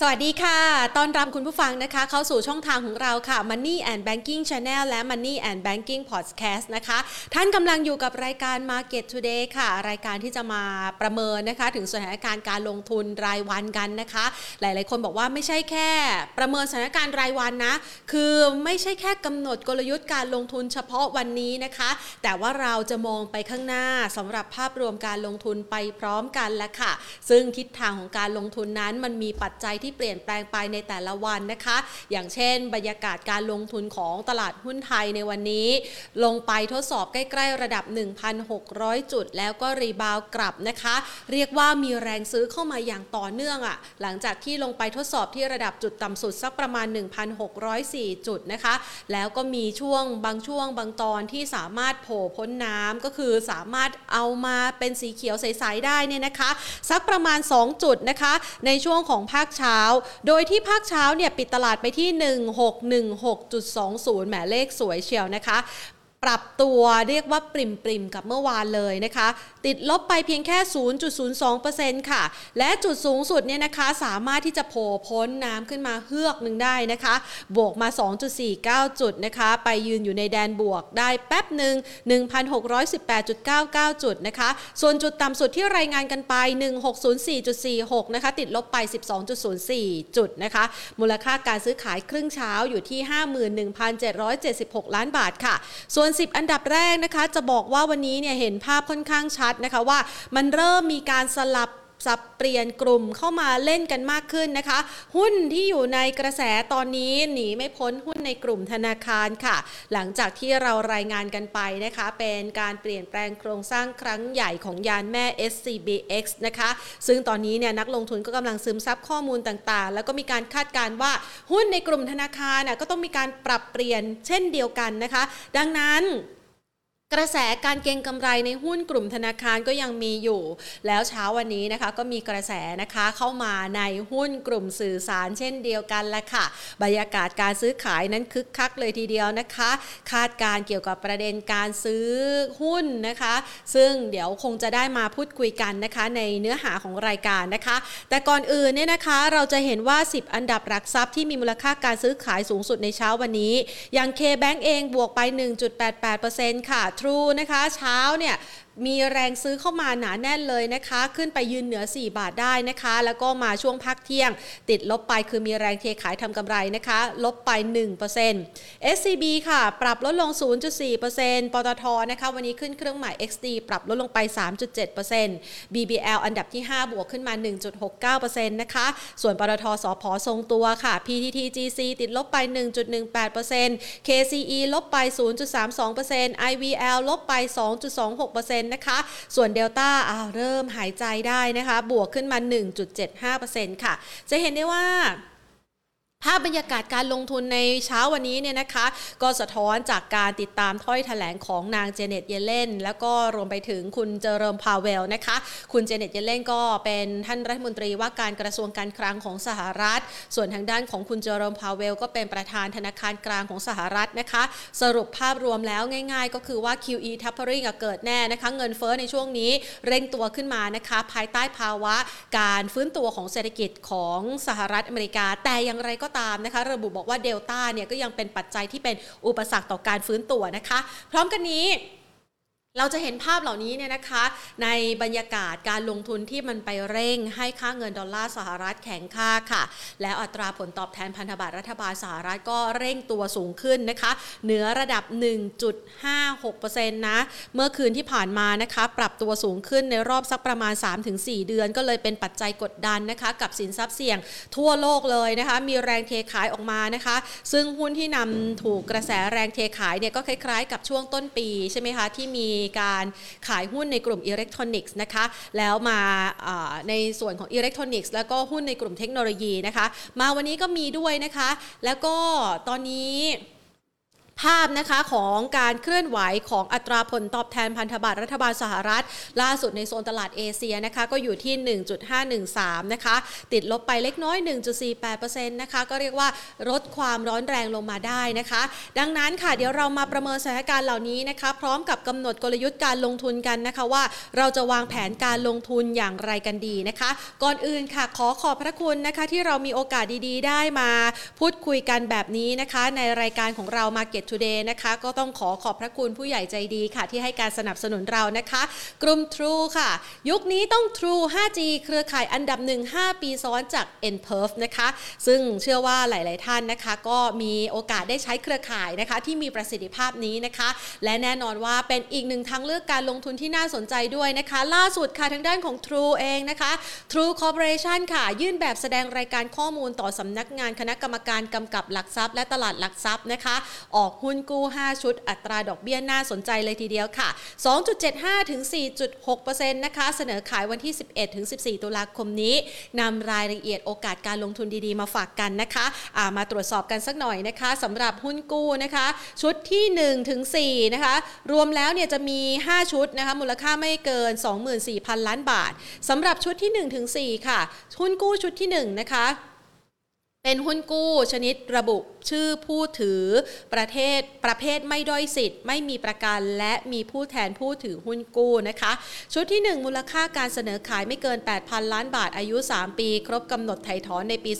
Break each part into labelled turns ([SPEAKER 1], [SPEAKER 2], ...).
[SPEAKER 1] สวัสดีค่ะ ตอนรับคุณผู้ฟังนะคะ เข้าสู่ช่องทางของเราค่ะ Money and Banking Channel และ Money and Banking Podcast นะคะ ท่านกำลังอยู่กับรายการ Market Today ค่ะ รายการที่จะมาประเมินนะคะ ถึงสถานการณ์การลงทุนรายวันกันนะคะ หลาย ๆ คนบอกว่าไม่ใช่แค่ประเมินสถานการณ์รายวันนะ คือไม่ใช่แค่กำหนดกลยุทธ์การลงทุนเฉพาะวันนี้นะคะ แต่ว่าเราจะมองไปข้างหน้าสำหรับภาพรวมการลงทุนไปพร้อมกันและค่ะ ซึ่งทิศทางของการลงทุนนั้นมันมีปัจจัยที่เปลี่ยนแปลงไปในแต่ละวันนะคะ อย่างเช่น บรรยากาศการลงทุนของตลาดหุ้นไทยในวันนี้ ลงไปทดสอบใกล้ ๆ ระดับ 1,600 จุด แล้วก็รีบาวกลับนะคะ เรียกว่ามีแรงซื้อเข้ามาอย่างต่อเนื่องอะ่ะ หลังจากที่ลงไปทดสอบที่ระดับจุดต่ำสุดสักประมาณ 1,604 จุดนะคะ แล้วก็มีช่วงบางช่วงบางตอนที่สามารถโผล่พ้นน้ำก็คือสามารถเอามาเป็นสีเขียวใสๆได้เนี่ยนะคะ สักประมาณ 2 จุดนะคะ ในช่วงของภาคเช้า โดยที่ภาคเช้าเนี่ยปิดตลาดไปที่ 1616.20แหมเลขสวยเชียวนะคะ ปรับตัวเรียกว่าปริมปริมๆกับเมื่อวานเลยนะคะ ติดลบไปเพียงแค่ 0.02%ค่ะ และจุดสูงสุดเนี่ยนะคะสามารถที่จะโผล่พ้นน้ำขึ้นมาเฮือกหนึ่งได้นะคะ บวกมา 2.49 จุดนะคะ ไปยืนอยู่ในแดนบวกได้แป๊บหนึ่ง 1,618.99 จุดนะคะ ส่วนจุดต่ำสุดที่รายงานกันไป 1604.46 นะคะ ติดลบไป 12.04 จุดนะคะ มูลค่าการซื้อขายครึ่งเช้าอยู่ที่ 51,776 ล้านบาทค่ะ ส่วน 10 อันดับแรกนะคะ จะบอกว่าวันนี้เนี่ยเห็นภาพค่อนข้างชัดนะคะว่ามันเริ่มมีการสลับสับเปลี่ยนกลุ่มเข้ามาเล่นกันมากขึ้นนะคะ หุ้นที่อยู่ในกระแสตอนนี้หนีไม่พ้นหุ้นในกลุ่มธนาคารค่ะ หลังจากที่เรารายงานกันไปนะคะ เป็นการเปลี่ยนแปลงโครงสร้างครั้งใหญ่ของยานแม่ SCBX นะคะ ซึ่งตอนนี้เนี่ยนักลงทุนก็กำลังซึมซับข้อมูลต่างๆ แล้วก็มีการคาดการณ์ว่าหุ้นในกลุ่มธนาคารน่ะก็ต้องมีการปรับเปลี่ยนเช่นเดียวกันนะคะ ดังนั้น กระแสการเก็งกำไรในหุ้นกลุ่มธนาคารก็ยังมีอยู่ แล้วเช้าวันนี้นะคะก็มีกระแสนะคะเข้ามาในหุ้นกลุ่มสื่อสารเช่นเดียวกันละค่ะ บรรยากาศการซื้อขายนั้นคึกคักเลยทีเดียวนะคะ คาดการณ์เกี่ยวกับประเด็นการซื้อหุ้นนะคะ ซึ่งเดี๋ยวคงจะได้มาพูดคุยกันนะคะ ในเนื้อหาของรายการนะคะ แต่ก่อนอื่นเนี่ยนะคะเราจะเห็นว่า 10 อันดับหลักทรัพย์ที่มีมูลค่าการซื้อขายสูงสุดในเช้าวันนี้ อย่าง KBank เองบวกไป 1.88%ค่ะ True นะคะเช้าเนี่ยมีแรงซื้อเข้ามาหนาแน่นเลยนะคะ ขึ้นไปยืนเหนือ 4 บาทได้นะคะ แล้วก็มาช่วงพักเที่ยง ติดลบไปคือมีแรงเทขายทำกำไรนะคะ ลบไป 1% SCB ค่ะ ปรับลดลง 0.4%ปตทนะคะวันนี้ขึ้นเครื่องหมาย XD ปรับลดลงไป 3.7% BBL อันดับที่ 5 บวกขึ้นมา 1.69%นะคะ ส่วนปตทสพทรงตัวค่ะ PTTGC ติดลบไป 1.18% KCE ลบไป 0.32% IVL ลบไป 2.26%นะคะ ส่วน Delta อ้าวเริ่มหายใจได้นะคะ บวกขึ้นมา 1.75%ค่ะ จะเห็นได้ว่า ภาพบรรยากาศการลงทุนในเช้าวันนี้เนี่ยนะคะ ก็สะท้อนจากการติดตามถ้อยแถลงของนางเจเน็ตเยเลนแล้วก็รวมไปถึงคุณเจอเริมพาเวลนะคะ คุณเจเน็ตเยเลนก็เป็นท่านรัฐมนตรีว่าการกระทรวงการคลังของสหรัฐ ส่วนทางด้านของคุณเจอเริมพาเวลก็เป็นประธานธนาคารกลางของสหรัฐนะคะ สรุปภาพรวมแล้วง่ายๆ ก็คือว่า QE tapering อะเกิดแน่นะคะ เงินเฟ้อในช่วงนี้เร่งตัวขึ้นมานะคะ ภายใต้ภาวะการฟื้นตัวของเศรษฐกิจของสหรัฐอเมริกาแต่อย่างไร ก็ตามนะคะระบุบอกว่าเดลต้าเนี่ยก็ยังเป็นปัจจัยที่เป็นอุปสรรคต่อการฟื้นตัวนะคะ พร้อมกันนี้ เราจะเห็นภาพเหล่านี้เนี่ยนะคะ ในบรรยากาศการลงทุนที่มันไปเร่งให้ค่าเงินดอลลาร์สหรัฐแข็งค่าค่ะ แล้วอัตราผลตอบแทนพันธบัตรรัฐบาลสหรัฐก็เร่งตัวสูงขึ้นนะคะ เหนือระดับ 1.56%นะเมื่อคืนที่ผ่านมานะคะ ปรับตัวสูงขึ้นในรอบสักประมาณ 3-4 เดือน ก็เลยเป็นปัจจัยกดดันนะคะ กับสินทรัพย์เสี่ยงทั่วโลกเลยนะคะ มีแรงเทขายออกมานะคะ ซึ่งหุ้นที่นำถูกกระแสแรงเทขายเนี่ยก็คล้ายๆ กับช่วงต้นปีใช่ไหมคะที่มี มีการขายหุ้นในกลุ่มอิเล็กทรอนิกส์นะคะแล้วมาอ่าในส่วนของอิเล็กทรอนิกส์แล้วก็หุ้นในกลุ่มเทคโนโลยีนะคะ มาวันนี้ก็มีด้วยนะคะ แล้วก็ตอนนี้ ภาพนะคะของการเคลื่อนไหวของอัตราผลตอบแทนพันธบัตรรัฐบาลสหรัฐ ล่าสุดในโซนตลาดเอเชียนะคะก็อยู่ที่ 1.513 นะคะ ติดลบไปเล็กน้อย 1.48%นะคะก็เรียกว่าลดความร้อนแรงลงมาได้นะคะ ดังนั้นค่ะเดี๋ยวเรามาประเมินสถานการณ์เหล่านี้นะคะ พร้อมกับกำหนดกลยุทธ์การลงทุนกันนะคะว่า เราจะวางแผนการลงทุนอย่างไรกันดีนะคะ ก่อนอื่นค่ะขอขอบพระคุณนะคะที่เรามีโอกาสดีๆ ได้มา พูดคุยกันแบบนี้นะคะ ในรายการของเรา Market Today นะคะ ก็ต้องขอขอบพระคุณผู้ใหญ่ใจดีค่ะ ที่ให้การสนับสนุนเรานะคะ กลุ่ม True ค่ะ ยุคนี้ต้อง True 5G เครือข่ายอันดับ 1 5 ปีซ้อนจาก n p e r f นะคะ ซึ่งเชื่อว่าหลาย ๆ ท่านนะคะ ก็มีโอกาสได้ใช้เครือข่ายนะคะ ที่มีประสิทธิภาพนี้นะคะ และแน่นอนว่าเป็นอีกหนึ่งทางเลือกการลงทุนที่น่าสนใจด้วยนะคะ ล่าสุดค่ะทางด้านของ True เองนะคะ True Corporation ค่ะ ยื่นแบบแสดงรายการข้อมูลต่อสำนักงานคณะกรรมการกำกับหลักทรัพย์ และตลาดหลักทรัพย์นะคะ ออกหุ้นกู้ 5 ชุด อัตราดอกเบี้ยน่าสนใจเลยทีเดียวค่ะ 2.75 ถึง 4.6%นะคะ เสนอขายวันที่ 11 ถึง 14 ตุลาคมนี้นำรายละเอียดโอกาสการลงทุนดีๆ มาฝากกันนะคะอ่ามาตรวจสอบกันสักหน่อยนะคะสำหรับหุ้นกู้นะคะ ชุดที่1ถึง4นะคะ รวมแล้วเนี่ยจะมี 5 ชุดนะคะ มูลค่าไม่เกิน 24,000 ล้านบาทสำหรับชุดที่1ถึง4ค่ะ หุ้นกู้ชุดที่ 1 นะคะ เป็นหุ้นกู้ชนิดระบุชื่อผู้ถือประเทศประเภทไม่ด้อยสิทธิ์ ไม่มีประกันและมีผู้แทนผู้ถือหุ้นกู้นะคะ ชุดที่ 1 มูลค่าการเสนอขายไม่เกิน 8,000 ล้านบาทอายุ 3 ปี ครบกำหนดไถ่ถอนในปี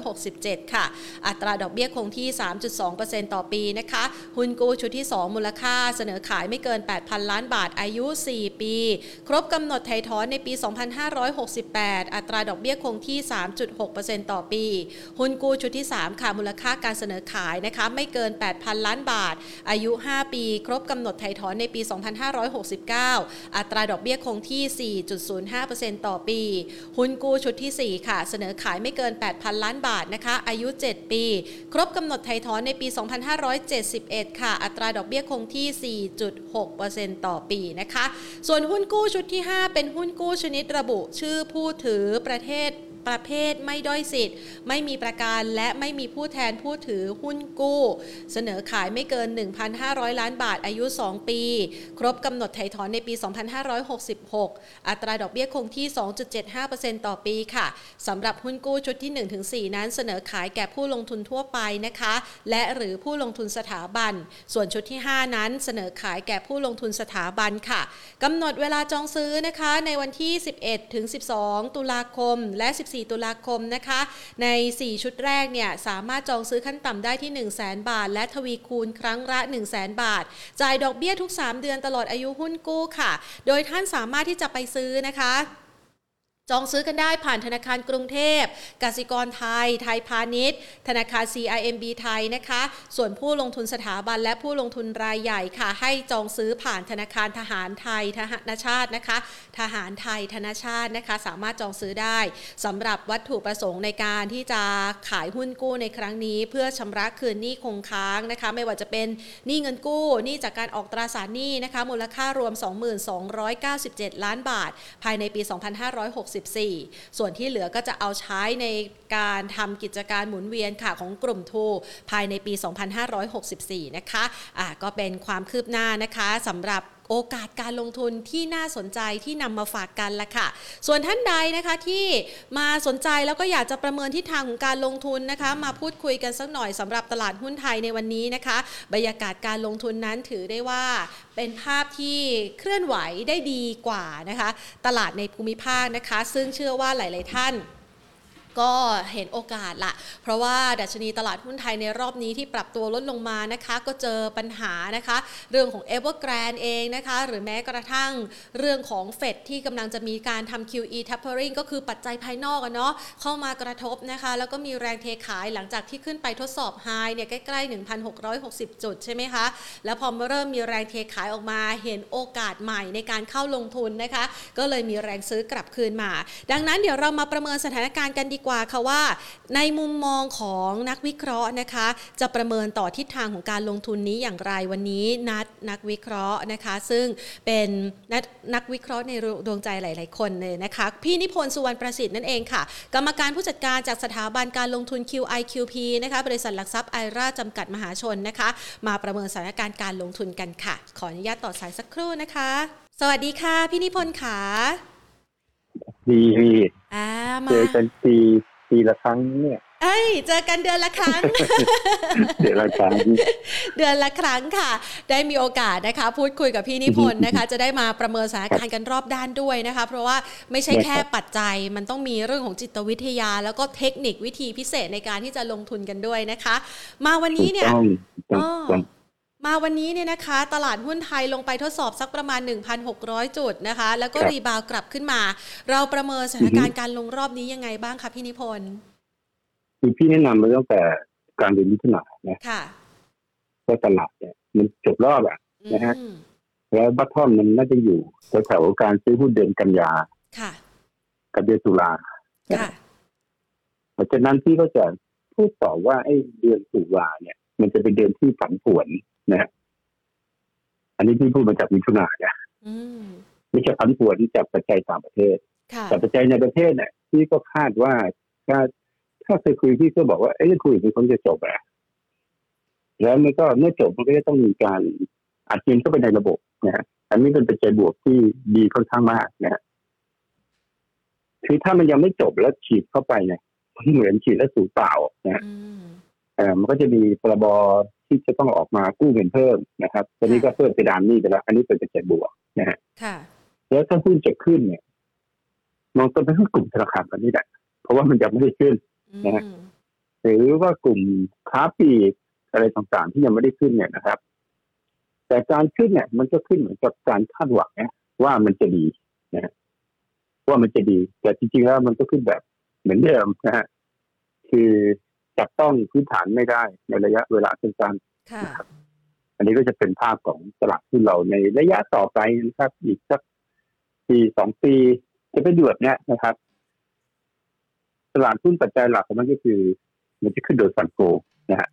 [SPEAKER 1] 2567 ค่ะ อัตราดอกเบี้ยคงที่ 3.2%ต่อปีนะคะ หุ้นกู้ชุดที่ 2 มูลค่าเสนอขายไม่เกิน 8,000 ล้านบาทอายุ 4 ปี ครบกำหนดไถ่ถอนในปี 2568 อัตราดอกเบี้ยคงที่ 3.6%ต่อปี หุ้นกู้ชุดที่ 3 ค่ะ มูลค่าการเสนอขายนะคะไม่เกิน 8,000 ล้านบาท อายุ 5 ปี ครบกำหนดไถ่ถอนในปี 2569 อัตราดอกเบี้ยคงที่ 4.05%ต่อปี หุ้นกู้ชุดที่ 4 ค่ะ เสนอขายไม่เกิน 8,000 ล้านบาทนะคะอายุ 7 ปี ครบกำหนดไถ่ถอนในปี 2571 ค่ะ อัตราดอกเบี้ยคงที่ 4.6%ต่อปีนะคะ ส่วนหุ้นกู้ชุดที่ 5 เป็นหุ้นกู้ชนิดระบุ ชื่อผู้ถือประเทศ ประเภทไม่ด้อยสิทธิ์ ไม่มีประกันและไม่มีผู้แทนผู้ถือหุ้นกู้ เสนอขายไม่เกิน 1,500 ล้านบาทอายุ 2 ปี ครบกำหนดไถ่ถอนในปี 2566 อัตราดอกเบี้ยคงที่ 2.75%ต่อปีค่ะสำหรับหุ้นกู้ชุดที่ 1-4 นั้นเสนอขายแก่ผู้ลงทุนทั่วไปนะคะ และหรือผู้ลงทุนสถาบัน ส่วนชุดที่ 5 นั้นเสนอขายแก่ผู้ลงทุนสถาบันค่ะกำหนดเวลาจองซื้อนะคะในวันที่ 11 ถึง 12 ตุลาคมและ 14 ตุลาคมนะคะ ใน 4 ชุดแรกเนี่ยสามารถจองซื้อขั้นต่ำได้ที่ 1 0 0 0 0 0 บาท และทวีคูณครั้งละ 1 0 0 0 0 0 บาท จ่ายดอกเบี้ยทุก 3 เดือนตลอดอายุหุ้นกู้ค่ะ โดยท่านสามารถที่จะไปซื้อนะคะ จองซื้อกันได้ผ่านธนาคารกรุงเทพ กสิกรไทย ไทยพาณิชย์ ธนาคาร CIMB ไทยนะคะ ส่วนผู้ลงทุนสถาบันและผู้ลงทุนรายใหญ่ค่ะ ให้จองซื้อผ่านธนาคารทหารไทย ทหารชาตินะคะ ทหารไทย ธนชาตินะคะ สามารถจองซื้อได้สำหรับวัตถุประสงค์ในการที่จะขายหุ้นกู้ในครั้งนี้ เพื่อชำระคืนหนี้คงค้างนะคะ ไม่ว่าจะเป็นหนี้เงินกู้หนี้จากการออกตราสารหนี้นะคะ มูลค่ารวม 22,297 ล้านบาท ภายในปี 2564 ส่วนที่เหลือก็จะเอาใช้ในการทำกิจการหมุนเวียนค่ะของกลุ่มทูภายในปี 2564 นะคะอ่าก็เป็นความคืบหน้านะคะสำหรับโอกาสการลงทุนที่น่าสนใจที่นำมาฝากกันละค่ะ ส่วนท่านใดนะคะที่มาสนใจแล้วก็อยากจะประเมินทิศทางของการลงทุนนะคะ มาพูดคุยกันสักหน่อยสำหรับตลาดหุ้นไทยในวันนี้นะคะ บรรยากาศการลงทุนนั้นถือได้ว่าเป็นภาพที่เคลื่อนไหวได้ดีกว่านะคะ ตลาดในภูมิภาคนะคะ ซึ่งเชื่อว่าหลาย ๆ ท่าน ก็เห็นโอกาสละ เพราะว่าดัชนีตลาดหุ้นไทยในรอบนี้ที่ปรับตัวลดลงมานะคะ ก็เจอปัญหานะคะ เรื่องของ e v e r g r a n d เองนะคะ หรือแม้กระทั่งเรื่องของเฟดที่กำลังจะมีการทำ QE tapering ก็คือปัจจัยภายนอกอะเนาะเข้ามากระทบนะคะ แล้วก็มีแรงเทขายหลังจากที่ขึ้นไปทดสอบไฮเนี่ยใกล้ๆ 1,660 จุดใช่ไหมคะ แล้วพอเริ่มมีแรงเทขายออกมาเห็นโอกาสใหม่ในการเข้าลงทุนนะคะ ก็เลยมีแรงซื้อกลับคืนมา ดังนั้นเดี๋ยวเรามาประเมินสถานการณ์กันดี กว่าค่ะว่า ในมุมมองของนักวิเคราะห์นะคะ จะประเมินต่อทิศทางของการลงทุนนี้อย่างไรวันนี้นัดนักวิเคราะห์นะคะ ซึ่งเป็นนักนักวิเคราะห์ในดวงใจหลาย ๆ คนเลยนะคะ พี่นิพนธ์สุวรรณประสิทธิ์นั่นเองค่ะ กรรมการผู้จัดการจากสถาบันการลงทุน QIQP นะคะบริษัทหลักทรัพย์ไอราจำกัดมหาชนนะคะ มาประเมินสถานการณ์การลงทุนกันค่ะ ขออนุญาตต่อสายสักครู่นะคะ สวัสดีค่ะ พี่นิพนธ์ค่ะ
[SPEAKER 2] ดีพี่
[SPEAKER 1] อ่ามา
[SPEAKER 2] เจอกันปีปีละครั้งเนี่ย
[SPEAKER 1] เอ้ย เจอกันเดือนละครั้ง
[SPEAKER 2] เดี๋ยวรายการที่
[SPEAKER 1] เดือนละครั้งค่ะ ได้มีโอกาสนะคะ พูดคุยกับพี่นิพนธ์นะคะ จะได้มาประเมินสถานการณ์กันรอบด้านด้วยนะคะ เพราะว่าไม่ใช่แค่ปัจจัย มันต้องมีเรื่องของจิตวิทยา แล้วก็เทคนิควิธีพิเศษในการที่จะลงทุนกันด้วยนะคะ มาวันนี้เนี่ย
[SPEAKER 2] ถูกต้องถูกต้
[SPEAKER 1] อ๋
[SPEAKER 2] อง
[SPEAKER 1] อมาวันนี้เนี่ยนะคะ ตลาดหุ้นไทยลงไปทดสอบสักประมาณ 1,600 จุดนะคะ แล้วก็
[SPEAKER 2] ครับ
[SPEAKER 1] รีบาวกลับขึ้นมา เราประเมินสถานการณ์การลงรอบนี้ยังไงบ้างคะพี่นิพนธ์
[SPEAKER 2] คือพี่แนะนำมาตั้งแต่กลารเดือนมิถุนายนนะ
[SPEAKER 1] ค่ะ
[SPEAKER 2] ว่าตลาดเนี่ยมันจบรอบอ่ะ
[SPEAKER 1] อื
[SPEAKER 2] นะฮะ
[SPEAKER 1] ม
[SPEAKER 2] แล้วบัตทอมมันน่าจะอยู่แถวๆการซื้อหุ้นเดือนกันยา
[SPEAKER 1] ค่ะ
[SPEAKER 2] กับเดือนตุลา
[SPEAKER 1] ค่ะ
[SPEAKER 2] เพราะฉะนั้นพี่ก็จะพูดต่อว่าไอ้เดือนตุลาเนี่ย มันจะเป็นเดือนที่ผันผวนนะฮะอันนี้พี่พูดมาจากมิถุนายนนะ
[SPEAKER 1] อืม
[SPEAKER 2] ไม่ใช่ผันผวนจากปัจจัยต่างประเทศ
[SPEAKER 1] ค่ะ
[SPEAKER 2] แต่ปัจจัยในประเทศเนี่ยพี่ก็คาดว่าถ้าถ้าเคยคุยพี่ก็บอกว่าเอ้ยคุยมันคงจะจบแหละแล้วมันก็เมื่อจบมันก็จะต้องมีการอัดเงินเข้าไปในระบบนะฮะอันนี้เป็นปัจจัยบวกที่ดีค่อนข้างมากนะฮะคือถ้ามันยังไม่จบแล้วฉีดเข้าไปเนี่ยมันเหมือนฉีดแล้วสูญเปล่านะฮะ
[SPEAKER 1] อืม
[SPEAKER 2] เอ่อมันก็จะมีพรบที่จะต้องออกมากู้เงินเพิ่มนะครับตอนนี้ก็เพิ่มเพดานหนี้ไปแล้ว อันนี้เป็นปัจจัยบวก
[SPEAKER 1] ค่ะ
[SPEAKER 2] แล้วถ้าหุ้นจะขึ้นเนี่ย มองตัวเป็นหุ้นกลุ่มธนาคารตอนนี้แหละเพราะว่ามันยังไม่ได้ขึ้น
[SPEAKER 1] อื
[SPEAKER 2] นะฮะ
[SPEAKER 1] ม
[SPEAKER 2] หรือว่ากลุ่มค้าปลีกอะไรต่างๆ ที่ยังไม่ได้ขึ้นเนี่ยนะครับ แต่การขึ้นเนี่ย มันก็ขึ้นเหมือนกับการคาดหวังนะว่ามันจะดีนะฮะว่ามันจะดี แต่จริงๆแล้วมันก็ขึ้นแบบเหมือนเดิมนะฮะคือจับต้องพื้นฐานไม่ได้ในระยะเวลาสั้นๆ
[SPEAKER 1] ค่ะ
[SPEAKER 2] อันนี้ก็จะเป็นภาพของตลาดหุ้นเราในระยะต่อไปนะครับ อีกสักปีสองปี จะเป็นอยู่แบบเนี้ยนะครับ ตลาดหุ้นปัจจัยหลักของมันก็คือ มันจะขึ้นโดยฟันโฟ
[SPEAKER 1] ค่ะ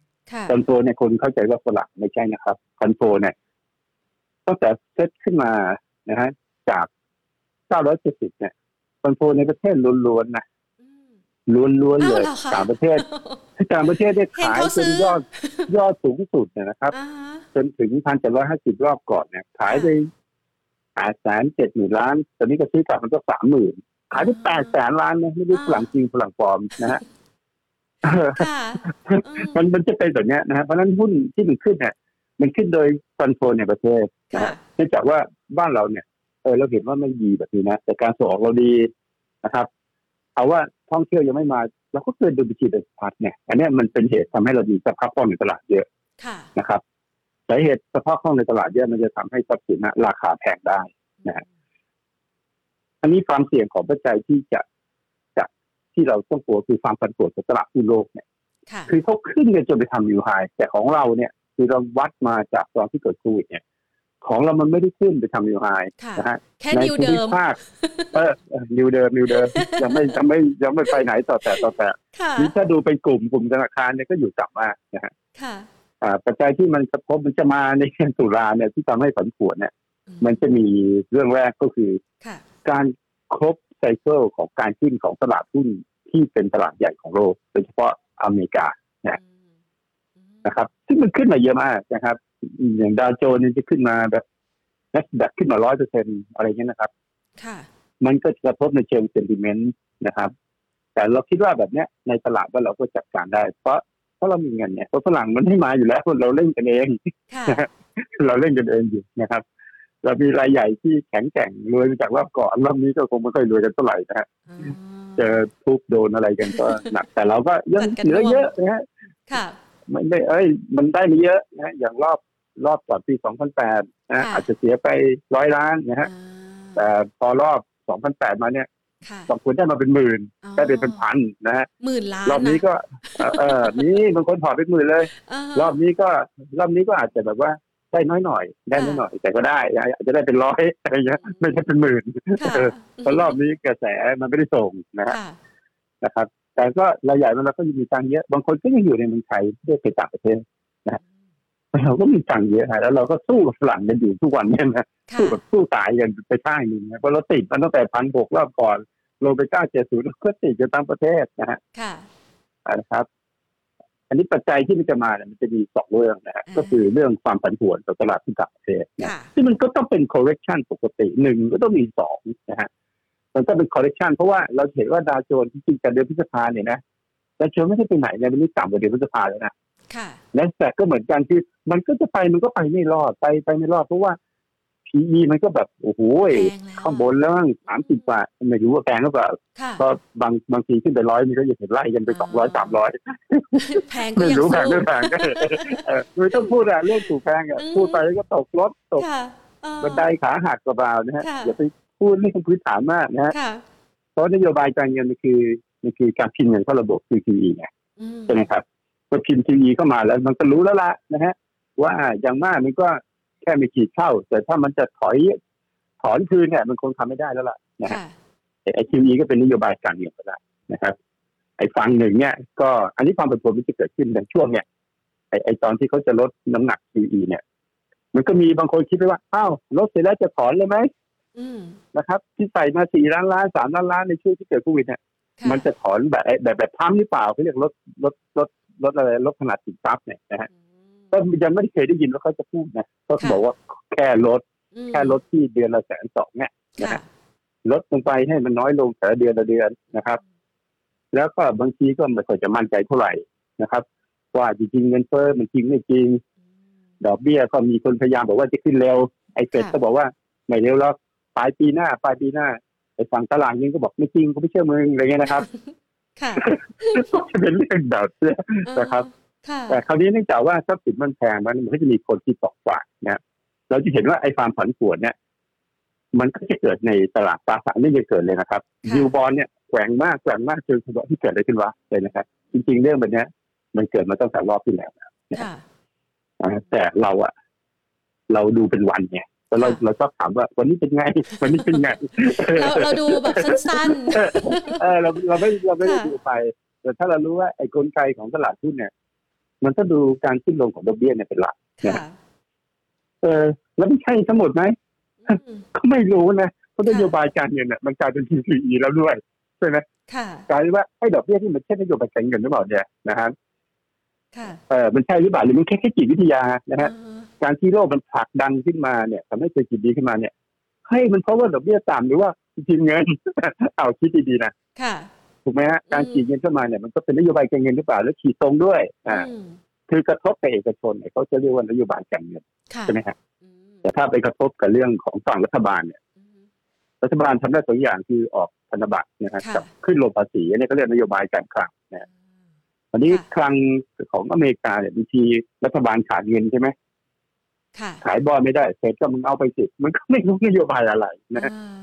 [SPEAKER 2] ฟันโฟเนี่ยคนเข้าใจว่าฝรั่งไม่ใช่นะครับฟันโฟเนี่ยตั้งแต่เซตขึ้นมานะฮะจาก 970 เนี่ยฟันโฟในประเทศล้วนๆนะล้วนๆเลย
[SPEAKER 1] อ้าวเหรอคะ
[SPEAKER 2] ต่างประเทศต่างประเทศได้
[SPEAKER 1] เห็น
[SPEAKER 2] ขาย
[SPEAKER 1] เขา
[SPEAKER 2] จน
[SPEAKER 1] ซื้อย
[SPEAKER 2] อดยอดสูงสุดเนยนะครับ
[SPEAKER 1] อ่าฮะ
[SPEAKER 2] จนถึง 1,750 รอบก่อนเนี่ย ขายไปหาแสนเจ็ดหมื่นล้าน ตอนนี้ก็ซื้อกลับมันก็สามหมื่นขายไปแปดแสนล้านนะไม่รู้ฝรั่งจริงฝรั่งปลอมนะฮะ
[SPEAKER 1] ค่ะอืม
[SPEAKER 2] มันมันจะเป็นแบบเนี้ยนะฮะ เพราะฉะนั้นหุ้นที่มันขึ้นเนี่ย มันขึ้นโดยฟันโฟนในประเทศนะ
[SPEAKER 1] ค่ะ
[SPEAKER 2] ฮะ เนื่องจากว่าบ้านเราเนี่ยเออเราเห็นว่าไม่ดีแบบนี้นะ แต่การส่งออกเราดีนะครับ เอาว่าท่องเที่ยวยังไม่มาเราก็เกินดุลพิจิตรพัฒน์เนี่ย อันเนี้ยมันเป็นเหตุทำให้เรามีสภาพคล่องในตลาดเยอะ
[SPEAKER 1] ค่ะ
[SPEAKER 2] นะครับสาเหตุสภาพคล่องในตลาดเยอะมันจะทำให้ทรัพย์สินน่ะราคาแพงได้ นะฮะ อันนี้ความเสี่ยงของปัจจัยที่จะจะที่เราต้องกลัวคือความผันผวนของตลาดหุ้นโลกเนี่ย
[SPEAKER 1] ค่ะ
[SPEAKER 2] คือเขาขึ้นกันจนไปทำยูไฮแต่ของเราเนี่ยคือเราวัดมาจากตอนที่เกิดโควิดเนี่ย ของเรามันไม่ได้ขึ้นไปทำยูไฮ
[SPEAKER 1] ค่ะ
[SPEAKER 2] นะฮะ
[SPEAKER 1] แค่
[SPEAKER 2] ใน
[SPEAKER 1] นิว
[SPEAKER 2] ภู
[SPEAKER 1] เดิ
[SPEAKER 2] มิ
[SPEAKER 1] ม
[SPEAKER 2] ภาคเออเออนิวเดิมนิวเดิม ยังไม่ยังไม่ยังไม่ไปไหนต่อแต่ต่อแต่
[SPEAKER 1] ค่ะ
[SPEAKER 2] นี่ถ้าดูเป็นกลุ่มกลุ่มธนาคารเนี่ยก็อยู่ต่ำมากนะฮะ
[SPEAKER 1] ค่ะ
[SPEAKER 2] อ่าปัจจัยที่มันกระทบมันจะมาในเดือนตุลาเนี่ยที่ทำให้ผันผวนเนี่ย มันจะมีเรื่องแรกก็คือ
[SPEAKER 1] ค่ะ
[SPEAKER 2] การครบไซเคิลของการขึ้นของตลาดหุ้นที่เป็นตลาดใหญ่ของโลกโดยเฉพาะอเมริกานะครับ ซึ่งมันขึ้นมาเยอะมากนะครับ อย่างดาวโจนส์เนี่ยจะขึ้นมาแบบนแบบขึ้นมาร้อยเปอร์เซ็นอะไรเงี้ยนะครับ
[SPEAKER 1] ค่ะ
[SPEAKER 2] มันก็จะกระทบในเชิงเซนติเมนต์นะครับ แต่เราคิดว่าแบบเนี้ยในตลาดว่าเราก็จัดการได้ เพราะเพราะเรามีเงินเนี่ยเพราะฝรั่งมันไม่มาอยู่แล้วเราเล่นกันเอง
[SPEAKER 1] ค่ะ
[SPEAKER 2] เราเล่นกันเองอยู่นะครับ เรามีรายใหญ่ที่แข็งแกร่งรวยมาจากรอบก่อนรอบนี้ก็คงไม่ค่อยรวยกันเท่าไหร่นะฮะเจอทุบโดนอะไรกันก็หนัก แต่เราก็ยัง
[SPEAKER 1] จัดกัน
[SPEAKER 2] เหลือ
[SPEAKER 1] ร่วม
[SPEAKER 2] เยอะนะฮะ
[SPEAKER 1] ค่ะ
[SPEAKER 2] ไม่ได้เอ้ย มันได้ไม่เยอะนะฮะอย่างรอบรอบก่อนปี 2008นะฮะ
[SPEAKER 1] ค่ะ
[SPEAKER 2] อาจจะเสียไปร้อยล้านนะฮะ
[SPEAKER 1] อ่า
[SPEAKER 2] แต่พอรอบ 2008 มาเนี่ย
[SPEAKER 1] ค่ะ
[SPEAKER 2] บางคนได้มาเป็นหมื่นได้เป็นเป็นพันนะฮะ
[SPEAKER 1] หมื่นล้าน
[SPEAKER 2] รอบนี้
[SPEAKER 1] ะ
[SPEAKER 2] ก็เอ่อเออนี่บางคนถอดเป็นหมื่นเลย
[SPEAKER 1] าร
[SPEAKER 2] อบนี้ก็รอบนี้ก็อาจจะแบบว่าได้น้อยหน่อย ได้น้อยหน่อย แต่ก็ได้อาจจะได้เป็นร้อย อะไรเงี้ยไม่ใช่เป็นหมื่น
[SPEAKER 1] ค่ะ
[SPEAKER 2] เออเพราะรอบนี้กระแสมันไม่ได้ส่งนะฮะ
[SPEAKER 1] ค่ะ
[SPEAKER 2] นะครับ แต่ก็รายใหญ่มันเราก็มีตังค์เยอะ บางคนก็ยังอยู่ในเมืองไทยไม่ได้ไปต่างประเทศเราก็มีตังค์เยอะฮะแล้วเราก็สู้กับฝรั่งกันอยู่ทุกวันเนี่ยนะ
[SPEAKER 1] ค่ะ
[SPEAKER 2] สู้แบบสู้ตายกันไปท่าหนึ่งนะเพราะเราติดมันตั้งแต่พันหกรอบก่อนลงไปเก้าเจ็ดศูนย์ก็ติดจะตามประเทศนะฮะ
[SPEAKER 1] ค่ะ
[SPEAKER 2] นะครับ อันนี้ปัจจัยที่มันจะมาเนี่ยมันจะมีสองเรื่องนะฮะ
[SPEAKER 1] อ่า
[SPEAKER 2] ก็คือเรื่องความผันผวนของตลาดที่ต่างประเทศนะ
[SPEAKER 1] ค่ะ
[SPEAKER 2] ซึ่งมันก็ต้องเป็น correction ปกติหนึ่งก็ต้องมีสองนะฮะมันก็เป็น correction เพราะว่าเราเห็นว่าดาวโจนส์จริงๆจากเดือนพฤษภาเนี่ยนะดาวโจนส์ไม่ได้ไปไหนเลยมันนี่ต่ำกว่าเดือนพฤษภาแล้วนะ
[SPEAKER 1] ค่ะ
[SPEAKER 2] และแต่ก็เหมือนกันคือมันก็จะไปมันก็ไปไม่รอดไปไปไม่รอดเพราะว่า PE มันก็แบบโอ้โหย
[SPEAKER 1] แพงแล้ว
[SPEAKER 2] ข้างบนแล้วมั้งสามสิบบาทไม่รู้ว่าแพงหรือเปล่า
[SPEAKER 1] ค่ะ
[SPEAKER 2] ก็บางบางทีขึ้นไปร้อยมันก็ยังเห็นไล่กันไปสองร้อยสามร้อย
[SPEAKER 1] แพงก็
[SPEAKER 2] ไม่
[SPEAKER 1] ยัง
[SPEAKER 2] รู้
[SPEAKER 1] สู้
[SPEAKER 2] แพงไม่แพงก็ เออไม่ต้องพูดอะเรื่องถูกแพงอะพูดไปแล้วก็ตกรถตก
[SPEAKER 1] ค่ะเออ
[SPEAKER 2] บันไดขาหักกระบานะฮะ
[SPEAKER 1] ค่ะ
[SPEAKER 2] อย่าไปพูดเรื่องพื้นฐานมากนะฮะ
[SPEAKER 1] ค่ะ
[SPEAKER 2] เพราะนโยบายการเงินมันคือมันคือการพิมพ์เงินเข้าระบบคือ PE ไง
[SPEAKER 1] อืม
[SPEAKER 2] ใช่ไหมครับพอพิมพ์ทีวีเข้ามาแล้วมันก็รู้แล้วละนะฮะ ว่าอย่างมากมันก็แค่ไม่กี่เท่า แต่ถ้ามันจะถอยถอนคืนเนี่ยมันคงทำไม่ได้แล้วล่ะนะฮะ
[SPEAKER 1] ค่ะ
[SPEAKER 2] ไอทีวีก็เป็นนโยบายการเงินก็ได้นะครับ ไอฝั่งหนึ่งเนี่ย ก็อันนี้ความผันผวนมันจะเกิดขึ้นในช่วงเนี่ยไอไอตอนที่เขาจะลดน้ำหนัก QE เนี่ย มันก็มีบางคนคิดไปว่าอ้าวลดเสร็จแล้วจะถอนเลยไหม
[SPEAKER 1] อืม
[SPEAKER 2] นะครับ ที่ใส่มาสี่ล้านล้านสามล้านล้านในช่วงที่เกิดโควิดเนี่ย
[SPEAKER 1] ค่
[SPEAKER 2] มันจะถอนแบบแบบแบบพัมหรือเปล่าเขาเรียกลดลดลดลดอะไรลดขนาดสินทรัพย์เนี่ยนะฮะ
[SPEAKER 1] อืม
[SPEAKER 2] ก็ยังไม่ได้เคยได้ยินว่าเขาจะพูดนะก็
[SPEAKER 1] ค่ะ
[SPEAKER 2] บอกว่าแค่ลด
[SPEAKER 1] อืม
[SPEAKER 2] แค่ลดที่เดือนละแสนสองเนี่ยนะ
[SPEAKER 1] ค่ะ
[SPEAKER 2] ฮะลดลงไปให้มันน้อยลงแต่ละเดือนละเดือนนะครับ แล้วก็บางทีก็ไม่ค่อยจะมั่นใจเท่าไหร่นะครับ ว่าจริงๆเงินเฟ้อมันจริงไม่จริง ดอกเบี้ยก็มีคนพยายามบอกว่าจะขึ้นเร็วไอ้เฟดก็บอกว่าไม่เร็วหรอกปลายปีหน้าปลายปีหน้าไอ้ฝั่งตลาดเองก็บอกไม่จริงก็ไม่เชื่อมึงอะไรเงี้ยนะครับ
[SPEAKER 1] ค่ะ
[SPEAKER 2] ก็เป็นเรื่องแบบเนี้ย นะครับ
[SPEAKER 1] ค่ะ
[SPEAKER 2] แต่คราวนี้เนื่องจากว่าทรัพย์สินมันแพงมันมันก็จะมีคนที่ตอกฝากนะเราจะเห็นว่าไอ้ความผันผวนเนี่ย มันก็จะเกิดในตลาดตราสารนี่จะเกิดเลยนะครับ
[SPEAKER 1] ะ
[SPEAKER 2] ยูบอลเนี่ยแกว่งมากแกว่งมากจนคุณบอกที่เกิดอะไรขึ้นวะเลยนะครับ จริง ๆ เรื่องแบบเนี้ย มันเกิดมาตั้งแต่รอบที่แล้วนะ
[SPEAKER 1] ค่ะ
[SPEAKER 2] นะแต่เราอะเราดูเป็นวันไงแล้วเรา
[SPEAKER 1] ค่ะ
[SPEAKER 2] เราชอบถามว่า วันนี้เป็นไง วันนี้เป็นไง
[SPEAKER 1] เราเราดูแบบสั้น
[SPEAKER 2] เออเราเราไม่เราไม่ได้
[SPEAKER 1] ค่ะ
[SPEAKER 2] ดูไป แต่ถ้าเรารู้ว่าไอ้กลไกของตลาดหุ้นเนี่ย มันต้องดูการขึ้นลงของดอกเบี้ยเนี่ยเป็นหลัก
[SPEAKER 1] ๆ ค่ะ
[SPEAKER 2] เออ แล้วมันใช่ทั้งหมดไหม
[SPEAKER 1] อืม
[SPEAKER 2] ก็ไม่รู้นะเพราะนโยบายการเงินเนี่ยมันกลายเป็น TCE แล้วด้วยใช่ไหม
[SPEAKER 1] ค่ะ
[SPEAKER 2] กลายเป็นว่าไอ้ดอกเบี้ยที่มันใช่นโยบายการเงินหรือเปล่าเนี่ยนะครับ
[SPEAKER 1] ค่ะ
[SPEAKER 2] เออมันใช่หรือเปล่าหรือมันแค่แค่จิตวิทยานะฮะ
[SPEAKER 1] เออ
[SPEAKER 2] การที่โลกมันผลักดันขึ้นมาเนี่ยทำให้เศรษฐกิจดีขึ้นมาเนี่ยเฮ้ยมันเพราะว่าดอกเบี้ยต่ำหรือว่าจริงเงิน เอาคิดดีๆนะ
[SPEAKER 1] ค่ะ
[SPEAKER 2] ถูกไหมฮะการ
[SPEAKER 1] อืม
[SPEAKER 2] ฉีดเงินเข้ามาเนี่ยมันก็เป็นนโยบายการเงินหรือเปล่าแล้วฉีดตรงด้วยอ่า
[SPEAKER 1] อืม
[SPEAKER 2] คือกระทบกับเอกชนเนี่ยเขาจะเรียกว่านโยบายการเงิน
[SPEAKER 1] ค่ะ
[SPEAKER 2] ใช่ไหมฮะ
[SPEAKER 1] อืม
[SPEAKER 2] แต่ถ้าไปกระทบกับเรื่องของฝั่งรัฐบาลเนี่ย
[SPEAKER 1] อืม
[SPEAKER 2] รัฐบาลทำได้สองอย่างคือออกพันธบัตรนะฮะ
[SPEAKER 1] ค่ะ
[SPEAKER 2] กับขึ้นลงภาษีอันนี้ก็เรียกนโยบายการคลังนะฮะอันนี้
[SPEAKER 1] ค่ะ
[SPEAKER 2] คลังของอเมริกาเนี่ยบางทีรัฐบาลขาดเงินใช่ไหม
[SPEAKER 1] ค่ะ
[SPEAKER 2] ขายบอลไม่ได้เฟดก็มึงเอาไปสิมันก็ไม่รู้นโยบายอะไรนะฮะ
[SPEAKER 1] อ่า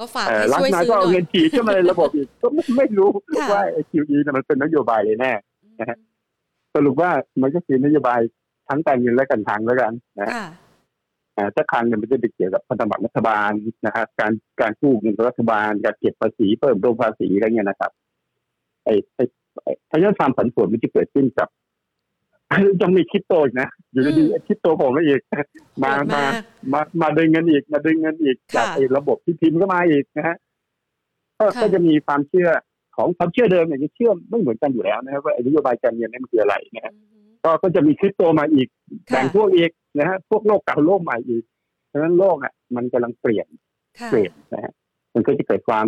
[SPEAKER 1] ก็ฝาก
[SPEAKER 2] เอ่อ
[SPEAKER 1] ให้
[SPEAKER 2] รั
[SPEAKER 1] ช่ว
[SPEAKER 2] ฐ
[SPEAKER 1] ย
[SPEAKER 2] นา
[SPEAKER 1] ซื้อหน่อ
[SPEAKER 2] ก็เอาเงิ
[SPEAKER 1] ย
[SPEAKER 2] นฉีดเข้ามาในระบบอีกก็ไม่รู้
[SPEAKER 1] ค่ะ
[SPEAKER 2] ว่าไอ้ QE เนี่ยมันเป็นนโยบายเลยแน่ นะฮะ สรุปว่ามันก็คือนโยบายทั้งการเงินและการคลังแล้วกันนะฮะ
[SPEAKER 1] ค่ะ
[SPEAKER 2] อ่าถ้าคลังเนี่ยมันจะไปเกี่ยวกับพันธบัตรรัฐบาลนะครับการการกู้เงินรัฐบาลการเก็บภาษีเพิ่มโดมภาษีอะไรเงี้ยนะครับไอ้ไอ้ไอ้ถ้าเรื่องความผันผวนมันจะเกิดขึ้นกับ ยังมีคริปโตอีกนะอยู่ดีๆคริปโตผมมาอีก มา
[SPEAKER 1] โห
[SPEAKER 2] มา
[SPEAKER 1] ดาก
[SPEAKER 2] มามาดึงเงินอีกมาดึงเงินอีก
[SPEAKER 1] ค่ะ
[SPEAKER 2] จากไอ้ระบบที่พิมพ์ก็มาอีกนะฮะก็
[SPEAKER 1] ค่ะ
[SPEAKER 2] ก็จะมีความเชื่อของความเชื่อเดิมเนี่ยจะเชื่อไม่เหมือนกันอยู่แล้วนะครับว่าไอ้นโยบายการเงินเนี่ยมันคืออะไรนะฮะ
[SPEAKER 1] อืม
[SPEAKER 2] ก็ก็จะมีคริปโตมาอีก
[SPEAKER 1] ค่ะ
[SPEAKER 2] แบ่งพวกอีกนะฮะพวกโลกเก่าโลกใหม่อีกเพราะฉะนั้นโลกอ่ะมันกำลังเปลี่ยน
[SPEAKER 1] ค่ะ
[SPEAKER 2] เปลี่ยนนะฮะมันก็จะเกิดความ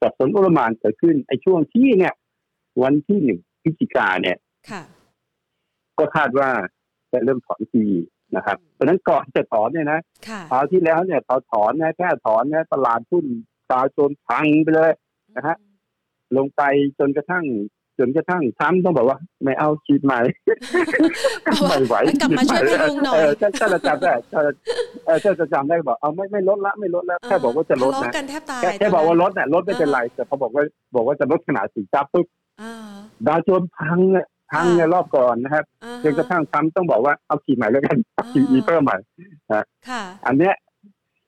[SPEAKER 2] สับสนโอลหมานเกิดขึ้นไอ้ช่วงที่เนี่ย วันที่หนึ่งพฤศจิกาเนี่ย
[SPEAKER 1] ค่ะ
[SPEAKER 2] ก็คาดว่าจะเริ่มถอนทีนะครับเพราะฉะนั้นก่อนจะถอนเนี่ยนะ
[SPEAKER 1] ค่ะ
[SPEAKER 2] คราวที่แล้วเนี่ยเขาถอนนะแค่ถอนนะตลาดหุ้นตาโจนพังไปเลย นะฮะ ลงไปจนกระทั่ง จนกระทั่งซ้ำต้องบอกว่า ไม่เอาชีดใหม่ ไม่ไหว
[SPEAKER 1] เอากลับมาช่วยพยุงหน่อ
[SPEAKER 2] เอย อถ้าถ้าเราจำได้ถ้าเออถ้าจะจำได้บอกเอาไม่ไม่ลดละไม่ลดละแค่บอกว่าจะลด
[SPEAKER 1] ทเลาะ
[SPEAKER 2] นะ
[SPEAKER 1] กันแทบตาย
[SPEAKER 2] แค่แค่บอกว่าลดน่ะลดไม่เป็นไรแต่เขาบอกว่าบอกว่าจะลดขนาดสินทรัพย์ปุ๊บ
[SPEAKER 1] อ่า
[SPEAKER 2] ดาวโจนส์พังอะพังในรอบก่อนนะครับ
[SPEAKER 1] อ่า
[SPEAKER 2] จนกระทั่งทรัมป์ต้องบอกว่าเอาขีดใหม่แล้วกันเอาขีดอีเพิ่มใหม่
[SPEAKER 1] ค่ะ
[SPEAKER 2] อันเนี้ย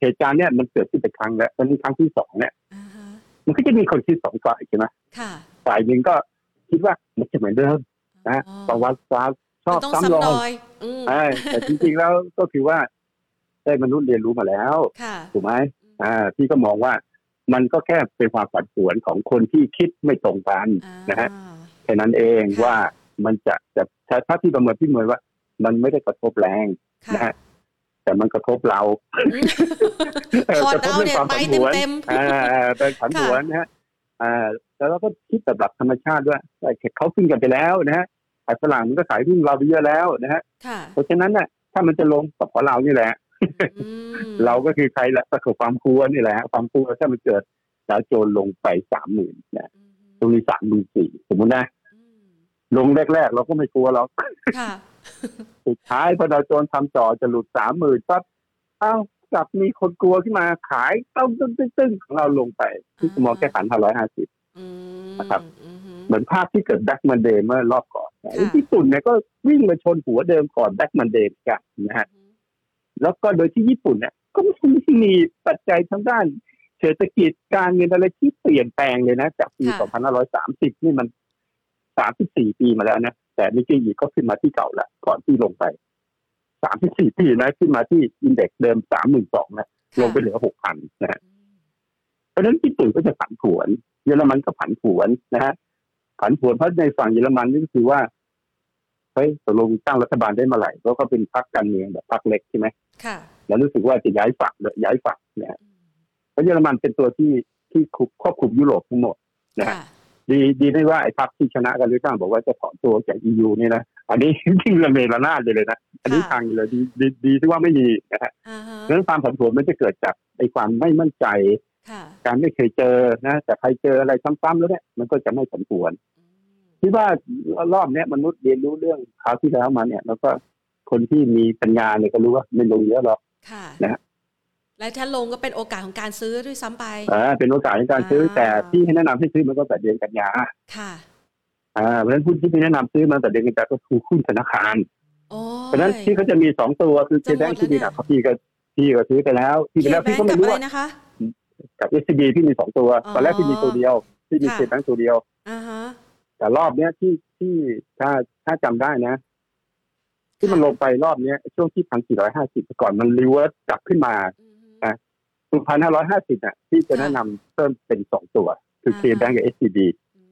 [SPEAKER 2] เหตุการณ์เนี้ยมันเกิดขึ้นเป็นครั้งแล้วตอนนี้ครั้งที่สองเนี่ย
[SPEAKER 1] อ่าฮะ
[SPEAKER 2] มันก็จะมีคนคิดสองฝ่ายใช่ไหม
[SPEAKER 1] ค่ะ
[SPEAKER 2] ฝ่ายหนึ่งก็ คิดว่ามันจะเหมือนเดิมนะฮะประวัติศาสตร์ชอบ
[SPEAKER 1] ต้อง
[SPEAKER 2] ซ้ำร
[SPEAKER 1] ซ้ำร
[SPEAKER 2] อ
[SPEAKER 1] อ
[SPEAKER 2] ย
[SPEAKER 1] ยอืม
[SPEAKER 2] ใช่แต่จริงๆแล้วก็คือว่าได้มนุษย์เรียนรู้มาแล้ว
[SPEAKER 1] ค่ะ
[SPEAKER 2] ถูกไหมอ่าพี่ก็มองว่ามันก็แค่เป็นความฝันสวนของคนที่คิดไม่ตรงกันนะฮะ แค่นั้นเอง
[SPEAKER 1] ค่ะ
[SPEAKER 2] ว่ามันจะจะถ้าถ้าพี่ประเมินพี่ประเมินว่า มันไม่ได้กระทบแรง
[SPEAKER 1] ค่
[SPEAKER 2] นะฮะแต่มันกระทบเรา
[SPEAKER 1] อืม ถอด
[SPEAKER 2] กระทบ
[SPEAKER 1] เอาเนี่ยไป
[SPEAKER 2] ผวน
[SPEAKER 1] เต็มๆ
[SPEAKER 2] อ่าเป็นผันผวนนะฮะอ่าแล้วเราก็คิดแบบหลักธรรมชาติด้วยเขาขึ้นกันไปแล้วนะฮะขายฝรั่งมันก็ขายหุ้นเราไปเยอะแล้วนะฮะ
[SPEAKER 1] ค่ะ
[SPEAKER 2] เพราะฉะนั้นน่ะถ้ามันจะลงกับของเรานี่แหละ
[SPEAKER 1] อืม
[SPEAKER 2] เราก็คือใครละประสบความกลัวนี่แหละฮะความกลัวถ้ามันเกิดดาวโจรลงไปสามหมื่นนะ
[SPEAKER 1] อืม
[SPEAKER 2] ตรงนี้สามหมื่นสี่สมมตินะ
[SPEAKER 1] อืม
[SPEAKER 2] ลงแรกๆ เราก็ไม่กลัวหรอก
[SPEAKER 1] ค่ะ
[SPEAKER 2] สุดท้ายพอดาวโจนทำจ่อจะหลุดสามหมื่นปั๊บเอ้ากลับมีคนกลัวขึ้นมาขายต้องตึ้งตึ้งตึ้งของเราลงไป ที่มองแค่ขันห้าร้อยห้าสิบ
[SPEAKER 1] อืม
[SPEAKER 2] นะครับ
[SPEAKER 1] อืม
[SPEAKER 2] เหมือนภาพที่เกิดแบ็กมันเดย์เมื่อรอบก่อนนะ
[SPEAKER 1] ค่ะ
[SPEAKER 2] ญี่ปุ่นเนี่ยก็วิ่งมาชนหัวเดิมก่อนแบ็กมันเดย์กันนะฮะแล้วก็โดยที่ญี่ปุ่นเนี่ยก็ไม่ได้มีปัจจัยทางด้าน เศรษฐกิจการเงินอะไรที่เปลี่ยนแปลงเลยนะ จากปี
[SPEAKER 1] ค่ะ
[SPEAKER 2] 2530 นี่มัน 34 ปีมาแล้วนะ แต่นิกเกอีก็ขึ้นมาที่เก่าละก่อนที่ลงไป 34 ปีนะ ขึ้นมาที่อินเด็กซ์เดิม 32นะ
[SPEAKER 1] ค่ะ
[SPEAKER 2] ลงไปเหลือ 6,000นะฮะ เพราะฉะนั้นญี่ปุ่นก็จะผันผวน เยอรมันก็ผันผวนนะฮะผันผวนเพราะในฝั่งเยอรมันนี่ก็คือว่าเฮ้ยตกลงตั้งรัฐบาลได้เมื่อไหร่เพราะเขาเป็นพรรคการเมืองแบบพรรคเล็กใช่ไหม
[SPEAKER 1] ค่ะ
[SPEAKER 2] แล้วรู้สึกว่าจะย้ายฝั่งเลยย้ายฝั่งนะฮะเพราะเยอรมันเป็นตัวที่ที่ควบคุมยุโรปทั้งหมด นะฮะ
[SPEAKER 1] ค่ะ
[SPEAKER 2] ดีดีได้ว่าไอ้พรรคที่ชนะการเลือกตั้งบอกว่าจะถอนตัวจากยูนี่นะอันนี้ ทิ้งระเมระนาดเลยเลยนะอันนี้ทางเลยดีดีดีที่ว่าไม่มีนะฮะ
[SPEAKER 1] อ่าฮะ
[SPEAKER 2] เพราะฉะนั้นความผันผวนมันจะเกิดจากไอ้ความไม่มั่นใจ
[SPEAKER 1] ค่ะ
[SPEAKER 2] การไม่เคยเจอนะ แต่ใครเจออะไรซ้ำๆแล้วเนี่ยมันก็จะไม่สมควร
[SPEAKER 1] อืม
[SPEAKER 2] คิดว่ารอบเนี้ยมนุษย์เรียนรู้เรื่องคราวที่แล้วมาเนี่ย แล้วก็คนที่มีปัญญาเนี่ยก็รู้ว่าไม่ลงเยอะหรอก
[SPEAKER 1] ค่ะ
[SPEAKER 2] นะฮะ
[SPEAKER 1] และถ้าลงก็เป็นโอกาสของการซื้อด้วยซ้ำไป
[SPEAKER 2] อ่าเป็นโอกาสในการซื้อ
[SPEAKER 1] อ่า
[SPEAKER 2] แต่ที่ให้แนะนำให้ซื้อมันก็แต่เดือนกันยา
[SPEAKER 1] ค่ะ
[SPEAKER 2] อ่าเพราะฉะนั้นหุ้นที่พี่แนะนำซื้อมาแต่เดือนกันยาก็คือ หุ้นธนาคาร
[SPEAKER 1] โอ้ย
[SPEAKER 2] เพราะฉะนั้นที่เขาจะมีสองตัวคือเจ
[SPEAKER 1] จะหมด
[SPEAKER 2] แบงที่ดี
[SPEAKER 1] แล้ว
[SPEAKER 2] นะ
[SPEAKER 1] เนี่ย
[SPEAKER 2] พี่ก็พี่ก็ซื้อไปแล้วพี่ไปแล้ว
[SPEAKER 1] เขียน
[SPEAKER 2] พี่ก็
[SPEAKER 1] บง
[SPEAKER 2] ไม่
[SPEAKER 1] กับ
[SPEAKER 2] รู้
[SPEAKER 1] อะไร
[SPEAKER 2] ว่า
[SPEAKER 1] นะคะ
[SPEAKER 2] กับเอสซีบีพี่มีสองตัว
[SPEAKER 1] อ๋อ
[SPEAKER 2] ตอนแรกพี่มีตัวเดียวพี่มี
[SPEAKER 1] ค่ะ
[SPEAKER 2] เจแบงตัวเดียว
[SPEAKER 1] อ่าฮะ
[SPEAKER 2] แต่รอบเนี้ยที่ที่ถ้าถ้าจำได้นะ ที่มันลงไปรอบเนี้ยช่วงที่พันสี่ร้อยห้าสิบก่อนมันรีเวิร์สกลับขึ้นมาตรงพันห้าร้อยห้าสิบน่ะที่จะแนะนำเพิ่มเป็นสองตัว คือ
[SPEAKER 1] อ่า
[SPEAKER 2] เคแบงกับเอสซีดี
[SPEAKER 1] อื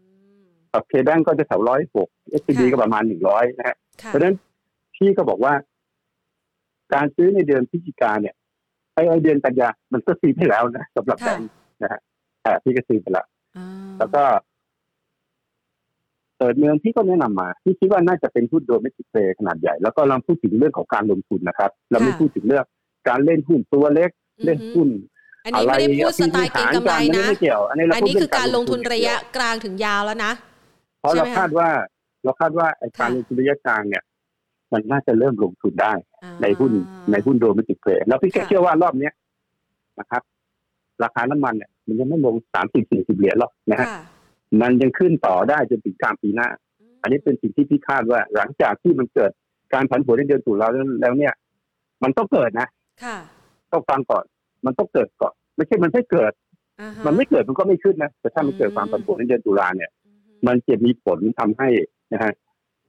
[SPEAKER 1] ม
[SPEAKER 2] กับเคแบงก็จะแถวร้อยหกเอสซีดีก็ประมาณหนึ่งร้อยนะฮะ
[SPEAKER 1] ค่ะ
[SPEAKER 2] เพราะฉะนั้นพี่ก็บอกว่า การซื้อในเดือนพฤศจิกาเนี่ยไอ้ไอ้เดือนกันยามันก็ซื้อไปแล้วนะสำหรับแบงค์นะฮะแต่พี่ก็ซื้อไปละ
[SPEAKER 1] อ่า
[SPEAKER 2] แล้วก็เปิดเมืองที่ก็แนะนำมา ที่คิดว่าน่าจะเป็นหุ้นโดเมสิกเพลย์ขนาดใหญ่ แล้วก็เราพูดถึงเรื่องของการลงทุนนะครับ เราไม่พูดถึงเรื่องการเล่นหุ้นตัวเล็ก เล่นหุ้น
[SPEAKER 1] อัน
[SPEAKER 2] อะ
[SPEAKER 1] นี้
[SPEAKER 2] ไร
[SPEAKER 1] ไม่ได้พูดสไตล์เก็งกำไร
[SPEAKER 2] อั
[SPEAKER 1] นะ
[SPEAKER 2] ไม่เกี่ยว อันนี้เรา
[SPEAKER 1] อัน
[SPEAKER 2] พูด
[SPEAKER 1] นี้
[SPEAKER 2] เง
[SPEAKER 1] คือการลงทุนระยะกลางถึงยาวแล้วนะ
[SPEAKER 2] เพราะเรา
[SPEAKER 1] ใช่ไหมคะ
[SPEAKER 2] คาดว่า เราคาดว่าไอ้การลงทุนระยะกลางเนี่ย มันน่าจะเริ่มลงทุนได้
[SPEAKER 1] อ่า
[SPEAKER 2] ในหุ้นในหุ้นโดเมสิกเพลย์แล้วพี่ก็
[SPEAKER 1] ค่ะ
[SPEAKER 2] เชื่อว่ารอบเนี้ยนะครับ ราคาน้ำมันเนี่ยมันยังไม่ลงสามสิบสี่สิบเหรียญหรอกนะฮะ
[SPEAKER 1] ค่ะ
[SPEAKER 2] มันยังขึ้นต่อได้จนถึงกลางปีหน้า อันนี้เป็นสิ่งที่พี่คาดว่า หลังจากที่มันเกิดการผันผวนในเดือนตุลาแล้วแล้วเนี่ย มันต้องเกิดนะ
[SPEAKER 1] ค่ะ
[SPEAKER 2] ต้องฟังก่อน มันต้องเกิดก่อน ไม่ใช่มันไม่เกิด
[SPEAKER 1] อ่าฮะ
[SPEAKER 2] มันไม่เกิดมันก็ไม่ขึ้นนะแต่ถ้ามันเกิด
[SPEAKER 1] อืม
[SPEAKER 2] ความผันผวนในเดือนตุลาเนี่ย
[SPEAKER 1] อือฮึ
[SPEAKER 2] มันจะมีผลทำให้นะฮะ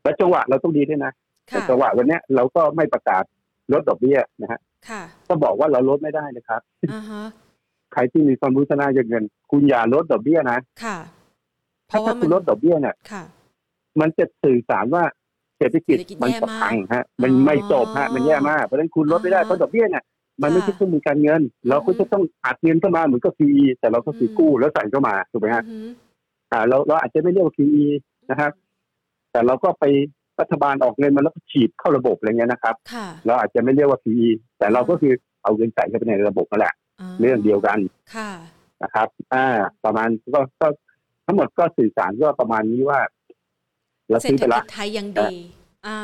[SPEAKER 2] และจังหวะเราต้องดีด้วยนะแต่
[SPEAKER 1] ค่ะ
[SPEAKER 2] จังหวะวันเนี้ยเราก็ไม่ประกาศลดดอกเบี้ยนะฮะ
[SPEAKER 1] ค่ะ
[SPEAKER 2] ก็บอกว่าเราลดไม่ได้นะครับ
[SPEAKER 1] อ่าฮะ
[SPEAKER 2] ใครที่มีความรู้ทางด้านการเงิน คุณอย่าลดดอกเบี้ยนะ
[SPEAKER 1] ค่ะ
[SPEAKER 2] ถ้าถ้าคุณลดดอกเบี้ยเนี่ย
[SPEAKER 1] ค่ะ
[SPEAKER 2] มันจะสื่อสารว่าเศรษฐกิจ
[SPEAKER 1] เศรษฐกิจ
[SPEAKER 2] มัน
[SPEAKER 1] แย่
[SPEAKER 2] จะ
[SPEAKER 1] มาก
[SPEAKER 2] พังฮะ มัน
[SPEAKER 1] อ๋อ
[SPEAKER 2] ไม่จบฮะ มันแย่มากเพราะฉะนั้นคุณลดไม่ได้
[SPEAKER 1] อ่า
[SPEAKER 2] เพราะดอกเบี้ยเนี่ยมันไม่ใช่
[SPEAKER 1] ค่ะ
[SPEAKER 2] เครื่องมือการเงิน เราก็จะต้องอัดเงินเข้ามาเหมือนก็ QE แต่เราก็คืออ
[SPEAKER 1] ม
[SPEAKER 2] กู้แล้วใส่เข้ามาถูกไหมฮะ
[SPEAKER 1] อือฮึ
[SPEAKER 2] อ่าเราเราอาจจะไม่เรียกว่า QE นะครับ แต่เราก็ไปรัฐบาลออกเงินมาแล้วก็ฉีดเข้าระบบอะไรเงี้ยนะครับ
[SPEAKER 1] ค่ะ
[SPEAKER 2] เราอาจจะไม่เรียกว่า QE แต่เราก็คือเอาเงินใส่เข้าไปในระบบนั่นแหละ
[SPEAKER 1] า
[SPEAKER 2] เรื่องเดียวกัน
[SPEAKER 1] ค่ะ
[SPEAKER 2] นะครับ อ่า ประมาณก็ก็ทั้งหมดก็สื่อสารก็ประมาณนี้ว่าเรา
[SPEAKER 1] เศรษ
[SPEAKER 2] ซื้อ
[SPEAKER 1] ฐ
[SPEAKER 2] ไปละ
[SPEAKER 1] กิจไทยยังดี อ่า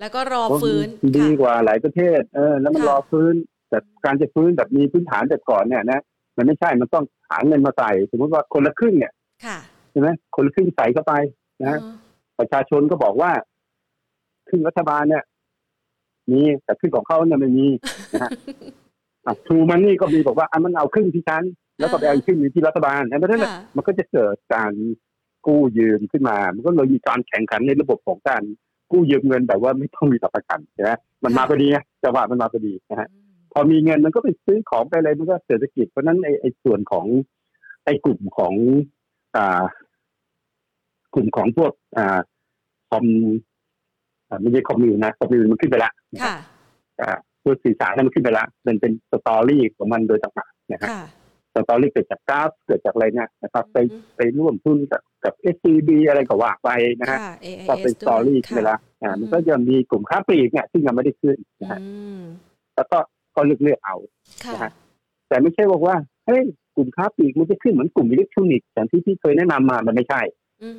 [SPEAKER 1] แล้วก็รอ
[SPEAKER 2] โอ้
[SPEAKER 1] ฟื้น
[SPEAKER 2] ดีดี
[SPEAKER 1] ค่ะ
[SPEAKER 2] กว่าหลายประเทศ เออ แล้วมัน
[SPEAKER 1] ค่ะ
[SPEAKER 2] รอฟื้น แต่การจะฟื้นแบบมีพื้นฐานแต่ก่อนเนี่ยนะ มันไม่ใช่ มันต้องหาเงินมาใส่ สมมติว่าคนละครึ่งเนี่ย
[SPEAKER 1] ค่ะ
[SPEAKER 2] ใช่ไหมคนละครึ่งใส่เข้าไป นะ
[SPEAKER 1] อือฮึ
[SPEAKER 2] ประชาชนก็บอกว่าครึ่งรัฐบาลเนี่ย มีแต่ครึ่งของเขาเนี่ยไม่มีนะฮ ะทรูมันนี่ก็มีบอกว่าอันมันเอาครึ่งที่ฉัน แล้วก็ไปเอาอีกครึ่งหนึงที่รัฐบาลนะเพราะฉะนั้น
[SPEAKER 1] ค่ะ
[SPEAKER 2] มันก็จะเกิดการ กู้ยืมขึ้นมา มันก็เลยมีการแข่งขันในระบบของการกู้ยืมเงินแบบว่าไม่ต้องมีหลักประกันใช่ไหมมันมาพอดีไงจังหวะมันมาพอดีนะฮะ พอมีเงินมันก็ไปซื้อของไปอะไรมันก็เศรษฐกิจเพราะฉะนั้นไอ้ไอ้ส่วนของไอ้กลุ่มของอ่ากลุ่มของพวกอ่าคอมอ่าไม่ใช่คอมมิวนะคอมมิวมันขึ้นไปละ
[SPEAKER 1] ค่ะ
[SPEAKER 2] อ่าพวกสื่อสารมันขึ้นไปละมันเป็นสตอรี่ของมันโดยต่างๆนะฮะ
[SPEAKER 1] ค่ะ
[SPEAKER 2] สตอรี่เกิดจากกราฟเกิดจากอะไรเนี่ยนะครับไป
[SPEAKER 1] อืม
[SPEAKER 2] ไปร่วมทุนกับกับ s c b อะไรก็ว่าไปนะฮะ
[SPEAKER 1] ค่ะ
[SPEAKER 2] ก็เป็น
[SPEAKER 1] AIS
[SPEAKER 2] สตอรี่
[SPEAKER 1] ด้วย
[SPEAKER 2] ขึ้นไปละอ่า
[SPEAKER 1] อืม
[SPEAKER 2] มันก็จะมีกลุ่มค้าปลีกเนี่ยซึ่งยังไม่ได้ขึ้นนะ
[SPEAKER 1] ค่ะ
[SPEAKER 2] ฮะ
[SPEAKER 1] อืม
[SPEAKER 2] แล้วก็ก็เลือกเลือกๆเอา
[SPEAKER 1] ค่ะ
[SPEAKER 2] นะฮะ แต่ไม่ใช่บอกว่าเฮ้ยกลุ่มค้าปลีกมันจะขึ้นเหมือนกลุ่มอิเล็กทรอนิกส์อย่างที่พี่เคยแนะนำมามันไม่ใช่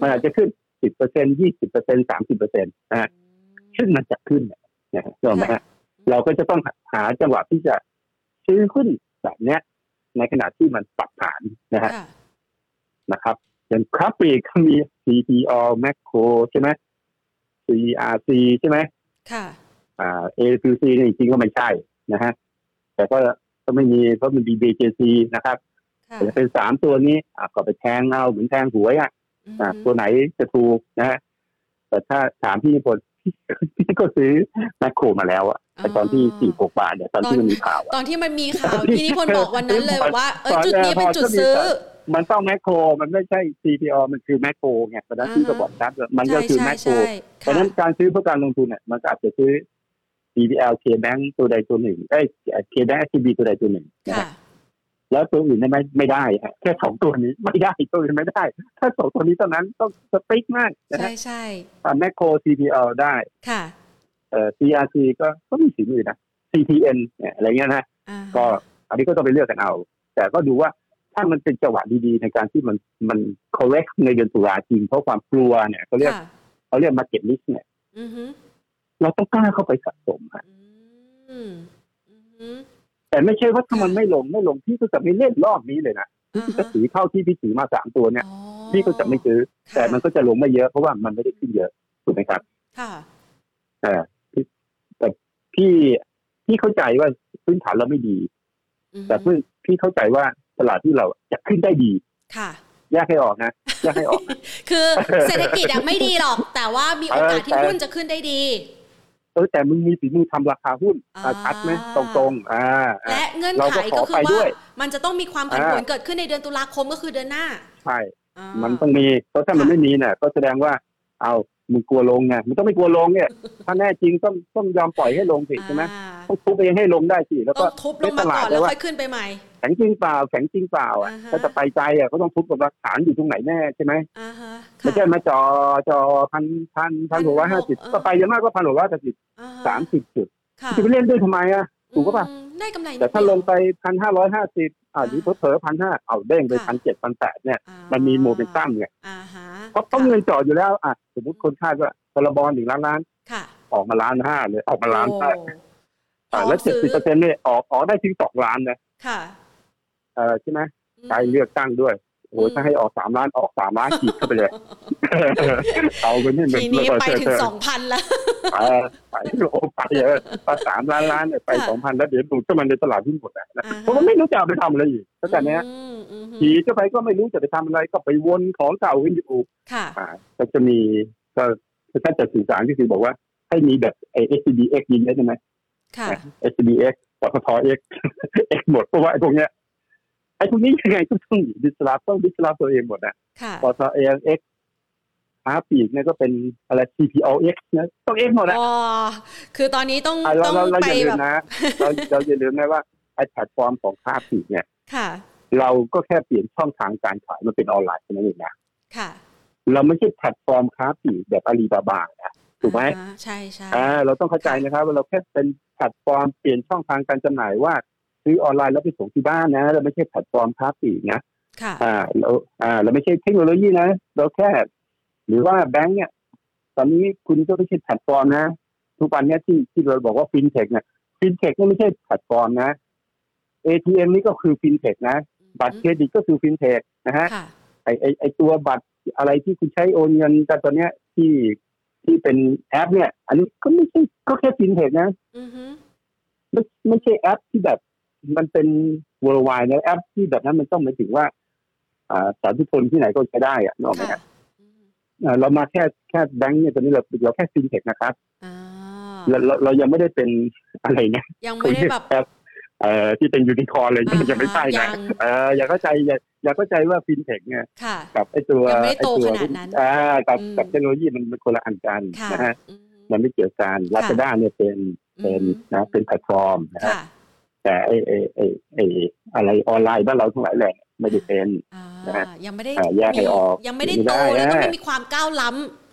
[SPEAKER 2] มันอาจจะขึ้นสิบเปอร์เซ็นยี่สิบเปอร์เซ็นสามสิบเปอร์เซ็นต์นะฮะซึ่งมันจะขึ้นนะฮะถูกไหม
[SPEAKER 1] ค่ะ
[SPEAKER 2] ฮะเราก็จะต้องหาจังหวะที่จะซื้อหุ้นแบบเนี้ย ในขณะที่มันปรับฐานนะฮะ
[SPEAKER 1] ค่ะ
[SPEAKER 2] นะครับอย่างค้าปลีกก็มี CPO Macro ใช่ไหม CRC ใช่ไหม
[SPEAKER 1] ค่ะ
[SPEAKER 2] อ่า AQC เนี่ยจริงๆก็ไม่ใช่นะฮะแต่ก็ก็ไม่มีเพราะมัน BJC นะครับ
[SPEAKER 1] ค่ะ
[SPEAKER 2] จะเป็นสามตัวนี้อ่ะก็ไปแทงเอาเหมือนแทงหวยอ่ะอ่ะตัวไหนจะถูกนะฮะแต่ถ้าถามพี่พล พี่ก็ซื้อแมคโครมาแล้วอ่ะแต่ตอนที่สี่หกบาทเนี่ยตอนที่มันมีข่าวอะ
[SPEAKER 1] ตอนที่มันมีข่าวพี่นิพนธ์บอกวันนั้นเลยบอกว่าเออจุดนี้เป็นจุดซื้อ
[SPEAKER 2] มันต้องแมคโครมันไม่ใช่ CPO มันคือแมคโครไงตอนนั้นพี่ก็บอกชัดว่ามันก็
[SPEAKER 1] ใช่
[SPEAKER 2] คือ
[SPEAKER 1] ใช่
[SPEAKER 2] แมคโคร
[SPEAKER 1] ใช่
[SPEAKER 2] เพราะฉะนั้นการซื้อเพื่อการลงทุนเนี่ยมันก็อาจจะซื้อ BBL K Bank ตัวใดตัวหนึ่งเอ้ย K Bank SCB ตัวใดตัวหนึ่งนะฮะ
[SPEAKER 1] ค่ะ
[SPEAKER 2] แล้วตัวอื่นได้ไหมไม่ได้ฮะแค่สองตัวนี้ไม่ได้ตัวอื่นไม่ได้ ถ้าสองตัวนี้เท่านั้นต้องสติ๊กมากนะ
[SPEAKER 1] ใช่
[SPEAKER 2] ฮะ
[SPEAKER 1] ใช่
[SPEAKER 2] แมคโคร CPL ได้
[SPEAKER 1] ค่ะ
[SPEAKER 2] เอ่อ CRC ก็ก็มีสีมือนะ CTN เนี่ยอะไรเงี้ยนะ
[SPEAKER 1] อ่า
[SPEAKER 2] ก็อันนี้ก็ต้องไปเลือกกันเอา แต่ก็ดูว่าถ้ามันเป็นจังหวะดีๆ ในการที่มันมัน correct ในเดือนตุลาจริงเพราะความกลัวเนี่ยเขาเรียก
[SPEAKER 1] ค่ะ
[SPEAKER 2] เขาเรียก market risk เนี่ย
[SPEAKER 1] อือฮึ
[SPEAKER 2] เราต้องกล้าเข้าไปสะสมฮะ
[SPEAKER 1] อืมอือฮึ
[SPEAKER 2] แต่ไม่ใช่ว่าถ้ามันไม่ลงไม่ลงพี่ก็จะไม่เล่นรอบนี้เลยนะ
[SPEAKER 1] อ่า
[SPEAKER 2] พี่ก็
[SPEAKER 1] ฮะ
[SPEAKER 2] ถือเข้าที่พี่ถือมาสามตัวเนี่ย
[SPEAKER 1] อ๋อ
[SPEAKER 2] พี่ก็จะไม่ซื้อ
[SPEAKER 1] ค่ะ
[SPEAKER 2] แต่มันก็จะลงไม่เยอะเพราะว่ามันไม่ได้ขึ้นเยอะถูกไหมครับ
[SPEAKER 1] ค่ะ
[SPEAKER 2] อ่าพี่แต่พี่พี่เข้าใจว่าพื้นฐานเราไม่ดี
[SPEAKER 1] อือฮึ
[SPEAKER 2] แต่พี่พี่เข้าใจว่าตลาดที่เราจะขึ้นได้ดี
[SPEAKER 1] ค่ะ
[SPEAKER 2] แยกให้ออกนะแยกให้ออกนะ
[SPEAKER 1] คือเศรษฐกิจอะไม่ดีหรอก แต่ว่ามีโอกาสที่
[SPEAKER 2] เออใช่
[SPEAKER 1] หุ้นจะขึ้นได้ดี
[SPEAKER 2] เออแต่มึงมีฝีมือทำราคาหุ้นอ่ะ
[SPEAKER 1] อ่า
[SPEAKER 2] ชัดไหมตรงตรงๆอ่าอ่า
[SPEAKER 1] และเงื่อน
[SPEAKER 2] เรา
[SPEAKER 1] ไข
[SPEAKER 2] ก็ขอ
[SPEAKER 1] ก็คือ
[SPEAKER 2] ไปด้
[SPEAKER 1] ว่า
[SPEAKER 2] วย
[SPEAKER 1] มันจะต้องมีความผันผวน
[SPEAKER 2] อ่า
[SPEAKER 1] เกิดขึ้นในเดือนตุลาคมก็คือเดือนหน้า
[SPEAKER 2] ใช่
[SPEAKER 1] อ่า
[SPEAKER 2] มันต้องมีเพราะถ้ามันไม่มีเนี่ยก็แสดงว่า เอามึงกลัวลงไงมึงต้องไม่กลัวลงเนี่ย ถ้าแน่จริงต้องต้องยอมปล่อยให้ลงสิใช่ไหม
[SPEAKER 1] อ่า
[SPEAKER 2] ต้องทุบเองให้ลงได้สิแล้ว
[SPEAKER 1] ต้
[SPEAKER 2] ก็
[SPEAKER 1] องทุบลงมา
[SPEAKER 2] ให้ตลา
[SPEAKER 1] ก่
[SPEAKER 2] ด
[SPEAKER 1] อน
[SPEAKER 2] เล
[SPEAKER 1] แล้
[SPEAKER 2] ยว ว่า
[SPEAKER 1] ค่อยขึ้นไปใหม่
[SPEAKER 2] แข็งจริงเปล่าแข็งจริงเปล่าอ่ะ
[SPEAKER 1] อ่าฮะ
[SPEAKER 2] ถ้าจะไปใจอ่ะก็ต้องทุบกับหลักฐานอยู่ตรงไหนแน่ใช่ไหม
[SPEAKER 1] อ่าฮะค่ะ
[SPEAKER 2] ไม่ใช่มาจอจอพันพันพันหกร้อยห้าสิบ
[SPEAKER 1] เออ
[SPEAKER 2] ก็ไปเยอะมากก็พันหกร้อยห้าสิบ
[SPEAKER 1] อ่ฮะ
[SPEAKER 2] สามสิบจุด
[SPEAKER 1] ค่ะ
[SPEAKER 2] จะไปเล่นด้วยทำไมอ่ะ ถูกปะปะ
[SPEAKER 1] อืมได้กำไรนิด
[SPEAKER 2] แต่ถ้าลงไปพันห้าร้อยห้าสิบอ่า
[SPEAKER 1] า
[SPEAKER 2] หรือเผลอพันห้าเอาเด้งไปพั
[SPEAKER 1] ค่ะ
[SPEAKER 2] นเจ็ดพันแปดเนี่ย
[SPEAKER 1] อ่า
[SPEAKER 2] มันมีโมเมนตัมไง
[SPEAKER 1] อ่าฮะ
[SPEAKER 2] เพราะเพราะเงินจอดอยู่แล้วอ่ะสมมติคนคาดว่าพลบอลหนึ่งล้านล้าน
[SPEAKER 1] ค่ะ
[SPEAKER 2] ออกมาล้านห้าเลยออกมาล้าน
[SPEAKER 1] โอ้
[SPEAKER 2] ห้าอ่ะแล้
[SPEAKER 1] พ
[SPEAKER 2] วเจ็ด
[SPEAKER 1] ร้อม
[SPEAKER 2] สิบเปอร์เซ็นต์เนี่ยออกออกได้ถึงสองล้านนะ
[SPEAKER 1] ค่ะ
[SPEAKER 2] เออใช่ไหม
[SPEAKER 1] อืม
[SPEAKER 2] ใช้เลือกตั้งด้วยโอ้โห
[SPEAKER 1] อืม
[SPEAKER 2] ถ้าให้ออกสามล้านออกสามล้านขีดเข้าไป เลย เอาไปนี่
[SPEAKER 1] ทีนี้ไปถึงสองพันแล้ว
[SPEAKER 2] เออไปโลไปเออไปสามล้านล้านเนี่ยไป
[SPEAKER 1] ค่ะ
[SPEAKER 2] สองพันแล้วเดี๋ยวดูดเข้ามาในตลาดหุ้นหมดนะ
[SPEAKER 1] อ่าฮะ
[SPEAKER 2] เพราะมันไม่รู้จะเอาไปทำอะไรอีกเข้าใจไหมฮะ
[SPEAKER 1] อืมอืม
[SPEAKER 2] ขี่เข้าไปก็ไม่รู้จะไปทำอะไรก็ไปวนของเก่าขึ้นอยู่
[SPEAKER 1] ค่ะ
[SPEAKER 2] อ่าก็จะมีก็ถ้าจะสื่อสารก็คือบอกว่าให้มีแบบไอ้ SBX ยิงได้ใช่ไหม
[SPEAKER 1] ค่ะ
[SPEAKER 2] SBX ปตท X X หมดเพราะว่าไอ้พวกเนี้ยไอ้พวกนี้ยังไงก็ต้องดิสลาฟต้องดิสลาฟตัวเองหมดนะ
[SPEAKER 1] ค่ะ
[SPEAKER 2] ปตเอเอ็กค้าปลีกเนี่ยก็เป็นอะไร CPOX นะต้องเอ็กหมดนะ
[SPEAKER 1] อ๋อ คือตอนนี้ต้อง
[SPEAKER 2] อ่ะเรา
[SPEAKER 1] ต้อง
[SPEAKER 2] เราเรา
[SPEAKER 1] ไป
[SPEAKER 2] อย่าลื
[SPEAKER 1] แบ
[SPEAKER 2] ม
[SPEAKER 1] บ
[SPEAKER 2] นะเราเราอย่าลืมนะว่าไอ้แพลตฟอร์มของค้าปลีกเนี่ย
[SPEAKER 1] ค่ะ
[SPEAKER 2] เราก็แค่เปลี่ยนช่องทางการขายมาเป็นออนไลน์เท่านั้นเองนะ
[SPEAKER 1] ค่ะ
[SPEAKER 2] เราไม่ใช่แพลตฟอร์มค้าปลีกแบบอาลีบาบานะถูกไหม
[SPEAKER 1] อ่าใช่ใช่
[SPEAKER 2] อ่าเราต้องเข้าใจนะครับว่าเราแค่เป็นแพลตฟอร์มเปลี่ยนช่องทางการจำหน่ายว่าซื้อออนไลน์แล้วไปส่งที่บ้านนะเราไม่ใช่แพลตฟอร์มค้าปลีกนะ
[SPEAKER 1] ค่ะ
[SPEAKER 2] อ่าเราอ่าเราไม่ใช่เทคโนโลยีนะ เราแค่ หรือว่าแบงก์เนี่ย ตอนนี้คุณก็ไม่ใช่แพลตฟอร์มนะ ทุกวันเนี้ยที่ที่เราบอกว่าฟินเทคเนี่ยฟินเทคนี่ไม่ใช่แพลตฟอร์มนะ ATM นี่ก็คือฟินเทคนะ บัตรเครดิตก็คือฟินเทคนะฮะ
[SPEAKER 1] ค่ะ
[SPEAKER 2] ไอไอไอตัวบัตรอะไรที่คุณใช้โอนเงินแต่ตอนเนี้ยที่ที่เป็นแอป เนี่ย อันนี้ก็ไม่ใช่ก็แค่ฟินเทคนะ
[SPEAKER 1] อือฮึ
[SPEAKER 2] ไม่ไม่ใช่แอปที่แบบมันเป็น worldwide นะแอปที่แบบนั้นมันต้องหมายถึงว่า อ่าสาธุชนที่ไหนก็ใช้ได้อะนึกออกไหม
[SPEAKER 1] ค่ะ
[SPEAKER 2] ฮะ เอ่อเรามาแค่แค่แบงค์เนี่ยตอนนี้เราเราแค่ซินเทคนะครับ
[SPEAKER 1] อ่า
[SPEAKER 2] เราเราเรายังไม่ได้เป็น อะไรนะ
[SPEAKER 1] ยังไม่ได้แบบ
[SPEAKER 2] ครับเอ่อที่เป็นยูนิคอร์นอะไรเนี่ยมันยังไม่ใช่
[SPEAKER 1] อ่า
[SPEAKER 2] นะ
[SPEAKER 1] ยัง
[SPEAKER 2] เอออย่าเข้าใจอย่าอย่าเข้าใจว่าฟินเทคเนี่ย
[SPEAKER 1] ค่ะ
[SPEAKER 2] กับไอตัว
[SPEAKER 1] ยังไม่ได้
[SPEAKER 2] ไอ
[SPEAKER 1] โต
[SPEAKER 2] ตั
[SPEAKER 1] ข
[SPEAKER 2] ว
[SPEAKER 1] นาดนั้น
[SPEAKER 2] อ่ากับ
[SPEAKER 1] อืม
[SPEAKER 2] กับเทคโนโลยีมันมันคนละอันกัน
[SPEAKER 1] ค่ะ
[SPEAKER 2] นะฮะ
[SPEAKER 1] อืม
[SPEAKER 2] มันไม่เกี่ยวกันลา
[SPEAKER 1] ค่ะ
[SPEAKER 2] ซาด้าเนี่ยเป็นเป็นนะเป็นแพลตฟอร์มนะฮะ
[SPEAKER 1] ค่ะ
[SPEAKER 2] แต่ไอไอไอไออะไรออนไลน์บ้านเราทั้งหลายแหละไม่ได้เป็น
[SPEAKER 1] อ่า
[SPEAKER 2] นะฮะ
[SPEAKER 1] ยังไม่ได้
[SPEAKER 2] เอ่อแยกให้ออก
[SPEAKER 1] ยังไม่ได้
[SPEAKER 2] ไม่
[SPEAKER 1] โต
[SPEAKER 2] ได้
[SPEAKER 1] แล้วก็
[SPEAKER 2] นะ
[SPEAKER 1] ไม่มีความก้าวล้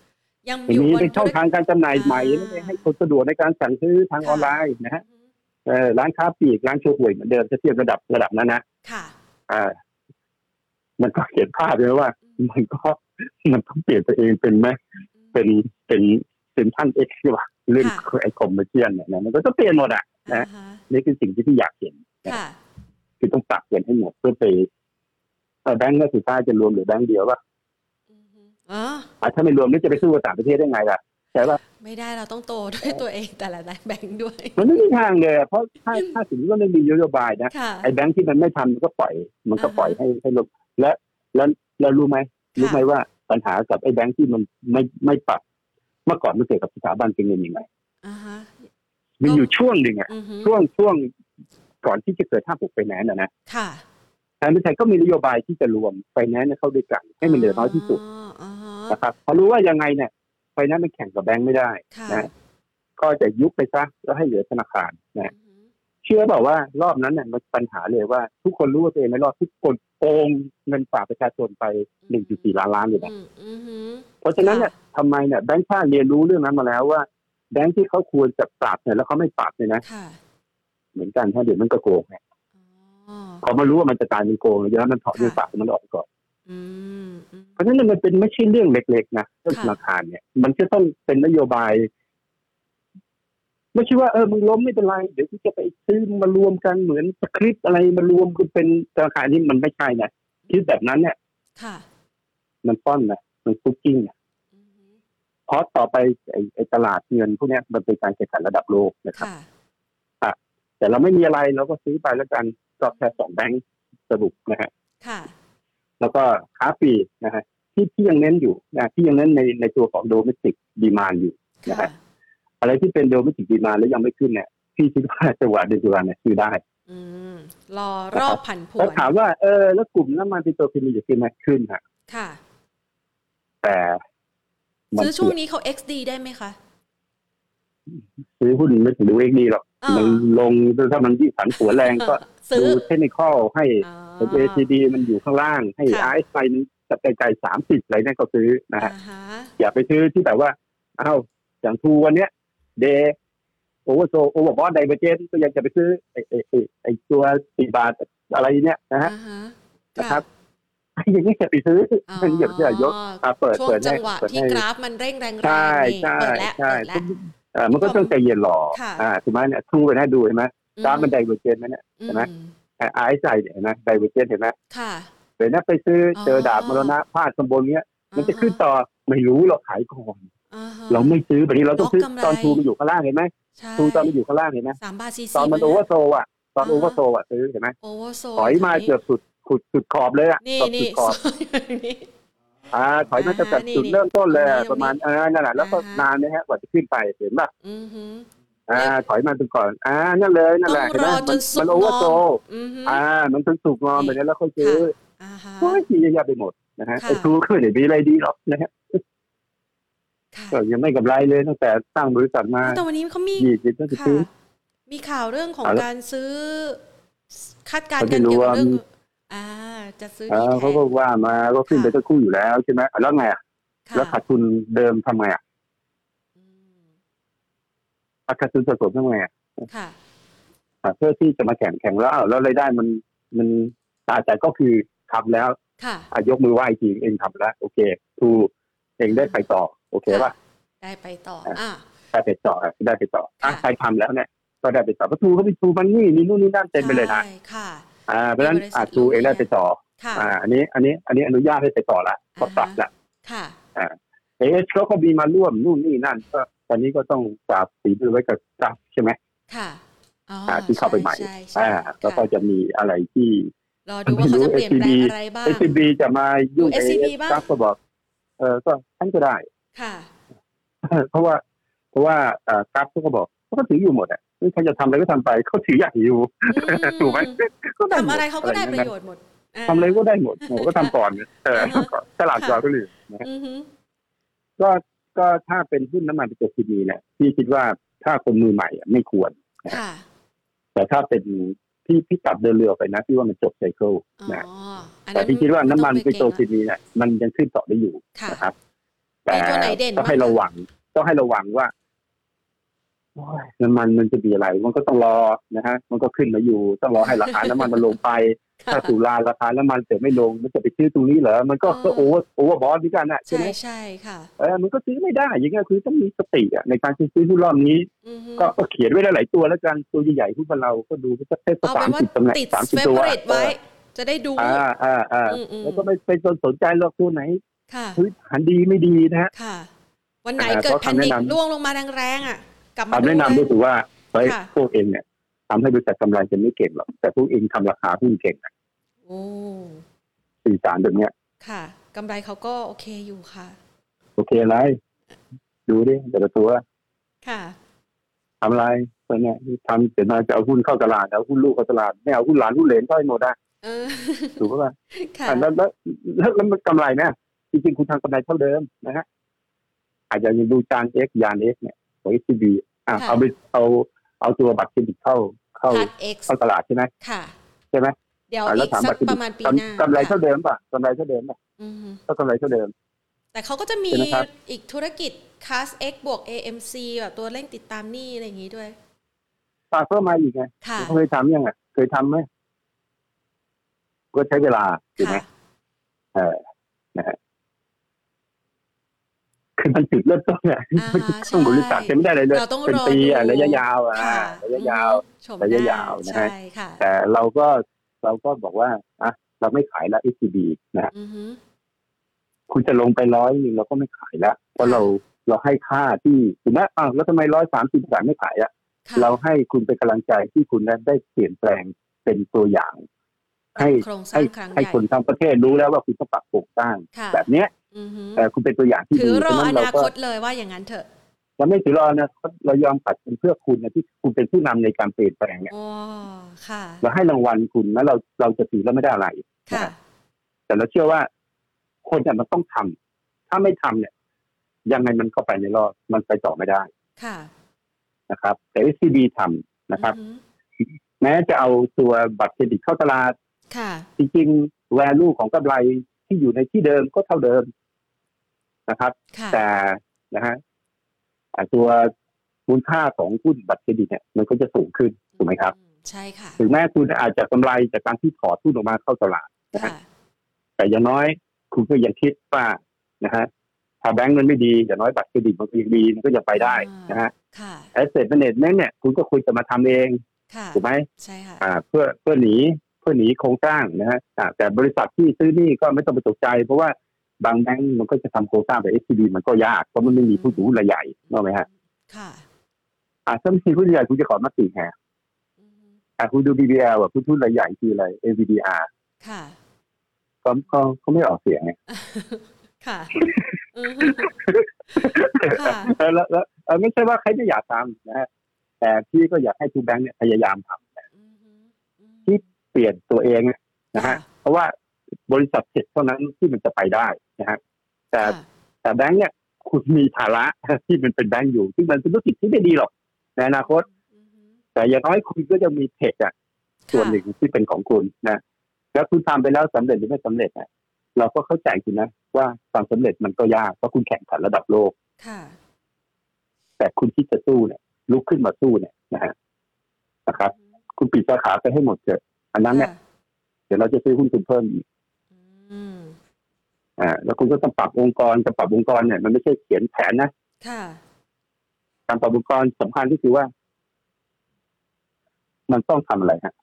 [SPEAKER 1] ำยัง
[SPEAKER 2] ที
[SPEAKER 1] อยู่
[SPEAKER 2] นี้
[SPEAKER 1] บน
[SPEAKER 2] เป็นช่องทางการจำหน่ายใหม่
[SPEAKER 1] อ่า
[SPEAKER 2] ให้คนสะดวกในการสั่งซื้อทางออนไลน์นะฮะ เอ่อร้านค้าปลีกร้านโชว์หวยเหมือนเดิมจะเทียบระดับระดับนั้นนะ
[SPEAKER 1] ค่ะ
[SPEAKER 2] อ่า มันก็เห็นภาพเลยว่า มันก็มันต้องเปลี่ยนตัวเองเป็นไหมเป็นเป็นเป็นท่านเอ็กซ์ว่าเรื่อง
[SPEAKER 1] ค่ะ
[SPEAKER 2] ไอ้คอมเมอร์เชียลเนี่ยนะมันก็ต้องเปลี่ยนหมดอ่ะ น
[SPEAKER 1] อ่าฮะ
[SPEAKER 2] นี่คือสิ่งที่พี่อยากเห็น
[SPEAKER 1] ค่ะ
[SPEAKER 2] คือต้องปรับเปลี่ยนให้หมดเพื่อไปเอ่อแบงก์ก็สุดท้ายจะรวมหรือแบงก์เดียวว่า
[SPEAKER 1] อืมอ๋อ
[SPEAKER 2] ถ้าไม่รวมนี่จะไปสู้กับต่างประเทศได้ไงล่ะแต่ว่า
[SPEAKER 1] ไม่ได้เราต้องโตด้วยตัวเองแต่ละ แบงค์ด้วย
[SPEAKER 2] มันไม่มีทางเลยอะเพราะถ้าถ้าถึงก็ไม่มีนโยบายนะ
[SPEAKER 1] ค่ะ
[SPEAKER 2] ไอ้แบงค์ที่มันไม่ทำมันก็ปล่อย มันก็
[SPEAKER 1] อ่าฮะ
[SPEAKER 2] ปล่อยให้ให้ลงและแล้วแล้วรู้ไหม
[SPEAKER 1] ะ
[SPEAKER 2] รู้ไหมว่าปัญหากับไอ้แบงค์ที่มันไม่ไม่ปรับเมื่อก่อนมันเกิดกับสถาบันเป็นเงินยังไง
[SPEAKER 1] อ่าฮะ
[SPEAKER 2] มัน
[SPEAKER 1] ก็
[SPEAKER 2] อยู่ช่วงหนึ่งอะ
[SPEAKER 1] อือฮึ
[SPEAKER 2] ช่วงช่วงก่อนที่จะเกิดห้าหกไฟแนนซ์นะ
[SPEAKER 1] ค่ะ
[SPEAKER 2] ทางมิชัยก็มีนโยบายที่จะรวมไฟแนนซ์เข้าด้วยกัน ให้มันเหลือน้อยที่สุด
[SPEAKER 1] อ่าฮะ
[SPEAKER 2] นะครับเพราะรู้ว่ายังไงเนี่ยไฟแนนซ์มันแข่งกับแบงค์ไม่ได้
[SPEAKER 1] ค่ะ
[SPEAKER 2] นะ ก็จะยุบไปซะแล้วให้เหลือธนาคารนะ เชื่อเปล่าว่ารอบนั้นเนี่ยมันปัญหาเลยว่า ทุกคนรู้ว่าตัวเองไม่รอดทุกคนโกงเงินฝากประชาชนไป 1.4 ล้านล้านเลยนะ
[SPEAKER 1] อืมอือฮึ
[SPEAKER 2] เพราะฉะนั้นเนี่ยทำไมเนี่ยแบงค์ชาติเรียนรู้เรื่องนั้นมาแล้วว่า แบงค์ที่เขาควรจะปราบเนี่ยแล้วเขาไม่ปราบเนี่ยนะ
[SPEAKER 1] ค่ะ
[SPEAKER 2] เหมือนกันถ้าเดี๋ยวมันก็โกงเนี่ย
[SPEAKER 1] อ๋อ
[SPEAKER 2] พอมารู้ว่ามันจะตายมันโกงเดี๋ยวมันถอด
[SPEAKER 1] ค่ะ
[SPEAKER 2] เงินฝากมันออกก่อน
[SPEAKER 1] อืมอืม
[SPEAKER 2] เพราะฉะนั้นเนี่ยมันเป็นไม่ใช่เรื่องเล็กๆนะเรื่อง
[SPEAKER 1] ค่ะ
[SPEAKER 2] ธนาคารเนี่ย มันจะต้องเป็นนโยบาย ไม่ใช่ว่าเออมึงล้มไม่เป็นไรเดี๋ยวกูจะไปซื้อมารวมกันเหมือนสคริปต์อะไรมารวมกันเป็นธนาคารนี่มันไม่ใช่นะคิดแบบนั้นเนี่ย
[SPEAKER 1] ค่ะ
[SPEAKER 2] มันป้อนนะมันคุกกิ้งนะ
[SPEAKER 1] อือฮึ
[SPEAKER 2] เพราะต่อไปไอ้ไอ้ตลาดเงินพวกเนี้ยมันเป็นการแข่งขันระดับโลกนะครับ
[SPEAKER 1] ค่ะ
[SPEAKER 2] แต่เราไม่มีอะไรเราก็ซื้อไปแล้วกันก็แค่สองแบงค์สรุปนะฮะ
[SPEAKER 1] ค่ะ
[SPEAKER 2] แล้วก็ค้าปลีกนะฮะที่ที่ยังเน้นอยู่นะที่ยังเน้นในในตัวของโดเมสติกดีมานอยู่ นะ
[SPEAKER 1] ค่ะ
[SPEAKER 2] ฮะ อะไรที่เป็นโดเมสติกดีมานแล้วยังไม่ขึ้นเนี่ยพี่คิดว่าจังหวะเดือนตุลาเนี่ยซื้อได้
[SPEAKER 1] อืมรอรอบผันผว
[SPEAKER 2] แล้ว
[SPEAKER 1] น
[SPEAKER 2] ถามว่าเออแล้วกลุ่มน้ำมันเป็นตัวพิมพ์อยู่ขึ้นไหมขึ้นฮะ
[SPEAKER 1] ค่ะ
[SPEAKER 2] แต่มัน
[SPEAKER 1] ซื้อช่วงนี้เขา XD ได้ไหมคะ
[SPEAKER 2] ซื้อหุ้นไม่ถึงดูเองดีหรอก
[SPEAKER 1] อ่า
[SPEAKER 2] มันลงถ้ามันยิ่งผันผวนแรงก็
[SPEAKER 1] ซื้
[SPEAKER 2] ดู
[SPEAKER 1] อ
[SPEAKER 2] เทคนิคอลให้
[SPEAKER 1] อ๋อ
[SPEAKER 2] เอทีดีมันอยู่ข้างล่างให้
[SPEAKER 1] ค่ะ
[SPEAKER 2] ไอซ์ไปมันจะไกลๆสามสิบอะไรนั่นก็ซื้อนะฮะ
[SPEAKER 1] อ่าฮะ
[SPEAKER 2] อย่าไปซื้อที่แบบว่าอ้าวอย่างทูวันเนี้ยเดโอเวอร์โซโอเวอร์บอสไดเวอร์เจนก็ยังจะไปซื้อไอไอไอ้ไอตัวสี่บาทอะไรเนี่ยนะฮะ
[SPEAKER 1] อ่าฮะ
[SPEAKER 2] นะครับอย่างนี้จะไปซื้อ
[SPEAKER 1] อ๋อ
[SPEAKER 2] มันอย่าไปเชื่อยกอ่ะเปิด
[SPEAKER 1] ช่วง
[SPEAKER 2] เปิด
[SPEAKER 1] จั
[SPEAKER 2] ให้
[SPEAKER 1] งหวะ
[SPEAKER 2] เปิด
[SPEAKER 1] ที่
[SPEAKER 2] ให้
[SPEAKER 1] กราฟมันเร่งแรงๆ
[SPEAKER 2] ใช่
[SPEAKER 1] นี่
[SPEAKER 2] ใช่
[SPEAKER 1] เปิดแล้ว
[SPEAKER 2] ใช่
[SPEAKER 1] เปิดแล้ว
[SPEAKER 2] เอ่อมันก็ต้องใจเย็นรอ
[SPEAKER 1] ค่ะ
[SPEAKER 2] อ่าถูกไหมเนี่ยทูไปให้ดูเห็นไหมกราฟมันไดเวอร์เจนไหมเนี่ย
[SPEAKER 1] อื
[SPEAKER 2] ใช่ไหม ไอซ์ใจเนี่ยเห็นไหมไดเวอร์เจนเห็นไหม
[SPEAKER 1] ค่ะ
[SPEAKER 2] เห็นไหมไปซื้ออ
[SPEAKER 1] อ
[SPEAKER 2] เจอดาบมรณะพลาดข้างบนเนี้ย มันจะขึ้นต่อไม่รู้หรอกขายก่อน
[SPEAKER 1] อ่ฮะ
[SPEAKER 2] เราไม่ซื้อแบบนี้เราต้องซื้อ
[SPEAKER 1] ลดกำไร
[SPEAKER 2] ตอนทูมันอยู่ข้างล่างเห็นไหม
[SPEAKER 1] ใช่
[SPEAKER 2] ทูตอนมันอยู่ข้างล่างเห็นไหม
[SPEAKER 1] สามบาทสี่สิบ
[SPEAKER 2] ตอนมัน
[SPEAKER 1] ะ
[SPEAKER 2] โอเวอร์โซอ่ะตอน
[SPEAKER 1] อ่า
[SPEAKER 2] โอเวอร์โซอ่ะซื้อเห็นไหม
[SPEAKER 1] โอเวอร์โซ
[SPEAKER 2] ถอยมาเกือบสุดขุดสุดขอบเลยอ่ะ
[SPEAKER 1] นี่
[SPEAKER 2] เกือบสุ
[SPEAKER 1] นี่
[SPEAKER 2] ดขอบ
[SPEAKER 1] ซอยนี่
[SPEAKER 2] อ่าถอยมาจะแบบ
[SPEAKER 1] อ่านี่
[SPEAKER 2] จุดเริ่มต้นเลยอะ
[SPEAKER 1] นี่
[SPEAKER 2] ประมาณอ่านั่นแหละแล้วก็
[SPEAKER 1] อ่าฮะ
[SPEAKER 2] นานนะฮะกว่าจะขึ้นไปเห็นป่ะ
[SPEAKER 1] อือหือ
[SPEAKER 2] อ่าถอยมาถึงก่อนอ่านั่นเลยนั่นแหละ
[SPEAKER 1] ต้อง
[SPEAKER 2] เห็นไหม
[SPEAKER 1] รอจ
[SPEAKER 2] มัน
[SPEAKER 1] นสุด
[SPEAKER 2] มันโอเวอร์โซ
[SPEAKER 1] ง อือหืออ
[SPEAKER 2] อ่ามันถึงสุกงอม
[SPEAKER 1] นี่
[SPEAKER 2] ไปแล้วแล้วค่อยซื้อ
[SPEAKER 1] อ่าฮะ
[SPEAKER 2] โอ้ยเยอะแยะไปหมดนะฮะ
[SPEAKER 1] ค่ะ
[SPEAKER 2] ไอ้ทูขึ้นเนี่ยมีอะไรดีหรอกนะฮะ
[SPEAKER 1] ค่ะ
[SPEAKER 2] ก็ยังไม่กำไรเลยตั้งแต่สร้างบริษัทมา
[SPEAKER 1] แต่วันนี้เขามี
[SPEAKER 2] ยี่สิบก็จะ
[SPEAKER 1] ค่ะ
[SPEAKER 2] ซื้อ
[SPEAKER 1] มีข่าวเรื่องของ
[SPEAKER 2] เอาละ
[SPEAKER 1] การซื้อ คาดการณ์
[SPEAKER 2] เขา
[SPEAKER 1] กั
[SPEAKER 2] จะ
[SPEAKER 1] น
[SPEAKER 2] รู้
[SPEAKER 1] เกี่ยวกับ
[SPEAKER 2] ว่า
[SPEAKER 1] เรื่อง อ่า จะซื้อ
[SPEAKER 2] เอ
[SPEAKER 1] ที่
[SPEAKER 2] อ
[SPEAKER 1] แพ
[SPEAKER 2] เขา
[SPEAKER 1] ง
[SPEAKER 2] ก็ว่ามาก็ขึ้น
[SPEAKER 1] ค่ะ
[SPEAKER 2] ไปตั้งคู่อยู่แล้วใช่ไหมอ่ะแล้วไงอ่ะ
[SPEAKER 1] ค่ะ
[SPEAKER 2] แล้วขาดทุนเดิมทำไงอ่ะ
[SPEAKER 1] อืม
[SPEAKER 2] อ่ะขาดทุนสะสมทำไงอ่ะ
[SPEAKER 1] ค่ะ
[SPEAKER 2] อ่ะเพื่อที่จะมาแข่งแข่งแล้วอ้าวแล้วรายได้มันมันตาแต่ก็คือทำแล้ว
[SPEAKER 1] ค่ะ
[SPEAKER 2] อ่ะยกมือไหว้จริงเองทำแล้ว โอเคทูเองได้ไปต่อ โอเคป่ะ
[SPEAKER 1] ได้ไปต่อ
[SPEAKER 2] อ่ะ
[SPEAKER 1] อ่า
[SPEAKER 2] ได้ไปต่อได้ไปต่ออ่ะ
[SPEAKER 1] ค่ะ
[SPEAKER 2] ใครทำแล้วเนี่ยก็ได้ไปต่อเพราะทูเขาไปทูมันนี่นี่นู่นนี่นั่นเต็มไปเลยนะ
[SPEAKER 1] ใช่ค่ะ
[SPEAKER 2] อ่าเพราะฉะนั้น
[SPEAKER 1] มีบริษัท
[SPEAKER 2] อ่ะทูเองได้ไปต่อ
[SPEAKER 1] ค่ะ
[SPEAKER 2] อ่า อันนี้ อันนี้ อันนี้อนุญาตให้ไปต่อละก็ปรับละ
[SPEAKER 1] ค่ะ
[SPEAKER 2] เอเอสเขาก็มีมาร่วมนู่นนี่นั่นก็ตอนนี้ก็ต้องปราบสีมือไว้กับกราฟใช่ไหม
[SPEAKER 1] ค่ะอ๋อ
[SPEAKER 2] อ่าที่เข้าไปใหม่
[SPEAKER 1] ช่ใช่
[SPEAKER 2] อ่า
[SPEAKER 1] ค่ะ
[SPEAKER 2] แล้วก็จะมีอะไรที่
[SPEAKER 1] รอดูว่าเขาจะเปลี่ยนแปลงอะไรบ้าง
[SPEAKER 2] s c b จะมายุ่ง
[SPEAKER 1] SCB บ้าง
[SPEAKER 2] กราฟก็บอก เออก็ท่านก็ได้
[SPEAKER 1] ค่ะ
[SPEAKER 2] เพราะว่า เพราะว่าเอ่อกราฟเขาก็บอกเขาก็ถืออยู่หมดอ่ะใครจะทำอะไรก็ทำไปเขาถืออยากอยู่
[SPEAKER 1] อืม
[SPEAKER 2] ถูกไหมก็ด้หม
[SPEAKER 1] ทำอะไรเขาก็ได้ประ
[SPEAKER 2] อ
[SPEAKER 1] โย
[SPEAKER 2] งงี้
[SPEAKER 1] ชน์หมดา
[SPEAKER 2] นทำอะไรก็ได้ห มดผมก็ทำก่อนเออ
[SPEAKER 1] อ่าฮะ
[SPEAKER 2] ก่อนตลาดก่อนก็เลย
[SPEAKER 1] อือหือ
[SPEAKER 2] ก็ก็ถ้าเป็นหุ้นน้ำมันเป็นตัวคีนีเนี่ยพี่คิดว่าถ้าคนมือใหม่อะไม่ควร
[SPEAKER 1] ค่ะ
[SPEAKER 2] แต่ถ้าเป็นพี่พี่ตัดเดินเรือไปนะพี่ว่ามันจบไซเคิล
[SPEAKER 1] อ๋
[SPEAKER 2] นะ
[SPEAKER 1] ออัน
[SPEAKER 2] แต่
[SPEAKER 1] นั้น
[SPEAKER 2] พี่คิดว่าน้ำมัน
[SPEAKER 1] ต้อง
[SPEAKER 2] เป็นตัวคี
[SPEAKER 1] เก่ง
[SPEAKER 2] นีเนี่ยมันยังขึ้นต่อได้อยู่
[SPEAKER 1] ค่ะ
[SPEAKER 2] นะครับ
[SPEAKER 1] มี
[SPEAKER 2] แต่
[SPEAKER 1] ตัวไหนเด่น
[SPEAKER 2] ต้องให้
[SPEAKER 1] บ้างคะ
[SPEAKER 2] ระวัง ต้องให้ระวังว่าโอ้ยน้ำมันมันจะมีอะไร มันก็ต้องรอนะฮะ มันก็ขึ้นมาอยู่ ต้องรอให้ราคา น้ำมันมันลง ไป
[SPEAKER 1] ค่ะ
[SPEAKER 2] ถ้าสุราราคาน้ำมันเสร็จไม่ลง มันจะไปซื้อตรงนี้เหรอ มันก็
[SPEAKER 1] อ๋อ
[SPEAKER 2] ก็โอเวอร์โอเวอร์บอสด้วยกันนะใช่
[SPEAKER 1] ใช่
[SPEAKER 2] ไหม
[SPEAKER 1] ใช่ค่ะ
[SPEAKER 2] เออมันก็ซื้อไม่ได้ อย่างเงี้ยคือต้องมีสติอะในการซื้อซื้อหุ้นรอบนี้
[SPEAKER 1] อือหือ
[SPEAKER 2] ก็ก็เขียนไว้หลายๆตัวแล้วกัน ตัวใหญ่ๆหุ้นบ้านเราก็ดูสักเซ็ต
[SPEAKER 1] เอา
[SPEAKER 2] สา
[SPEAKER 1] เป็
[SPEAKER 2] ม
[SPEAKER 1] นว่า
[SPEAKER 2] สิบ
[SPEAKER 1] ติด
[SPEAKER 2] ตำแหน่งสามสิบ
[SPEAKER 1] เฟ
[SPEAKER 2] ตัว
[SPEAKER 1] เวอร์ไว้ จะได้ดู
[SPEAKER 2] อ่าอ่าอ่า
[SPEAKER 1] อืมอืม
[SPEAKER 2] แล้วก็ไม่ไปสนใจหรอกตัวไหน
[SPEAKER 1] ค่ะ
[SPEAKER 2] พื้นฐานดีไม่ดีนะฮะ
[SPEAKER 1] ค่ะ วันไหน
[SPEAKER 2] อ่า
[SPEAKER 1] เกิด
[SPEAKER 2] เพราะ
[SPEAKER 1] แผ่น
[SPEAKER 2] คำแนะ
[SPEAKER 1] ดิน
[SPEAKER 2] นำ
[SPEAKER 1] ร่วงลงมาแรงๆอ่ะ กลับมา
[SPEAKER 2] คำแนะนำ
[SPEAKER 1] ดูเล
[SPEAKER 2] ก็
[SPEAKER 1] ย
[SPEAKER 2] คือว่าเฮ้ย
[SPEAKER 1] ค่ะ
[SPEAKER 2] พวกเองเนี่ยทำให้บริษัทกำไรจะไม่เก่งหรอกแต่พวกเองทำราคาหุ้นเก่งนะ
[SPEAKER 1] โอ้
[SPEAKER 2] สื่อสารแบบเนี้ย
[SPEAKER 1] ค่ะกำไรเขาก็โอเคอยู่ค่ะ
[SPEAKER 2] โอเคอะไร ดูดิแต่ละตัว
[SPEAKER 1] ค่ะ
[SPEAKER 2] ทำอะไรตัวเนี้ยทำเสร็จมาจะเอาหุ้นเข้าตลาดเอาหุ้นลูกเข้าตลาดไม่เอาหุ้นหลานหุ้นเหลนเข้าให้หม ดได้
[SPEAKER 1] เออ
[SPEAKER 2] ถูกปะล่ะ
[SPEAKER 1] ค่ะ
[SPEAKER 2] อ่ะแล้วแล้วแล้วแล้วมันกำไรนะจริงๆคุณทำกำไรเท่าเดิมนะฮะอาจจะยังดูจานเอ็กยานเอ็กเนี่ยของเอชบีอ่ะ
[SPEAKER 1] ค่ะ
[SPEAKER 2] เอาไปเอาเอาตัวบัตรเครดิตเข้าเข้า
[SPEAKER 1] พาร์ทเอ็กซ์
[SPEAKER 2] เข้าตลาดใช่ไหม
[SPEAKER 1] ค่ะ
[SPEAKER 2] ใช่ไหม
[SPEAKER 1] เดี๋ยว
[SPEAKER 2] อ่าแล้
[SPEAKER 1] อี
[SPEAKER 2] ว
[SPEAKER 1] ก
[SPEAKER 2] ถาม
[SPEAKER 1] สัก
[SPEAKER 2] บัตรเครดิต
[SPEAKER 1] ประมาณปีหน้าก
[SPEAKER 2] ำกำไรเท่าเดิมป่ะกำไรเท่าเดิมป่ะ
[SPEAKER 1] อือหือ
[SPEAKER 2] ก็กำไรเท่าเดิม
[SPEAKER 1] แต่เขาก็จะมี
[SPEAKER 2] ใช่ไหมครับ
[SPEAKER 1] อีกธุรกิจ Class X บวก AMC แบบตัวเร่งติดตามหนี้อะไรอย่างนี้ด้วย
[SPEAKER 2] ฝากเพิ่มมาอีกไง
[SPEAKER 1] ค่ะ
[SPEAKER 2] เคยทำยังไงเคยทำไหมก็ใช้เวลาถูกไหม
[SPEAKER 1] ค่ะ
[SPEAKER 2] คือมันจุดเริ่มต้นเนี่ย
[SPEAKER 1] อ่า
[SPEAKER 2] มัน
[SPEAKER 1] ใช่
[SPEAKER 2] ต้องบริษัทจะไม่ได้เลยเลย
[SPEAKER 1] เราต้อง
[SPEAKER 2] เป็น
[SPEAKER 1] รอ
[SPEAKER 2] ปี
[SPEAKER 1] ดู
[SPEAKER 2] อะระยะยาวอะ
[SPEAKER 1] ค่ะ
[SPEAKER 2] ระยะยาว
[SPEAKER 1] อืมชมหน้
[SPEAKER 2] ระยะยาวนะฮะ
[SPEAKER 1] ใช่ค่ะ
[SPEAKER 2] แต่เราก็เราก็บอกว่าอ่ะเราไม่ขายละ s c b นะฮะ
[SPEAKER 1] อือหือ
[SPEAKER 2] คุณจะลงไปร้อยหนึ่งเราก็ไม่ขายละเพราะเราเราให้ค่าที่ถูกไหมอ้าวแล้วทำไมร้อยสามสิบสามไม่ขายอะ
[SPEAKER 1] ค่ะ
[SPEAKER 2] เราให้คุณเป็นกำลังใจที่คุณนั้นได้เปลี่ยนแปลงเป็นตัวอย่าง ให้
[SPEAKER 1] โครงสร้า
[SPEAKER 2] ให้
[SPEAKER 1] งครั้งให
[SPEAKER 2] ให้
[SPEAKER 1] ญ่
[SPEAKER 2] คนทั้งประเทศรู้แล้วว่าคุณต้องปรับโครงสร้าง
[SPEAKER 1] ค่ะ
[SPEAKER 2] แบบเนี้ย
[SPEAKER 1] อือหือ
[SPEAKER 2] เอ่อคุณเป็นตัวอย่างที่
[SPEAKER 1] ถื
[SPEAKER 2] ดี
[SPEAKER 1] อรอ
[SPEAKER 2] ฉะ
[SPEAKER 1] อ
[SPEAKER 2] นั้นเรา
[SPEAKER 1] นา
[SPEAKER 2] ก็
[SPEAKER 1] คตเลยว่าอย่างนั้นเถอะ
[SPEAKER 2] เราไม่ถือรออนะเรายอมปัดเป็นเพื่อคุณนะที่คุณเป็นผู้นำในการเปลี่ยนแปลงเนี่ย
[SPEAKER 1] โอ้ค่ะ
[SPEAKER 2] เราให้รางวัลคุณแล้วเราเราจะถือแล้วไม่ได้อะไร
[SPEAKER 1] ค่ะ
[SPEAKER 2] แต่เราเชื่อว่าคนเนี่ยมันต้องทำถ้าไม่ทำเนี่ย ยังไงมันก็ไปในรอดมันไปต่อไม่ได้
[SPEAKER 1] ค่ะ
[SPEAKER 2] นะครับ แต่ SCB ทำนะครับ
[SPEAKER 1] อือหือ
[SPEAKER 2] แม้จะเอาตัวบัตรเครดิตเข้าตลาด
[SPEAKER 1] ค่ะ
[SPEAKER 2] จริงๆ value ของกำไรที่อยู่ในที่เดิมก็เท่าเดิมนะครับ
[SPEAKER 1] ค่ะ
[SPEAKER 2] แต่นะฮะอ่าตัวมูลค่าของหุ้นบัตรเครดิตเนี่ยมันก็จะสูงขึ้นถูกไหมครับ
[SPEAKER 1] ใช่ค่ะ
[SPEAKER 2] ถึงแม้คุณอาจจะกำไรจากการที่ถอดหุ้นออกมาเข้าตลาด
[SPEAKER 1] ค่ะ
[SPEAKER 2] แต่อย่างน้อยคุณก็ยังคิดว่านะฮะถ้าแบงก์มันไม่ดีอย่างน้อยบัตรเครดิตมันก็ยังดีมันก็ยังไปได้นะฮะ
[SPEAKER 1] ค่ะ
[SPEAKER 2] แอสเซทแมเนจเมนต์เนี่ยคุณก็ควรจะมาทำเอง
[SPEAKER 1] ค่ะ
[SPEAKER 2] ถูกไหม
[SPEAKER 1] ใช่ค่ะ
[SPEAKER 2] อ่าเพื่อเพื่อหนีเพื่อหนีโครงสร้างนะฮะอ่าแต่บริษัทที่ซื้อนี่ก็ไม่ต้องไปตกใจ เพราะว่าบางแบงก์มันก็จะทำโครงสร้างแบบ SCB มันก็ยากเพราะมันไม่มีผู้ถือหุ้นรายใหญ่นกออกไหมฮะ
[SPEAKER 1] ค่ะ
[SPEAKER 2] อ่าถ้าไม่มีผู้ถือหุ้นรายใหญ่คุณจะขอมาติแฮะ
[SPEAKER 1] อือหือ
[SPEAKER 2] อ่าคุณดู BBL อ่ะผู้ถือหุ้นรายใหญ่คืออะไร NVDR
[SPEAKER 1] ค่ะ
[SPEAKER 2] ก็ก็ก็ไม่ออกเสียงไง
[SPEAKER 1] ค่ะอือหือค่ะ
[SPEAKER 2] แล้วแล้วแล้วเอ่อไม่ใช่ว่าใครไม่อยากทำนะฮะแต่พี่ก็อยากให้ทุกแบงก์เนี่ยพยายามทำ
[SPEAKER 1] อือหืออือ
[SPEAKER 2] ที่เปลี่ยนตัวเองนะ
[SPEAKER 1] ค่ะ
[SPEAKER 2] ฮะเพราะว่าบริษัทเจ็ดเท่านั้นที่มันจะไปได้นะฮะแต่
[SPEAKER 1] ค่ะ
[SPEAKER 2] แต่แบงค์เนี่ยคุณมีภาระ ที่มันเป็นแบงค์อยู่ ซึ่งมันเป็นธุรกิจที่ไม่ดีหรอกในอนาคต
[SPEAKER 1] อือหือ
[SPEAKER 2] แต่อย่างน้อยคุณก็ยังมีเทคอะส่วนหนึ่งที่เป็นของคุณนะแล้วคุณทำไปแล้วสำเร็จหรือไม่สำเร็จอะเราก็เข้าใจคุณนะ ว่าความสำเร็จมันก็ยากเพราะคุณแข่งขันระดับโลก
[SPEAKER 1] ค่ะ
[SPEAKER 2] แต่คุณคิดจะสู้เนี่ยลุกขึ้นมาสู้เนี่ยนะฮะนะครับ คุณปิดสาขาไปให้หมดเถอะอันนั้นเนี่ยเดี๋ยวเราจะซื้อหุ้นคุณเพิ่มอีก
[SPEAKER 1] อืม
[SPEAKER 2] อ่าแล้วคุณก็ต้องปรับองค์กรจะปรับองค์กรเนี่ยมันไม่ใช่เขียนแผนนะ
[SPEAKER 1] ค่ะ
[SPEAKER 2] การปรับอุปกรณ์สำคัญที่คือว่า มันต้องทำอะไรฮะ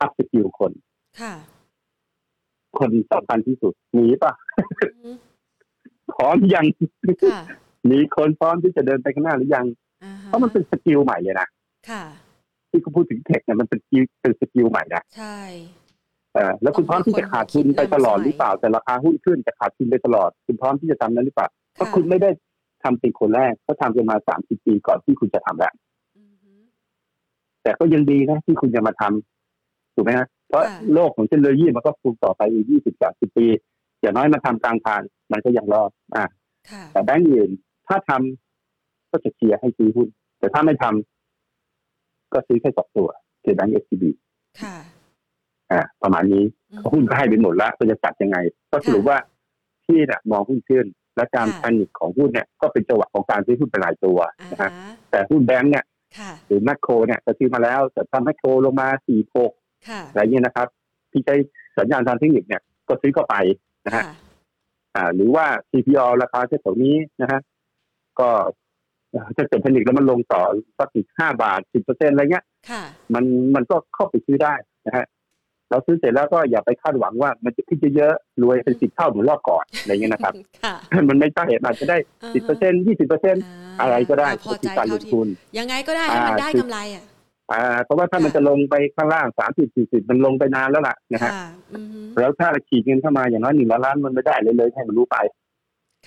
[SPEAKER 2] อัพสกิลคน
[SPEAKER 1] ค่ะ
[SPEAKER 2] คนสำคัญที่สุดหนีป่ะ
[SPEAKER 1] อือหือ
[SPEAKER 2] พร้อมยัง
[SPEAKER 1] ค่ะ
[SPEAKER 2] หนีคนพร้อมที่จะเดินไปข้างหน้าหรือยัง
[SPEAKER 1] อ่าฮะ
[SPEAKER 2] เพราะมันเป็นสกิลใหม่เลยนะ
[SPEAKER 1] ค่ะ
[SPEAKER 2] ที่เขาพูดถึงเทคเนี่ยมันเป็นสกิลเป็นสกิลใหม่นะ
[SPEAKER 1] ใช่
[SPEAKER 2] เอ่อแล้วคุณพร้อมที่จะขาดทุนไปตลอดหรือเปล่า แต่ราคาหุ้นขึ้นจะขาดทุนไปตลอด คุณพร้อมที่จะทำนั้นหรือเปล่าเพราะ
[SPEAKER 1] ค่ะ
[SPEAKER 2] คุณไม่ได้ทำเป็นคนแรกเขาทำกันมาสามสิบปีก่อนที่คุณจะทำแล้ว
[SPEAKER 1] อือฮึ
[SPEAKER 2] แต่ก็ยังดีนะที่คุณจะมาทำถูกไหมฮะเพราะ
[SPEAKER 1] ค่ะ
[SPEAKER 2] โลกของเทคโนโลยีมันก็คูณต่อไปอีกยี่สิบสามสิบปี อย่างน้อยมาทำกลางทางมันก็ยังรอดอ่ะ
[SPEAKER 1] ค่ะ
[SPEAKER 2] แต่แบงก์อื่นถ้าทำก็จะเชียร์ให้ซื้อหุ้น แต่ถ้าไม่ทำก็ซื้อแค่สองตัวคือแบงก์เอสบี
[SPEAKER 1] ค่ะ
[SPEAKER 2] อ่าประมาณนี้
[SPEAKER 1] อืม
[SPEAKER 2] หุ้นก็ให้ไปหมดละก็จะจัดยังไง ก็สรุป
[SPEAKER 1] ค่ะ
[SPEAKER 2] ว่าที่น่ะมองหุ้นขึ้น และการ
[SPEAKER 1] ค่ะ
[SPEAKER 2] แพนิคของหุ้นเนี่ยก็เป็นจังหวะของการซื้อหุ้นเป็นรายตัว
[SPEAKER 1] อ่า
[SPEAKER 2] นะฮะ
[SPEAKER 1] ฮะ
[SPEAKER 2] แต่หุ้นแบงก์เนี่ย
[SPEAKER 1] ค่ะ
[SPEAKER 2] หรือแมคโครเนี่ยก็ซื้อมาแล้ว แต่ถ้าแมคโครลงมาสี่หก
[SPEAKER 1] ค่ะ
[SPEAKER 2] อะไรเงี้ยนะครับ ที่ใช้สัญญาณทางเทคนิคเนี่ยก็ซื้อเข้าไป นะฮะ
[SPEAKER 1] ค่ะ
[SPEAKER 2] อ่าหรือว่า CPO ราคาเท่านี้นะฮะก็ถ้าเกิดแพนิคแล้วมันลงต่อสักอีกห้าบาทสิบเปอร์เซ็นอะไรเงี้ย
[SPEAKER 1] ค่ะ
[SPEAKER 2] มันมันก็เข้าไปซื้อได้นะฮะเราซื้อเสร็จแล้วก็อย่าไปคาดหวังว่ามันจะขึ้นเยอะๆรวยเป็นสิบเท่าเหมือนรอบก่อนอะไรเงี้ยนะครับ
[SPEAKER 1] ค่ะ
[SPEAKER 2] มันไม่ใช่อาจจะได้
[SPEAKER 1] า
[SPEAKER 2] สิบเปอร์เซ็นยี่สิบเปอร์เซ็นอะไรก็ได้
[SPEAKER 1] าพอใจ
[SPEAKER 2] ที่การล
[SPEAKER 1] เท่าง ที่
[SPEAKER 2] ทุน
[SPEAKER 1] ยังไงก็ได้ให้มัน
[SPEAKER 2] อ่า
[SPEAKER 1] ได้
[SPEAKER 2] คือ
[SPEAKER 1] กำไรอ่ะ
[SPEAKER 2] อ่าเพราะว่าถ้ามันจะลงไปข้างล่างสามสิบสี่สิบมันลงไปนานแล้วล่ะนะฮะ
[SPEAKER 1] ค่ะอือฮึ
[SPEAKER 2] แล้วถ้าเราขีดเงินเข้ามาอย่างน้อยหนึ่งล้านมันไม่ได้เลยเลยให้มันรู้ไป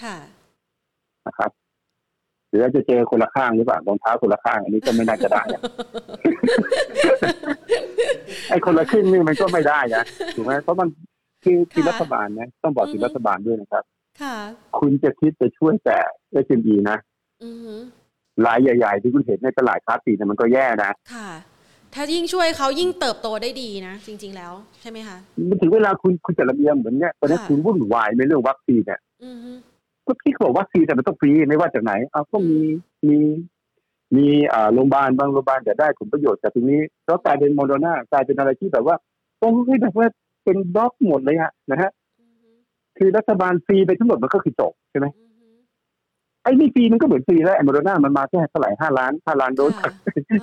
[SPEAKER 1] ค่ะ
[SPEAKER 2] นะครับหรือว่าจะเจอคนละข้างหรือเปล่ารองเท้าคนละข้าง อันนี้ก็ไม่น่าจะได้นะ ไอ้คนละครึ่งนี่มันก็ไม่ได้นะถูกไหมเพราะมันคือคือ
[SPEAKER 1] ค่ะ
[SPEAKER 2] รัฐบาลนะต้องบอกถึ
[SPEAKER 1] อื
[SPEAKER 2] ง
[SPEAKER 1] อฮึ
[SPEAKER 2] รัฐบาลด้วยนะครับ
[SPEAKER 1] ค่ะ
[SPEAKER 2] คุณจะคิดจะช่วยแต่ SME นะ
[SPEAKER 1] อือฮึ
[SPEAKER 2] รายใหญ่ๆ ที่คุณเห็นในตลาดค้าปลีกเนี่ยมันก็แย่นะ
[SPEAKER 1] ค่ะ ถ้ายิ่งช่วยเขายิ่งเติบโตได้ดีนะ จริง ๆ แล้วใช่ไหมคะ
[SPEAKER 2] มันถึงเวลาคุณคุณจะระเบียงเหมือนเนี้ยตอนนี้
[SPEAKER 1] ค่ะ
[SPEAKER 2] คุณวุ่นวายในเรื่องวัคซีนเนี่ย
[SPEAKER 1] อือฮึ
[SPEAKER 2] ก็ที่เขาบอกวัคซีนแต่มันต้องฟรีไม่ว่าจากไหนเอาก็มีมีมีอ่าโรงพยาบาลบางโรงพยาบาลจะได้ผลประโยชน์จากตรงนี้แล้วกลายเป็นโมโดนากลายเป็นอะไรที่แบบว่าโอ้ยแบบว่าเป็นบล็อกหมดเลยอะนะฮะ
[SPEAKER 1] อือฮึ
[SPEAKER 2] คือรัฐบาลฟรีไปทั้งหมดมันก็คือจบใช่ไหม
[SPEAKER 1] อือฮึ
[SPEAKER 2] ไอ้นี่ฟรีมันก็เหมือนฟรีแล้วไอ้โมโดนามันมาแค่เท่าไหร่ห้าล้านห้าล้านโดส
[SPEAKER 1] ค่ะ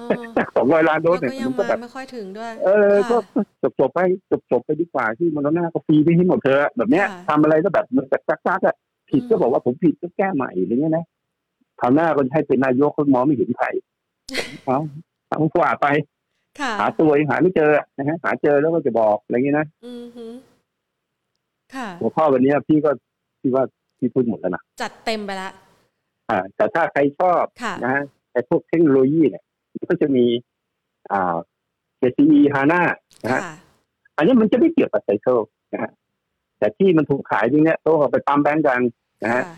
[SPEAKER 1] เออ
[SPEAKER 2] จากสองร้อยล้านโด
[SPEAKER 1] แล้ว
[SPEAKER 2] ส
[SPEAKER 1] ก็
[SPEAKER 2] เนี่ย
[SPEAKER 1] ยัง
[SPEAKER 2] มันก็
[SPEAKER 1] มา
[SPEAKER 2] แบบ
[SPEAKER 1] ไม่ค่อยถึงด้วย
[SPEAKER 2] เออ
[SPEAKER 1] ค่ะ
[SPEAKER 2] ก็จบจบๆไปจบจบๆไปดีกว่าที่โมโดนาก็ฟรีไปให้หมดเธอะแบบเนี้ย
[SPEAKER 1] ค่ะ
[SPEAKER 2] ทำอะไรก็แบบมันแบบซักๆอ่ะผิดก็บอกว่าผมผิดก็แก้ใหม่อะไรเงี้ยนะคราวหน้าก็ให้เป็นนายกก็มองไม่เห็ นใครเอาเอากว่าไป
[SPEAKER 1] ค่ะ
[SPEAKER 2] หาตัวเองหาไม่เจอนะฮะหาเจอแล้วก็จะบอกอะไรเงี้ยนะ
[SPEAKER 1] อือฮึค่ะ
[SPEAKER 2] หัวข้อวันเนี้ยพี่ก็พี่ว่าพี่พูดหมดแล้วนะ
[SPEAKER 1] จัดเต็มไปละ
[SPEAKER 2] อ่า แต่ถ้าใครชอบ
[SPEAKER 1] ค่ะ
[SPEAKER 2] นะฮะไอ้พวกเทคโนโลยีเนี่ยมันก็จะมีอ่า JCE HANA นะฮะ
[SPEAKER 1] ค่ะ
[SPEAKER 2] อันนี้มันจะไม่เกี่ยวกับไซเคิลนะฮะแต่ที่มันถูกขายตรงเนี้ยโต้เอาไปปั๊มแบงก์กันนะฮะ
[SPEAKER 1] ค่ะ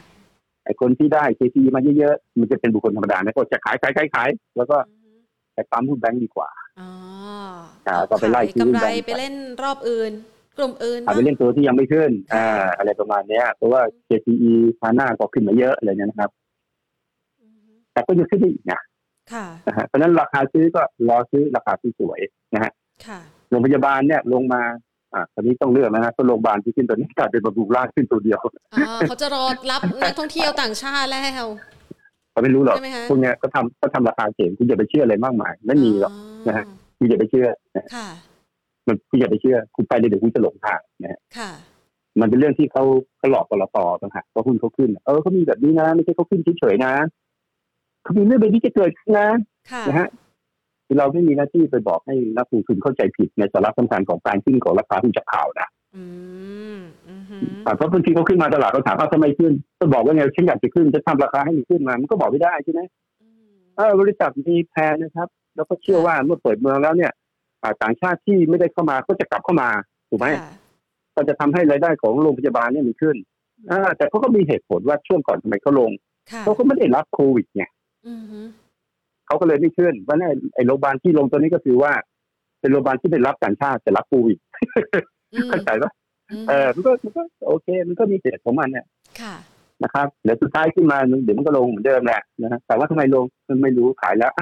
[SPEAKER 2] ไอ้คนที่ได้ JCE มาเยอะๆ มันจะเป็นบุคคลธรรมดานะก็จะขายขายขายขายแล้วก็
[SPEAKER 1] อือฮึ
[SPEAKER 2] ไปปั๊มหุ้นแบงก์ดีกว่า
[SPEAKER 1] อ๋อ
[SPEAKER 2] อ่าก็ไปไล่
[SPEAKER 1] ขายกำไร
[SPEAKER 2] ซื้อหุ้นแบงค์
[SPEAKER 1] ไปเล่นรอบอื่น กลุ่มอื่น
[SPEAKER 2] เอาไปเล่นตัวที่ยังไม่ขึ้นอ่าอะไรประมาณเนี้ยเพราะว่า JCE HANA ก็ขึ้นมาเยอะอะไรเงี้ยนะครับ
[SPEAKER 1] อือฮึ
[SPEAKER 2] แต่ก็ยังขึ้นได้อีกนะ
[SPEAKER 1] ค่ะ
[SPEAKER 2] นะฮะเพราะฉะนั้นราคาซื้อก็รอซื้อราคาที่สวยนะฮะ
[SPEAKER 1] ค่ะ
[SPEAKER 2] โรงพยาบาลเนี่ยลงมา อ่าตอนนี้ต้องเลือกแล้วนะเพราะโรงพยาบาลที่ขึ้นตอนนี้กลายเป็นบาบูล่าขึ้นตัวเดี ยว
[SPEAKER 1] อ๋อ เขาจะรอรับนักท่องเที่ยวต่างชาติแล้ว
[SPEAKER 2] เขาไม่รู้หรอก
[SPEAKER 1] ใช่ไหมคะ
[SPEAKER 2] พวกเนี้ยก็ทำก็ทำราคาเก่งคุณอย่าไปเชื่ออะไรมากมายไม่มีหรอก นะฮะ คุณอย่าไปเชื่อนะ
[SPEAKER 1] ค่ะ
[SPEAKER 2] มันคุณอย่าไปเชื่อ คุณไปเลยเดี๋ยวคุณจะหลงทางนะฮะ
[SPEAKER 1] ค่ะ
[SPEAKER 2] มันเป็นเรื่องที่เขาเขาหลอกกลตต่างหากว่าหุ้นเขาขึ้น เออเขามีแบบนี้นะไม่ใช่เขาขึ้นเฉยๆนะเขามีเรื่องแบบนี้จะเกิดขึ้นนะ
[SPEAKER 1] ค่ะ
[SPEAKER 2] นะฮะคือเราไม่มีหน้าที่ไปบอกให้นักลงทุนเข้าใจผิดในสาระสำคัญของการขึ้นของราคาหุ้นจากข่าวนะ
[SPEAKER 1] อืม อือฮึ
[SPEAKER 2] อ่าเพราะบางทีเขาขึ้นมาตลาดเขาถามว่าทำไมขึ้นก็บอกว่าไงฉันอยากจะขึ้นจะทำราคาให้มันขึ้นมามันก็บอกไม่ได้ใช่ไหม
[SPEAKER 1] อืม
[SPEAKER 2] เออบริษัทมีแพลนนะครับ แล้วก็เชื่อว่าเมื่อเปิดเมืองแล้วเนี่ยอ่าต่างชาติที่ไม่ได้เข้ามาก็จะกลับเข้ามาถูกไหม
[SPEAKER 1] ค่ะ
[SPEAKER 2] ก็จะทำให้รายได้ของโรงพยาบาลเนี่ยมันขึ้นอ่าแต่เขาก็มีเหตุผลว่าช่วงก่อนทำไมเขาลง
[SPEAKER 1] ค่ะ
[SPEAKER 2] เขาก็ไม่ได้รับโควิดไง
[SPEAKER 1] อือฮึ
[SPEAKER 2] เขาก็เลยไม่ขึ้นว่าแน่ไอ้โรงพยาบาลที่ลงตัวนี้ก็คือว่า เป็นโรงพยาบาลที่ได้รับต่างชาติแต่รับโควิด
[SPEAKER 1] อืม
[SPEAKER 2] เข้าใจปะ
[SPEAKER 1] ม
[SPEAKER 2] เออมันก็มันก็โอเค มันก็มีเหตุของมันเนี่ย
[SPEAKER 1] ค่ะ
[SPEAKER 2] นะครับเดี๋ยวสุดท้ายขึ้นมาเดี๋ยวมันก็ลงเหมือนเดิมแหละนะฮะแต่ว่าทำไมลงมันไม่รู้ขายแล้ว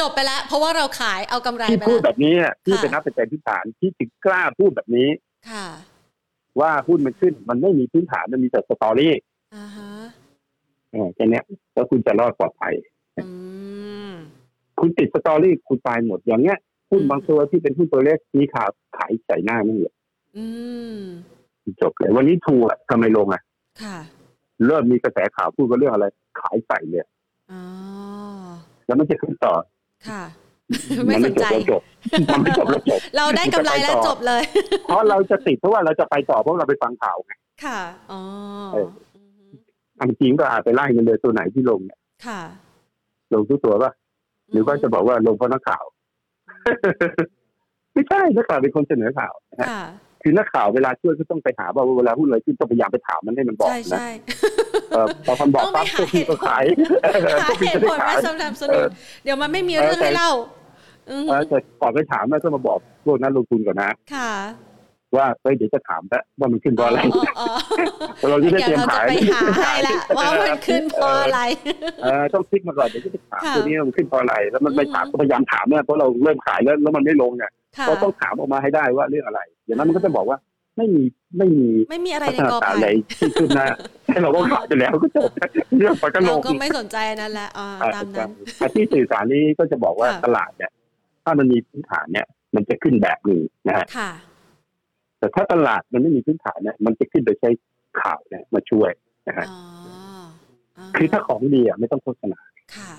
[SPEAKER 1] จบไปแล้ว เพราะว่าเราขายเอากำไร
[SPEAKER 2] ที่
[SPEAKER 1] ไป
[SPEAKER 2] พูดแบ
[SPEAKER 1] แล้ว
[SPEAKER 2] บนี้อะที่
[SPEAKER 1] ค่ะ
[SPEAKER 2] เป็นนักปัจจัยพื้นฐานที่ถึงกล้าพูดแบบนี้
[SPEAKER 1] ค่ะ
[SPEAKER 2] ว่าหุ้นมันขึ้น มันไม่มีพื้นฐานมันมีแต่สตอรี่
[SPEAKER 1] อ่าฮะ
[SPEAKER 2] เออแค่เนี้ยแล้วคุณจะรอดปลอดภัย
[SPEAKER 1] อืม
[SPEAKER 2] คุณติดสตอรี่คุณตายหมดอย่างเงี้ยหุ้น
[SPEAKER 1] อืม
[SPEAKER 2] บางตัวที่เป็นหุ้นตัวเล็กมีข่าวขายใส่หน้านี่เลย
[SPEAKER 1] อืม
[SPEAKER 2] จบเลยวันนี้ทัวร์ทำไมลงอ่ะ
[SPEAKER 1] ค่ะ
[SPEAKER 2] เริ่มมีกระแสข่าวพูดกันเรื่องอะไร ขายใส่เลย
[SPEAKER 1] อ๋อ
[SPEAKER 2] แล้วมันจะขึ้นต่อ
[SPEAKER 1] ค่ะ ไม่ส
[SPEAKER 2] มั
[SPEAKER 1] นใจ
[SPEAKER 2] จบแล้วจบ มันไม่จบแล้วจบ
[SPEAKER 1] เราได้กำไรแล้วจบเลย
[SPEAKER 2] เพราะเราจะติดเพราะว่าเราจะไปต่อเพราะเราไปฟังข่าวไง
[SPEAKER 1] ค่ะอ๋อ
[SPEAKER 2] เออ
[SPEAKER 1] อือฮึ
[SPEAKER 2] อันจริงก็อาจไปไล่เงินเดือนตัวไหนที่ลงเนี่ย
[SPEAKER 1] ค่ะ
[SPEAKER 2] ลงทุกตัวป่ะหรือว่าจะบอกว่าลงเพราะนักข่าว ไม่ใช่นักข่าวเป็นคนเสนอข่าวนะฮะ
[SPEAKER 1] ค่ะ
[SPEAKER 2] คือนักข่าวเวลาช่วยก็ต้องไปหาว่าเวลาหุ้นอะไรขึ้นก็พยายามไปถามมันให้มันบอก
[SPEAKER 1] ใช่
[SPEAKER 2] นะ
[SPEAKER 1] ใช่
[SPEAKER 2] เออพอมันบอกปั๊บ
[SPEAKER 1] ต้
[SPEAKER 2] ก็
[SPEAKER 1] องไป
[SPEAKER 2] พี่
[SPEAKER 1] หา
[SPEAKER 2] ก็ขาย
[SPEAKER 1] หา
[SPEAKER 2] ก็พี่
[SPEAKER 1] เห
[SPEAKER 2] ก็
[SPEAKER 1] ตุ
[SPEAKER 2] ได้
[SPEAKER 1] ผล
[SPEAKER 2] ขา
[SPEAKER 1] ไว้
[SPEAKER 2] ย
[SPEAKER 1] สำหรับส
[SPEAKER 2] เอ
[SPEAKER 1] นุ
[SPEAKER 2] อก
[SPEAKER 1] เดี๋ยวมันไม่มี
[SPEAKER 2] เออ
[SPEAKER 1] เรื่อง
[SPEAKER 2] แต่
[SPEAKER 1] ให้เล่า อือ
[SPEAKER 2] เอ
[SPEAKER 1] ฮึ
[SPEAKER 2] อแต่ก่อนไปถามนะต้องมาบอกพวกนั้นลงทุนก่อนนะ
[SPEAKER 1] ค่ะ
[SPEAKER 2] ว่าเฮ้ยเดี๋ยวจะถามแล้วว่ามันขึ้นเพราะอะไร
[SPEAKER 1] อ๋ออ๋อ
[SPEAKER 2] เราจะได้
[SPEAKER 1] เดี๋ยว
[SPEAKER 2] เตรียม
[SPEAKER 1] เราจะ
[SPEAKER 2] ขาย
[SPEAKER 1] ไปหาให้ละว่ามันขึ้นเพราะอะไร
[SPEAKER 2] เออต้องคิดมาก่อนเดี๋ยวจะไปถาม
[SPEAKER 1] ค่ะ
[SPEAKER 2] ตัวนี้มันขึ้นเพราะอะไร แล้วมัน
[SPEAKER 1] อืม
[SPEAKER 2] ไม่ถามก็พยายามถามเนี่ยเพราะเราเริ่มขายแล้วแล้วมันไม่ลงเนี่ย
[SPEAKER 1] ค่ะ
[SPEAKER 2] เราต้องถามออกมาให้ได้ว่าเรื่องอะไร อย่างนั้นมันก็จะบอกว่าไม่มีไม่มี
[SPEAKER 1] ไม่มีอะไร
[SPEAKER 2] พั
[SPEAKER 1] ใน
[SPEAKER 2] ฒนาก
[SPEAKER 1] อไผ่
[SPEAKER 2] การอะไรที่ขึ้นหน้าให้เราก็ขายไปแล้วก็จบเรื่องปากกะโหล
[SPEAKER 1] เรา
[SPEAKER 2] ก
[SPEAKER 1] ก็ไม่สนใจอันนั้นละอ่าตามนั้น
[SPEAKER 2] อาชีพสื่อสารนี้ก็จะบอกว่า
[SPEAKER 1] ค่ะ
[SPEAKER 2] ตลาดเนี่ย ถ้ามันมีพื้นฐานเนี่ย มันจะขึ้นแบบหนึ่งนะฮะ
[SPEAKER 1] ค่ะ
[SPEAKER 2] แต่ถ้าตลาดมันไม่มีพื้นฐานเนี่ยมันจะขึ้นโดยใช้ข่าวเนี่ยมาช่วย ฮะ
[SPEAKER 1] อ๋ออ่
[SPEAKER 2] คือถ้าของดีอ่ะไม่ต้องโฆษณา
[SPEAKER 1] ค่ะ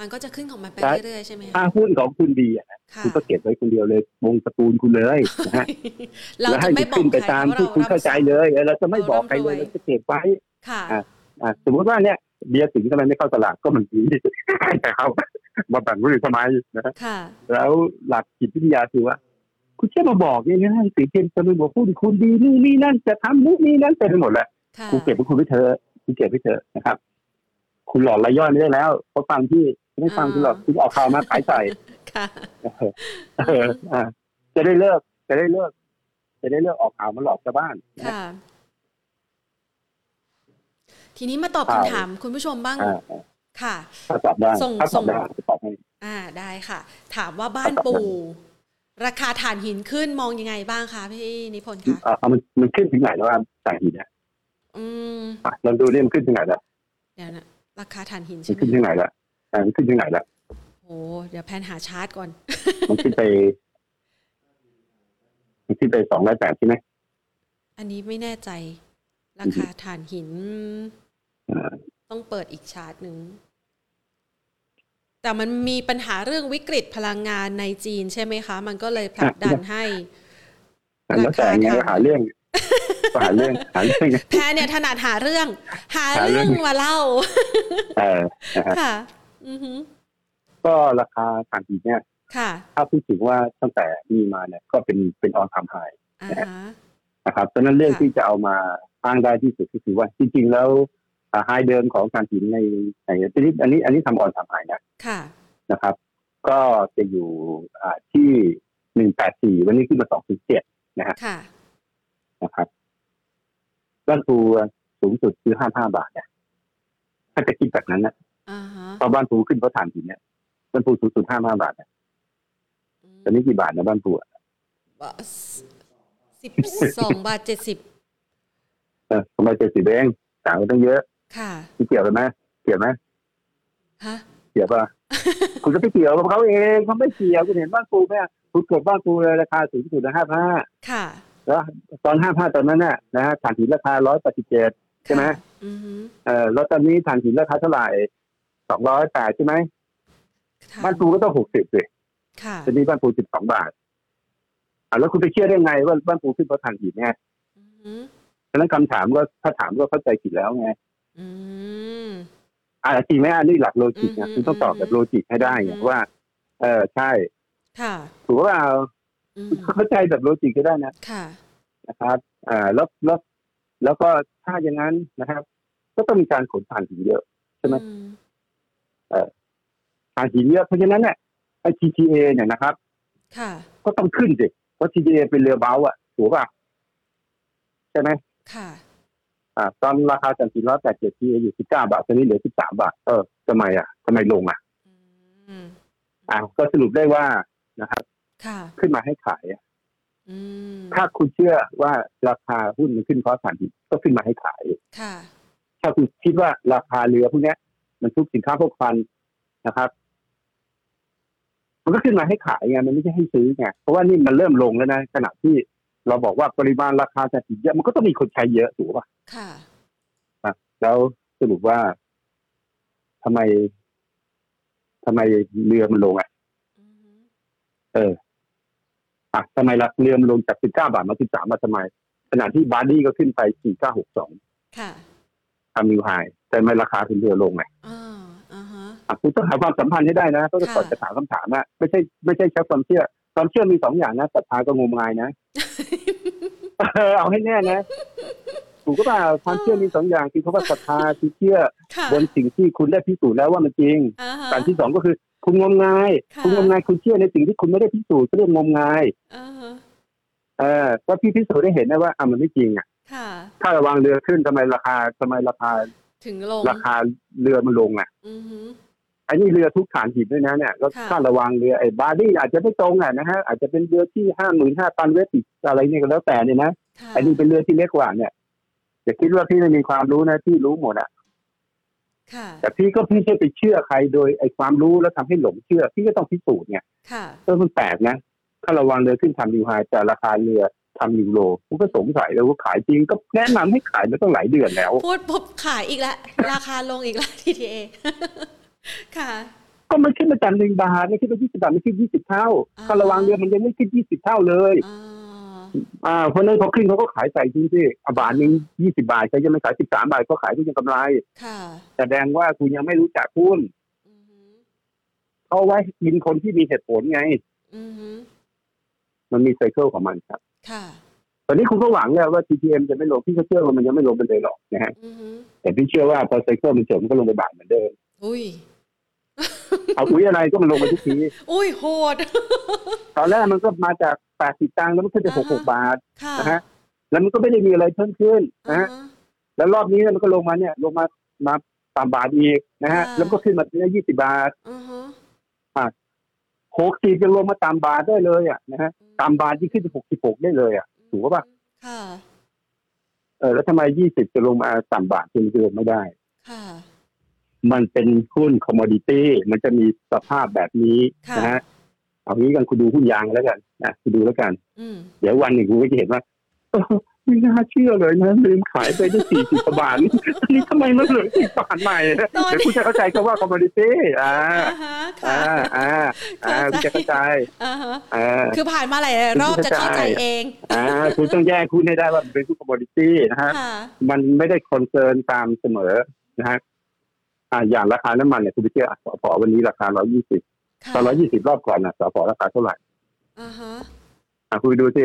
[SPEAKER 1] มันก็จะขึ้นของมันไป
[SPEAKER 2] ใช่
[SPEAKER 1] เรื่อยๆใช่ไหม
[SPEAKER 2] ถ้าหุ้นของคุณดีอ่ะนะ
[SPEAKER 1] ค่ะ
[SPEAKER 2] คุณก็เก็บไว้คนเดียวเลยวงตระกูลคุณเลยนะฮะ
[SPEAKER 1] เรา
[SPEAKER 2] แล้ว
[SPEAKER 1] จะ
[SPEAKER 2] ให้
[SPEAKER 1] ไม่
[SPEAKER 2] มัน
[SPEAKER 1] บอก
[SPEAKER 2] ขึ้นไป
[SPEAKER 1] ใคร
[SPEAKER 2] ตาม
[SPEAKER 1] เพราะเรา
[SPEAKER 2] ที่คุณ
[SPEAKER 1] รับ
[SPEAKER 2] เข้า
[SPEAKER 1] ท
[SPEAKER 2] ใจ
[SPEAKER 1] ราบ
[SPEAKER 2] เลยเออเราจะไม่บอกใครเลย
[SPEAKER 1] เราร่ำรวย
[SPEAKER 2] เราจะเก็บไว้
[SPEAKER 1] ค่ะ
[SPEAKER 2] อ่ะสมมติว่าเนี่ยเบียร์สิงห์กำลังไม่เข้า ตลาดก็มันดีแต่เขามาแบ่งหุ้นทำไมนะฮะ
[SPEAKER 1] ค่ะ
[SPEAKER 2] แล้วหลักจิตวิทยาคือว่าคุณแค่มาบอกเนี่ยนะสิงห์เทียนจะไปบอกหุ้นคุณดีนู่นนี่นั่นจะทำนู่นนี่นั่นเต็มไปหมดแหละ
[SPEAKER 1] ค่ะ
[SPEAKER 2] คุณเก็บไว้คุณไปเถอะคุณเก็บไว้เถอะนะครับ คุณหลอดรายย่อยไม่ได้แล้วเพราะฟังที่ไม่ฟัง
[SPEAKER 1] อ่า
[SPEAKER 2] คุณหลอดคุณออกข่าวมาขายใส่
[SPEAKER 1] ค่ะ
[SPEAKER 2] เอออ่าจะได้เลิก จะได้เลิก จะได้เลิกออกข่าวมาหลอกชาวบ้านนะ
[SPEAKER 1] ค่ะ ทีนี้มาตอบ
[SPEAKER 2] ข่าว
[SPEAKER 1] คำถามคุณผู้ชมบ้าง
[SPEAKER 2] อ่า
[SPEAKER 1] ค่ะ
[SPEAKER 2] ถ้าตอบได้
[SPEAKER 1] ส่ง
[SPEAKER 2] ถ้าต
[SPEAKER 1] ส่
[SPEAKER 2] อบ
[SPEAKER 1] ง
[SPEAKER 2] ได้จะตอบให้
[SPEAKER 1] อ่าได้ค่ะ ถามว่าบ้านปู่ ราคาถ่านหินขึ้นมองยังไงบ้างคะพี่นิพนธ์คะ
[SPEAKER 2] เอ่ามันมันขึ้นถึงไหนแล้วอ่ะสายหินเนี่ย
[SPEAKER 1] อืม
[SPEAKER 2] อ่ะลองดูนี่มันขึ้นถึงไหนแล้ว
[SPEAKER 1] เดี๋ยวนะราคาถ่านหิน
[SPEAKER 2] มั
[SPEAKER 1] ใช่
[SPEAKER 2] น
[SPEAKER 1] ไหม
[SPEAKER 2] ขึ้นถึงไหนแล้วอ่ามันขึ้นถึงไหนแล้ว
[SPEAKER 1] โอ้เดี๋ยวแพนหาชาร์ตก่อน
[SPEAKER 2] มันขึ้นไป มันขึ้นไปสองร้อยแปดใช่ไหม
[SPEAKER 1] อันนี้ไม่แน่ใจ ราคาถ่านหิน
[SPEAKER 2] อ่า
[SPEAKER 1] ต้องเปิดอีกชาร์ตหนึ่ง แต่มันมีปัญหาเรื่องวิกฤตพลังงานในจีนใช่ไหมคะ มันก็เลยผลักดันให้
[SPEAKER 2] แล้วแต่ไง
[SPEAKER 1] ราคา
[SPEAKER 2] หาเรื่องหาเรื่องหาเรื่อง
[SPEAKER 1] แพ้เนี่ยถนัดหาเรื่อง หา
[SPEAKER 2] หาเรื่
[SPEAKER 1] เรื่อ
[SPEAKER 2] อง ง
[SPEAKER 1] มาเล่า
[SPEAKER 2] เออนะฮะ
[SPEAKER 1] ค่ะ อือหือ
[SPEAKER 2] ก็ราคาถ่านหินเนี่ย
[SPEAKER 1] ค่ะ
[SPEAKER 2] ถ้าพูดถึงว่าตั้งแต่มีมาเนี่ยก็เป็นเป็นออนทามไฮ
[SPEAKER 1] อ่าฮะ
[SPEAKER 2] นะครับเพราะฉะนั้นเรื่อง
[SPEAKER 1] ค่ะ
[SPEAKER 2] ที่จะเอามาอ้างได้ที่สุดก็คือว่าจริงๆแล้วไฮเดิมของการหินในในทีนี้อันนี้อันนี้ทำออนทามไฮนะ
[SPEAKER 1] ค่ะ
[SPEAKER 2] นะครับ ก็จะอยู่อ่าที่หนึ่งแปดสี่วันนี้ขึ้นมาสองจุดเจ็ด
[SPEAKER 1] ค่ะ
[SPEAKER 2] นะครับก็คือสูงสุดคือห้าห้าบาทเนี่ยถ้าจะคิดแบบนั้นนะ
[SPEAKER 1] อ่าฮะ
[SPEAKER 2] เพราะบ้านปูขึ้นเพราะถ่านหินเนี่ยบ้านปูสูงสุดห้าห้าบาทเนี่ย
[SPEAKER 1] อืม
[SPEAKER 2] ตอนนี้กี่บาทนะบ้านปูอะ
[SPEAKER 1] สิบสองบาทเจ็ดสิบ
[SPEAKER 2] เออทำไมเจ็ดสิบเองต่างกันตั้งเยอะ
[SPEAKER 1] ค่ะ
[SPEAKER 2] ไม่เกี่ยวกันไหมเกี่ยวไหม
[SPEAKER 1] ฮะ
[SPEAKER 2] เกี่ยวป่ะ คุณก็ไปเกี่ยวกับเขาเองเขาไม่เกี่ยวคุณเห็นบ้านกูไหมคุณเกิดบ้านกูเลยราคาสูงที่สุดนะห้าห้า
[SPEAKER 1] ค่ะ
[SPEAKER 2] แล้วตอนห้าห้าตอนนั้นน่ะนะฮะถ่านหินราคาร้อยแปดสิบเจ็ดใช่ไหม
[SPEAKER 1] ค่ะอือหือ
[SPEAKER 2] เออแล้วตอนนี้ถ่านหินราคาเท่าไหร่สองร้อยแปดใช่ไหม
[SPEAKER 1] ค่ะ
[SPEAKER 2] บ้านกูก็ต้องหกสิบสิ
[SPEAKER 1] ค่ะ
[SPEAKER 2] ตอนนี้บ้านกูสิบสองบาทอ่ะแล้วคุณไปเชื่อได้ไงว่าบ้านกูขึ้นเพราะถ่านหินเนี่ย
[SPEAKER 1] อือหือ
[SPEAKER 2] ฉะนั้นคำถามก็ถ้าถามก็เข้าใจผิดแล้วไง
[SPEAKER 1] อืม
[SPEAKER 2] อ่ะจริงไหมอันนี้หลักโลจิกนะ
[SPEAKER 1] อืม
[SPEAKER 2] คุณต้องตอบแบบโลจิกให้ได้ไง
[SPEAKER 1] อืม
[SPEAKER 2] ว่า เออใช่
[SPEAKER 1] ค่ะ
[SPEAKER 2] ถูกว่า
[SPEAKER 1] อืม
[SPEAKER 2] เข้าใจแบบโลจิกก็ได้นะ
[SPEAKER 1] ค่ะ
[SPEAKER 2] นะครับอ่าแล้วแล้วแล้วก็ถ้าอย่างนั้นนะครับ ก็ต้องมีการขนถ่านหินเยอะ ใช่ไหม
[SPEAKER 1] อื
[SPEAKER 2] ถ่านหินเยอะเพราะฉะนั้นเนี่ยไอ้ TTA เนี่ยนะครับ
[SPEAKER 1] ค่ะ
[SPEAKER 2] ก็ต้องขึ้นสิเพราะ TTA เป็นเรือเบาอะถูกป่ะใช่ไหม
[SPEAKER 1] ค่ะ
[SPEAKER 2] อ่า ตอนราคาจากสี่ร้อยแปดเจ็ด TA อยู่สิบเก้าบาทตอนนี้เหลือสิบสามบาทเออทำไมอ่ะทำไมลงอ่ะ
[SPEAKER 1] อืม
[SPEAKER 2] อ่าก็สรุปได้ว่านะครับ
[SPEAKER 1] ค่ะ
[SPEAKER 2] ขึ้นมาให้ขายอะ
[SPEAKER 1] อืม
[SPEAKER 2] ถ้าคุณเชื่อว่าราคาหุ้นมันขึ้นเพราะถ่านหินก็ขึ้นมาให้ขาย
[SPEAKER 1] ค่ะ
[SPEAKER 2] ถ้าคุณคิดว่าราคาเรือพวกเนี้ย มันทุกสินค้าพวกพันนะครับ มันก็ขึ้นมาให้ขายไงมันไม่ใช่ให้ซื้อไงเพราะว่านี่มันเริ่มลงแล้วนะขณะที่เราบอกว่าปริมาณราคาจะติดเยอะมันก็ต้องมีคนใช้เยอะถูกป่ะ
[SPEAKER 1] ค่ะ
[SPEAKER 2] แล้วสรุปว่าทำไมทำไมเรือมันลงอ่ะ
[SPEAKER 1] อืม
[SPEAKER 2] เอออ่ะทำไมละเรือมนลงจาก 19 บาทมา 13 มาทำไม ขณะที่บาร์ดี้ก็ขึ้นไป 4962
[SPEAKER 1] ค่ะ
[SPEAKER 2] ทำนิวไฮแต่ทำไมราคาคุณเรือลงไง
[SPEAKER 1] อ่าอ่าฮะ
[SPEAKER 2] อ่ะคุณต้องหาความสัมพันธ์ให้ได้นะก็จะ
[SPEAKER 1] ค่ะ
[SPEAKER 2] ตอบจะถามคำถามอะไม่ใช่ไม่ใช่แค่ความเชื่อ ความเชื่อมีสองอย่างนะศรัทธาก็งมงายนะ เออเอาให้แน่นะถูกก็เปล่าความเชื่อมีสองอย่างคือคำว่าศรัทธาคือเชื่อ
[SPEAKER 1] ค่ะ
[SPEAKER 2] บนสิ่งที่คุณได้พิสูจน์แล้วว่ามันจริง
[SPEAKER 1] อ่าฮะ
[SPEAKER 2] การที่สองก็คือคุณงมงาย
[SPEAKER 1] ค่ะ
[SPEAKER 2] คุณงมงายคุณเชื่อในสิ่งที่คุณไม่ได้พิสูจน์เรื่องงมงาย
[SPEAKER 1] อ่าฮะ
[SPEAKER 2] เออว่าพี่พิสูจน์ได้เห็นนะว่าอ่ะมันไม่จริงอ่ะ
[SPEAKER 1] ค่ะ
[SPEAKER 2] ถ้าระวังเรือขึ้นทำไมราคาทำไมราคา
[SPEAKER 1] ถึงลง
[SPEAKER 2] ราคาเรือมันลงอ่ะ
[SPEAKER 1] อือฮึ
[SPEAKER 2] ไอ้นี่เรือทุกฐานหินด้วยนะเนี่ยแล้ว
[SPEAKER 1] ค่ะ
[SPEAKER 2] ถ้าระวังเรือไอ้บาร์ดี้อาจจะไม่ตรงอ่ะนะฮะอาจจะเป็นเรือที่ห้าหมื่นห้าพันเวทีอะไรเนี่ยก็แล้วแต่เนี่ยนะ
[SPEAKER 1] ค่ะ
[SPEAKER 2] ไอ้นี่เป็นเรือที่เล็กกว่าเนี่ยอย่าคิดว่าพี่ไม่มีความรู้นะพี่รู้หมดอ่ะ
[SPEAKER 1] ค่ะ
[SPEAKER 2] แต่พี่ก็พี่ไม่ไปเชื่อใครโดยไอ้ความรู้แล้วทำให้หลงเชื่อ พี่ก็ต้องพิสูจน์เนี่ย
[SPEAKER 1] ค่ะ
[SPEAKER 2] เออมันแปลกนะ ถ้าระวังเรือขึ้นทำนิวไฮแต่ราคาเรือทำนิวโลผมก็สงสัยแล้วว่าขายจริงก็แนะนำให้ขายมาตั้งหลายเดือนแล้ว
[SPEAKER 1] พูดปุ๊บขายอีกแล้ว ราคาลงอีกแล้ว TTA ค่ะ
[SPEAKER 2] ก็มันขึ้นมาจากหนึ่งบาทไม่ขึ้นมายี่สิบาทไม่ขึ้นยี่สิบเท่า
[SPEAKER 1] อ่า
[SPEAKER 2] ถ้าระวังเรือมันยังไม่ขึ้นยี่สิบเท่าเลย
[SPEAKER 1] อ่า
[SPEAKER 2] อ่าเพราะฉะนั้นพอขึ้นเขาก็ขายใส่จริงสิอ่ะบาทหนึ่งยี่สิบาทใครจะไม่ขายสิบสามบาทก็ขายเพื่อจะกำไร
[SPEAKER 1] ค่ะ
[SPEAKER 2] แสดงว่าคุณยังไม่รู้จักหุ้น
[SPEAKER 1] อือฮึ
[SPEAKER 2] เขาไว้กินคนที่มีเหตุผลไง
[SPEAKER 1] อือฮึ
[SPEAKER 2] มันมีไซเคิลของมันครับ
[SPEAKER 1] ค่ะ
[SPEAKER 2] ตอนนี้คุณก็หวังแล้วว่า TTM จะไม่ลงพี่ก็เชื่อว่ามันยังไม่ลงไปเลยหรอกนะฮะ
[SPEAKER 1] อือฮึ
[SPEAKER 2] แต่พี่เชื่อว่าพอไซเคิลมันจบมันก็ลงไปบาทเหมือนเดิม
[SPEAKER 1] อุ้ย
[SPEAKER 2] เอาอุ้ยอะไรก็มันลงมาทุกที
[SPEAKER 1] อุ้ยโหด
[SPEAKER 2] ตอนแรกมันก็มาจาก 80 ตังค์แล้วมันขึ้นไป
[SPEAKER 1] อ่าฮะ
[SPEAKER 2] 66 บาท
[SPEAKER 1] ค่ะ
[SPEAKER 2] นะฮะ แล้วมันก็ไม่ได้มีอะไรเพิ่มขึ้นนะ
[SPEAKER 1] อ่า
[SPEAKER 2] ฮะ
[SPEAKER 1] ฮะ
[SPEAKER 2] แล้วรอบนี้มันก็ลงมาเนี่ย ลงมามาตามบาทอีกนะฮะ
[SPEAKER 1] อ่า
[SPEAKER 2] แล้วก็ขึ้นมาเป็น20 บาท
[SPEAKER 1] อือฮะ
[SPEAKER 2] 60ยังลงมาตามบาทได้เลยอ่ะนะฮะ ตามบาทที่ขึ้นไป66 ได้เลยอ่ะ ถูกปะ
[SPEAKER 1] ค่ะ
[SPEAKER 2] เออแล้วทำไม 20 จะลงมาต่ำบาทจนเกินไม่ได้
[SPEAKER 1] ค่ะ
[SPEAKER 2] มันเป็นหุ้นคอมมอดิตี้ มันจะมีสภาพแบบนี้นะฮะ เอางี้กันคุณดูหุ้นยางแล้วกันนะคุณดูแล้วกัน
[SPEAKER 1] อืม
[SPEAKER 2] เดี๋ยววันหนึ่งกูก็จะเห็นว่าเออไม่น่าเชื่อเลยนะลืมขายไปได้สี่สิบกว่าบาทตอนนี้ทำไมมันเหลือสิบบาทใหม่นะเดี๋ยวคุณจะเข้าใจคำว่าคอมมูนิตี้อ่า
[SPEAKER 1] อ่าฮะค่ะ
[SPEAKER 2] อ่าอ่าอ่าคุณจะเข้าใจ
[SPEAKER 1] อ่าฮะ
[SPEAKER 2] อ่า
[SPEAKER 1] คือผ่านมาหลายๆรอบ
[SPEAKER 2] คุณ
[SPEAKER 1] จะ
[SPEAKER 2] จะ
[SPEAKER 1] เข้าใจ
[SPEAKER 2] ได้
[SPEAKER 1] เอง
[SPEAKER 2] อ่าคุณต้องแยกคุณให้ได้ว่ามันเป็นคอมมูนิตี้นะฮะ
[SPEAKER 1] ค่ะ
[SPEAKER 2] มันไม่ได้คอนเซิร์นตามเสมอนะฮะอ่าอย่างราคาน้ำมันเนี่ยคุณไปเชื่อสพวันนี้ราคาร้อยยี่สิบ
[SPEAKER 1] ค่ะ
[SPEAKER 2] ตอนร้อยยี่สิบรอบก่อนนะสพราคาเท่าไหร่
[SPEAKER 1] อ่าฮะ
[SPEAKER 2] อ่าคุณไปดูสิ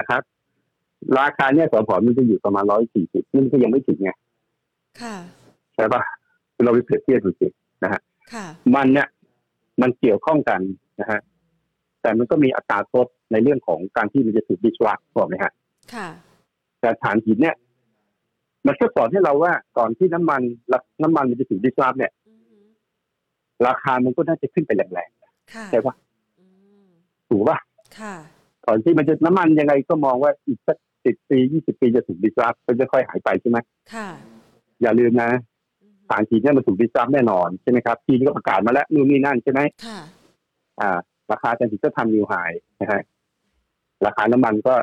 [SPEAKER 2] นะครับ ราคาเนี่ยสพมันจะอยู่ประมาณร้อยสี่สิบนี่มันก็ยังไม่ถึงไง
[SPEAKER 1] ค่ะ
[SPEAKER 2] ใช่ปะเราไปเปรียบเทียบดูสิ
[SPEAKER 1] ค่ะ
[SPEAKER 2] มันเนี่ย มันเกี่ยวข้องกันนะฮะ แต่มันก็มีอัตราโทษในเรื่องของการที่มันจะถูกดิสวัตก่อนนะฮะ
[SPEAKER 1] ค่ะ
[SPEAKER 2] แต่ฐานหินเนี่ย มันก็สอนให้เราว่าก่อนที่น้ำมันราน้ำมันมันจะถูกดิสวัตเนี่ย
[SPEAKER 1] อือฮึ
[SPEAKER 2] ราคามันก็น่าจะขึ้นไปแรง
[SPEAKER 1] ค่ะ
[SPEAKER 2] ๆใช่ปะ
[SPEAKER 1] อืม
[SPEAKER 2] ถูกปะ
[SPEAKER 1] ค่ะ
[SPEAKER 2] ก่อนที่มันจะน้ำมันยังไงก็มองว่าอีกสักสิบปียี่สิบปีจะถูกดิสวัตมันจะค่อยหายไปใช่ไหม
[SPEAKER 1] ค่ะ
[SPEAKER 2] อย่าลืมนะ
[SPEAKER 1] อือฮึ
[SPEAKER 2] ฐานหินเนี่ยมันถูกดิสวัตแน่นอนใช่ไหมครับจีนก็ประกาศมาแล้วนู่นนี่นั่นใช่ไหม
[SPEAKER 1] ค่ะ
[SPEAKER 2] อ่าราคาจันทร์ก็ทำนิวไฮนะฮะราคาน้ำมันก็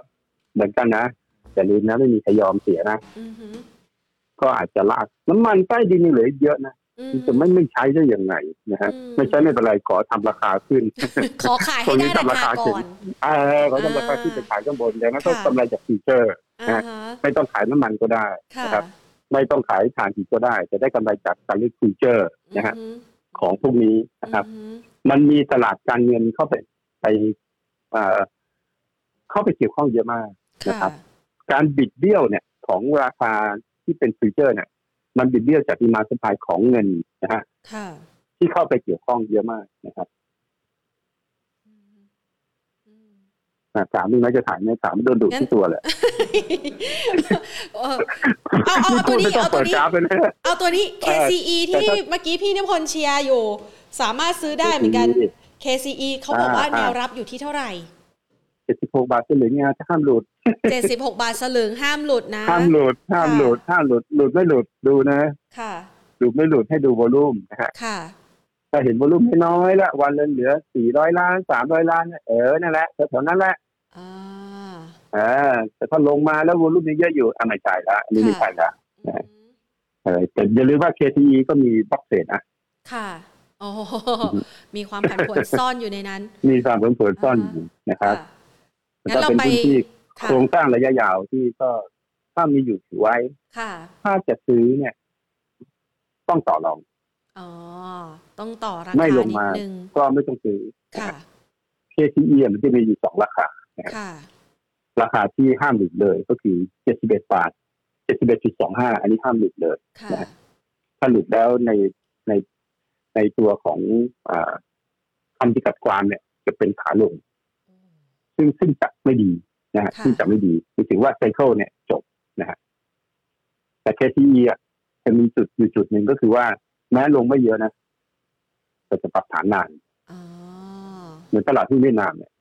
[SPEAKER 2] เหมือนกันนะอย่าลืมนะไม่มีใครยอมเสียนะ
[SPEAKER 1] อือฮึ
[SPEAKER 2] ก็อาจจะลากน้ำมันใต้ดินนี่เหลือเยอะนะ
[SPEAKER 1] อืม
[SPEAKER 2] จะไม่ไม่ใช้ได้ยังไงนะฮะ
[SPEAKER 1] อืม
[SPEAKER 2] ไม่ใช้ไม่เป็นไรขอทำราคาขึ้น
[SPEAKER 1] ขอขายให้ได้
[SPEAKER 2] ตรงนี้
[SPEAKER 1] รา
[SPEAKER 2] ทำรา
[SPEAKER 1] คา
[SPEAKER 2] คาขึ้
[SPEAKER 1] ก่อน น
[SPEAKER 2] เออขอทำราคาขึ้นไปขายข้างบนอย่างนั้นก็
[SPEAKER 1] ค่ะ
[SPEAKER 2] กำไรจากฟีเจอร์
[SPEAKER 1] อ่า
[SPEAKER 2] นะ
[SPEAKER 1] ฮะ
[SPEAKER 2] ไม่ต้องขายน้ำมันก็ได้
[SPEAKER 1] ค่ะ
[SPEAKER 2] นะครับ ไม่ต้องขายถ่านหินก็ได้ จะได้กำไรจากการเลือกฟีเจอร์นะฮะ
[SPEAKER 1] อือฮึ
[SPEAKER 2] ของพวกนี้นะครับ
[SPEAKER 1] อือฮึ
[SPEAKER 2] มันมีตลาดการเงินเข้าไปไปเอ่อเข้าไปเกี่ยวข้องเยอะมาก นะ
[SPEAKER 1] ค่ะ
[SPEAKER 2] ครับ การบิดเบี้ยวเนี่ยของราคาที่เป็นฟิวเจอร์เนี่ยมันบิดเบี้ยวจากดีมาสปายของเงินนะฮะ
[SPEAKER 1] ค่ะ
[SPEAKER 2] ที่เข้าไปเกี่ยวข้องเยอะมากนะครับ
[SPEAKER 1] อือฮึอืม
[SPEAKER 2] อ่ะถามนี่ไหมจะถามไหมถามโดนดูด
[SPEAKER 1] งั้น
[SPEAKER 2] ที่ตัวเลย
[SPEAKER 1] เออ เอาเอาเอาตัวนี้
[SPEAKER 2] ไม่ต้อง
[SPEAKER 1] เอาตัวนี้
[SPEAKER 2] เปิดกราฟเลยนะ
[SPEAKER 1] เอาตัวนี้
[SPEAKER 2] เอ่อ
[SPEAKER 1] KCE
[SPEAKER 2] แต่
[SPEAKER 1] ที่
[SPEAKER 2] ถ้า
[SPEAKER 1] เมื่อกี้พี่นิพนธ์เชียร์อยู่ สามารถซื้อได้เหมือนกัน KCE เขาบอกว่าแนวรับอยู่ที่เท่าไหร่
[SPEAKER 2] เจ็ดสิบหกบาทจะเหลือไงถ้าห้ามหลุด
[SPEAKER 1] 76 บาทสลึงห้ามหลุดนะ
[SPEAKER 2] ห้ามหลุดห้ามหลุดห้ามหลุดหลุดไม่หลุดดูนะ
[SPEAKER 1] ค่ะ
[SPEAKER 2] หลุดไม่หลุดให้ดูวอลลุ่มนะฮะ
[SPEAKER 1] ค่ะ
[SPEAKER 2] ถ้าเห็นวอลลุ่มน้อยๆละวันละเหลือสี่ร้อยล้านสามร้อยล้านเนี่ยเออนั่นแหละแถวๆนั้นแหละ
[SPEAKER 1] อ่า
[SPEAKER 2] อ่าแต่ถ้าลงมาแล้ววอลุ่มยังเยอะอยู่อ่ะไม่ใช่ละอันนี่
[SPEAKER 1] ค่ะ
[SPEAKER 2] ไม่ใช่ละ
[SPEAKER 1] อืม
[SPEAKER 2] เออแต่อย่าลืมว่า KTE ก็มีบล็อกเทรดนะ
[SPEAKER 1] ค่ะ โอ้โหมีความผันผวนซ่อนอยู่ในนั้น
[SPEAKER 2] มีความผันผวนซ่อนอยู่นะครับ
[SPEAKER 1] งั้นเรา
[SPEAKER 2] เป็น
[SPEAKER 1] ไป
[SPEAKER 2] พื้นที่
[SPEAKER 1] ค่ะ
[SPEAKER 2] โครงสร้างระยะยาวที่ก็ถ้ามีอยู่ถือไว้
[SPEAKER 1] ค่ะ
[SPEAKER 2] ถ้าจะซื้อเนี่ย ต้องต่อรอง
[SPEAKER 1] อ๋อ ต้องต่อรา
[SPEAKER 2] ไม่
[SPEAKER 1] คา
[SPEAKER 2] ลง
[SPEAKER 1] นิ
[SPEAKER 2] มา
[SPEAKER 1] ดนึง
[SPEAKER 2] ก็ไม่ต้องซื้อ
[SPEAKER 1] ค่ะ
[SPEAKER 2] KTE มันจะมีอยู่สองราคา
[SPEAKER 1] ค่ะ
[SPEAKER 2] ราคาที่ห้ามหลุดเลยก็คือ 71 บาท 71.25 อันนี้ห้ามหลุดเลย
[SPEAKER 1] ค่ะ
[SPEAKER 2] ถ้าหลุดแล้วในในในตัวของอาคำจำกัดความเนี่ย จะเป็นขาลง ซึ่งซึ่งจะไม่ดีนะฮะ
[SPEAKER 1] ค่ะ
[SPEAKER 2] ซึ่งจะไม่ดีหมายถึงว่าไซเคิลเนี่ยจบนะฮะแต่ KTE อ่ะจะมีจุดอยู่จุดหนึ่งก็คือว่าแม้ลงไม่เยอะนะแต่จะปรับฐานนาน
[SPEAKER 1] อ๋อ
[SPEAKER 2] เหมือนตลาดหุ้นเวียดนามเนี่ย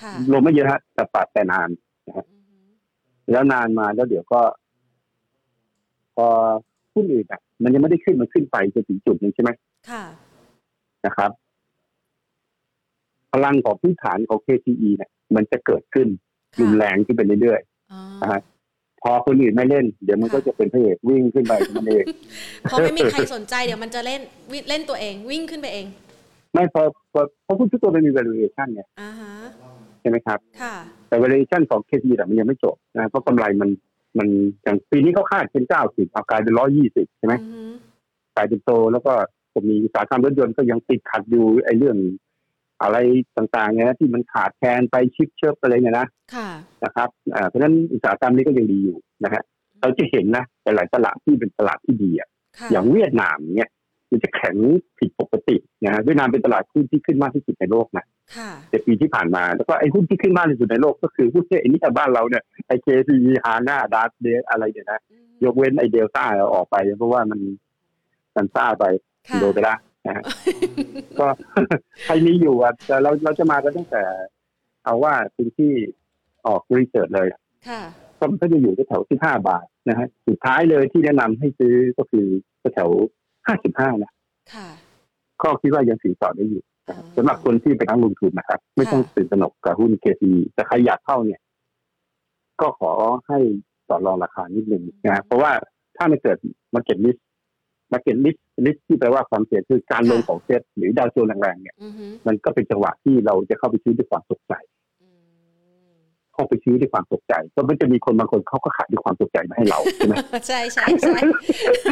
[SPEAKER 1] ค่ะ
[SPEAKER 2] ลงไม่เยอะฮะแต่ปรับแต่นาน
[SPEAKER 1] อือฮึ
[SPEAKER 2] แล้วนานมาแล้วเดี๋ยวก็ พอหุ้นอื่นอ่ะ มันยังไม่ได้ขึ้นมันขึ้นไปจนถึงจุดหนึ่งใช่ไหม
[SPEAKER 1] ค่ะ
[SPEAKER 2] นะครับ พลังของพื้นฐานของ KTE เนี่ยมันจะเกิดขึ้นรุ
[SPEAKER 1] ค่ะ
[SPEAKER 2] นแรงขึ้นไปเรื่อย
[SPEAKER 1] อ๋อ
[SPEAKER 2] นะฮะ ๆพอคนอื่นไม่เล่น เดี๋ยวมันก็จะเป็นพระเอกวิ่งขึ้นไปมันเอง
[SPEAKER 1] พอไม่มีใครสนใจเดี๋ยวมันจะเล่นวิ่งเล่นตัวเองวิ่งขึ้นไปเอง
[SPEAKER 2] ไม่พอพอเพราะหุ้นทุกตัวมันมี valuation เนี่ย
[SPEAKER 1] อ่าฮะ
[SPEAKER 2] ใช่ไหมครับ
[SPEAKER 1] ค่ะ
[SPEAKER 2] แต่ valuation ของ KTE แต่มันยังไม่จบนะเพราะกำไรมันมันอย่างปีนี้เขาคาดเป็นเก้าสิบเอากลายเป็นร้อยี่สิบใช่ไหม
[SPEAKER 1] อือฮึ
[SPEAKER 2] สายเป็นโตแล้วก็ผมมีอุตสาหกรรมรถยนต์ก็ยังติดขัดอยู่ไอ้เรื่อง อะไรต่างๆเนี่ยนะที่มันขาดแคลนไปชิปเชิบอะไรเนี่ยนะ
[SPEAKER 1] ค่ะ
[SPEAKER 2] นะครับอ่าเพราะฉะนั้นอุตสาหกรรมนี้ก็ยังดีอยู่นะฮะเราจะเห็นนะหลายๆตลาดที่เป็นตลาดที่ดีอะ
[SPEAKER 1] ค่ะ
[SPEAKER 2] อย่างเวียดนามเนี่ยมันจะแข็งผิดปกตินะฮะเวียดนามเป็นตลาดหุ้นที่ขึ้นมากที่สุดในโลกนะ
[SPEAKER 1] ค่ะ
[SPEAKER 2] ในปีที่ผ่านมาแล้วก็ไอ้หุ้นที่ขึ้นมากที่สุดในโลกก็คือหุ้นที่ไอ้นี่บ้านเราเนี่ยไอ้เคซีฮาน่าดาร์เดอะไรเนี่ยนะยกเว้นไอ้เดลต้าเอาออกไป เพราะว่ามันมันซ่าไป
[SPEAKER 1] ค่ะ
[SPEAKER 2] โดนไปละนะ ฮะ ก็ ใครมีอยู่อ่ะแต่เราเราจะมากันตั้งแต่ เอาว่าสิ่งที่ออกรีเสิร์ชเลยอะ
[SPEAKER 1] ค่ะ
[SPEAKER 2] ก็มันก็จะอยู่แถวที่ห้าบาทนะฮะสุดท้ายเลยที่แนะนำให้ซื้อก็คือแถวห้าสิบห้านะ
[SPEAKER 1] ค่ะ
[SPEAKER 2] ก็คิดว่ายังถือต่อได้อยู่
[SPEAKER 1] อ๋อ
[SPEAKER 2] สำหรับคนที่เป็นนักลงทุนนะครับ ไม่ต้องตื่นตระหนกกับหุ้นเคซีแต่ใครอยากเข้าเนี่ย ก็ขอให้ต่อรองราคานิดนึงนะฮะเพราะว่าถ้ามันเกิดมาเก็ตลิสมาเก็ตลิสลิสที่แปลว่าความเสี่ยงคือการลงของเซ็ตหรือดาวโจนส์แรงๆเนี่ย
[SPEAKER 1] อือฮึ
[SPEAKER 2] มันก็เป็นจังหวะที่เราจะเข้าไปซื้อด้วยความตกใจ
[SPEAKER 1] อืม
[SPEAKER 2] เข้าไปซื้อด้วยความตกใจก็มันจะมีคนบางคนเขาก็ขายด้วยความตกใจมาให้เราใช่ ไหม
[SPEAKER 1] ใช่ใช่ใช่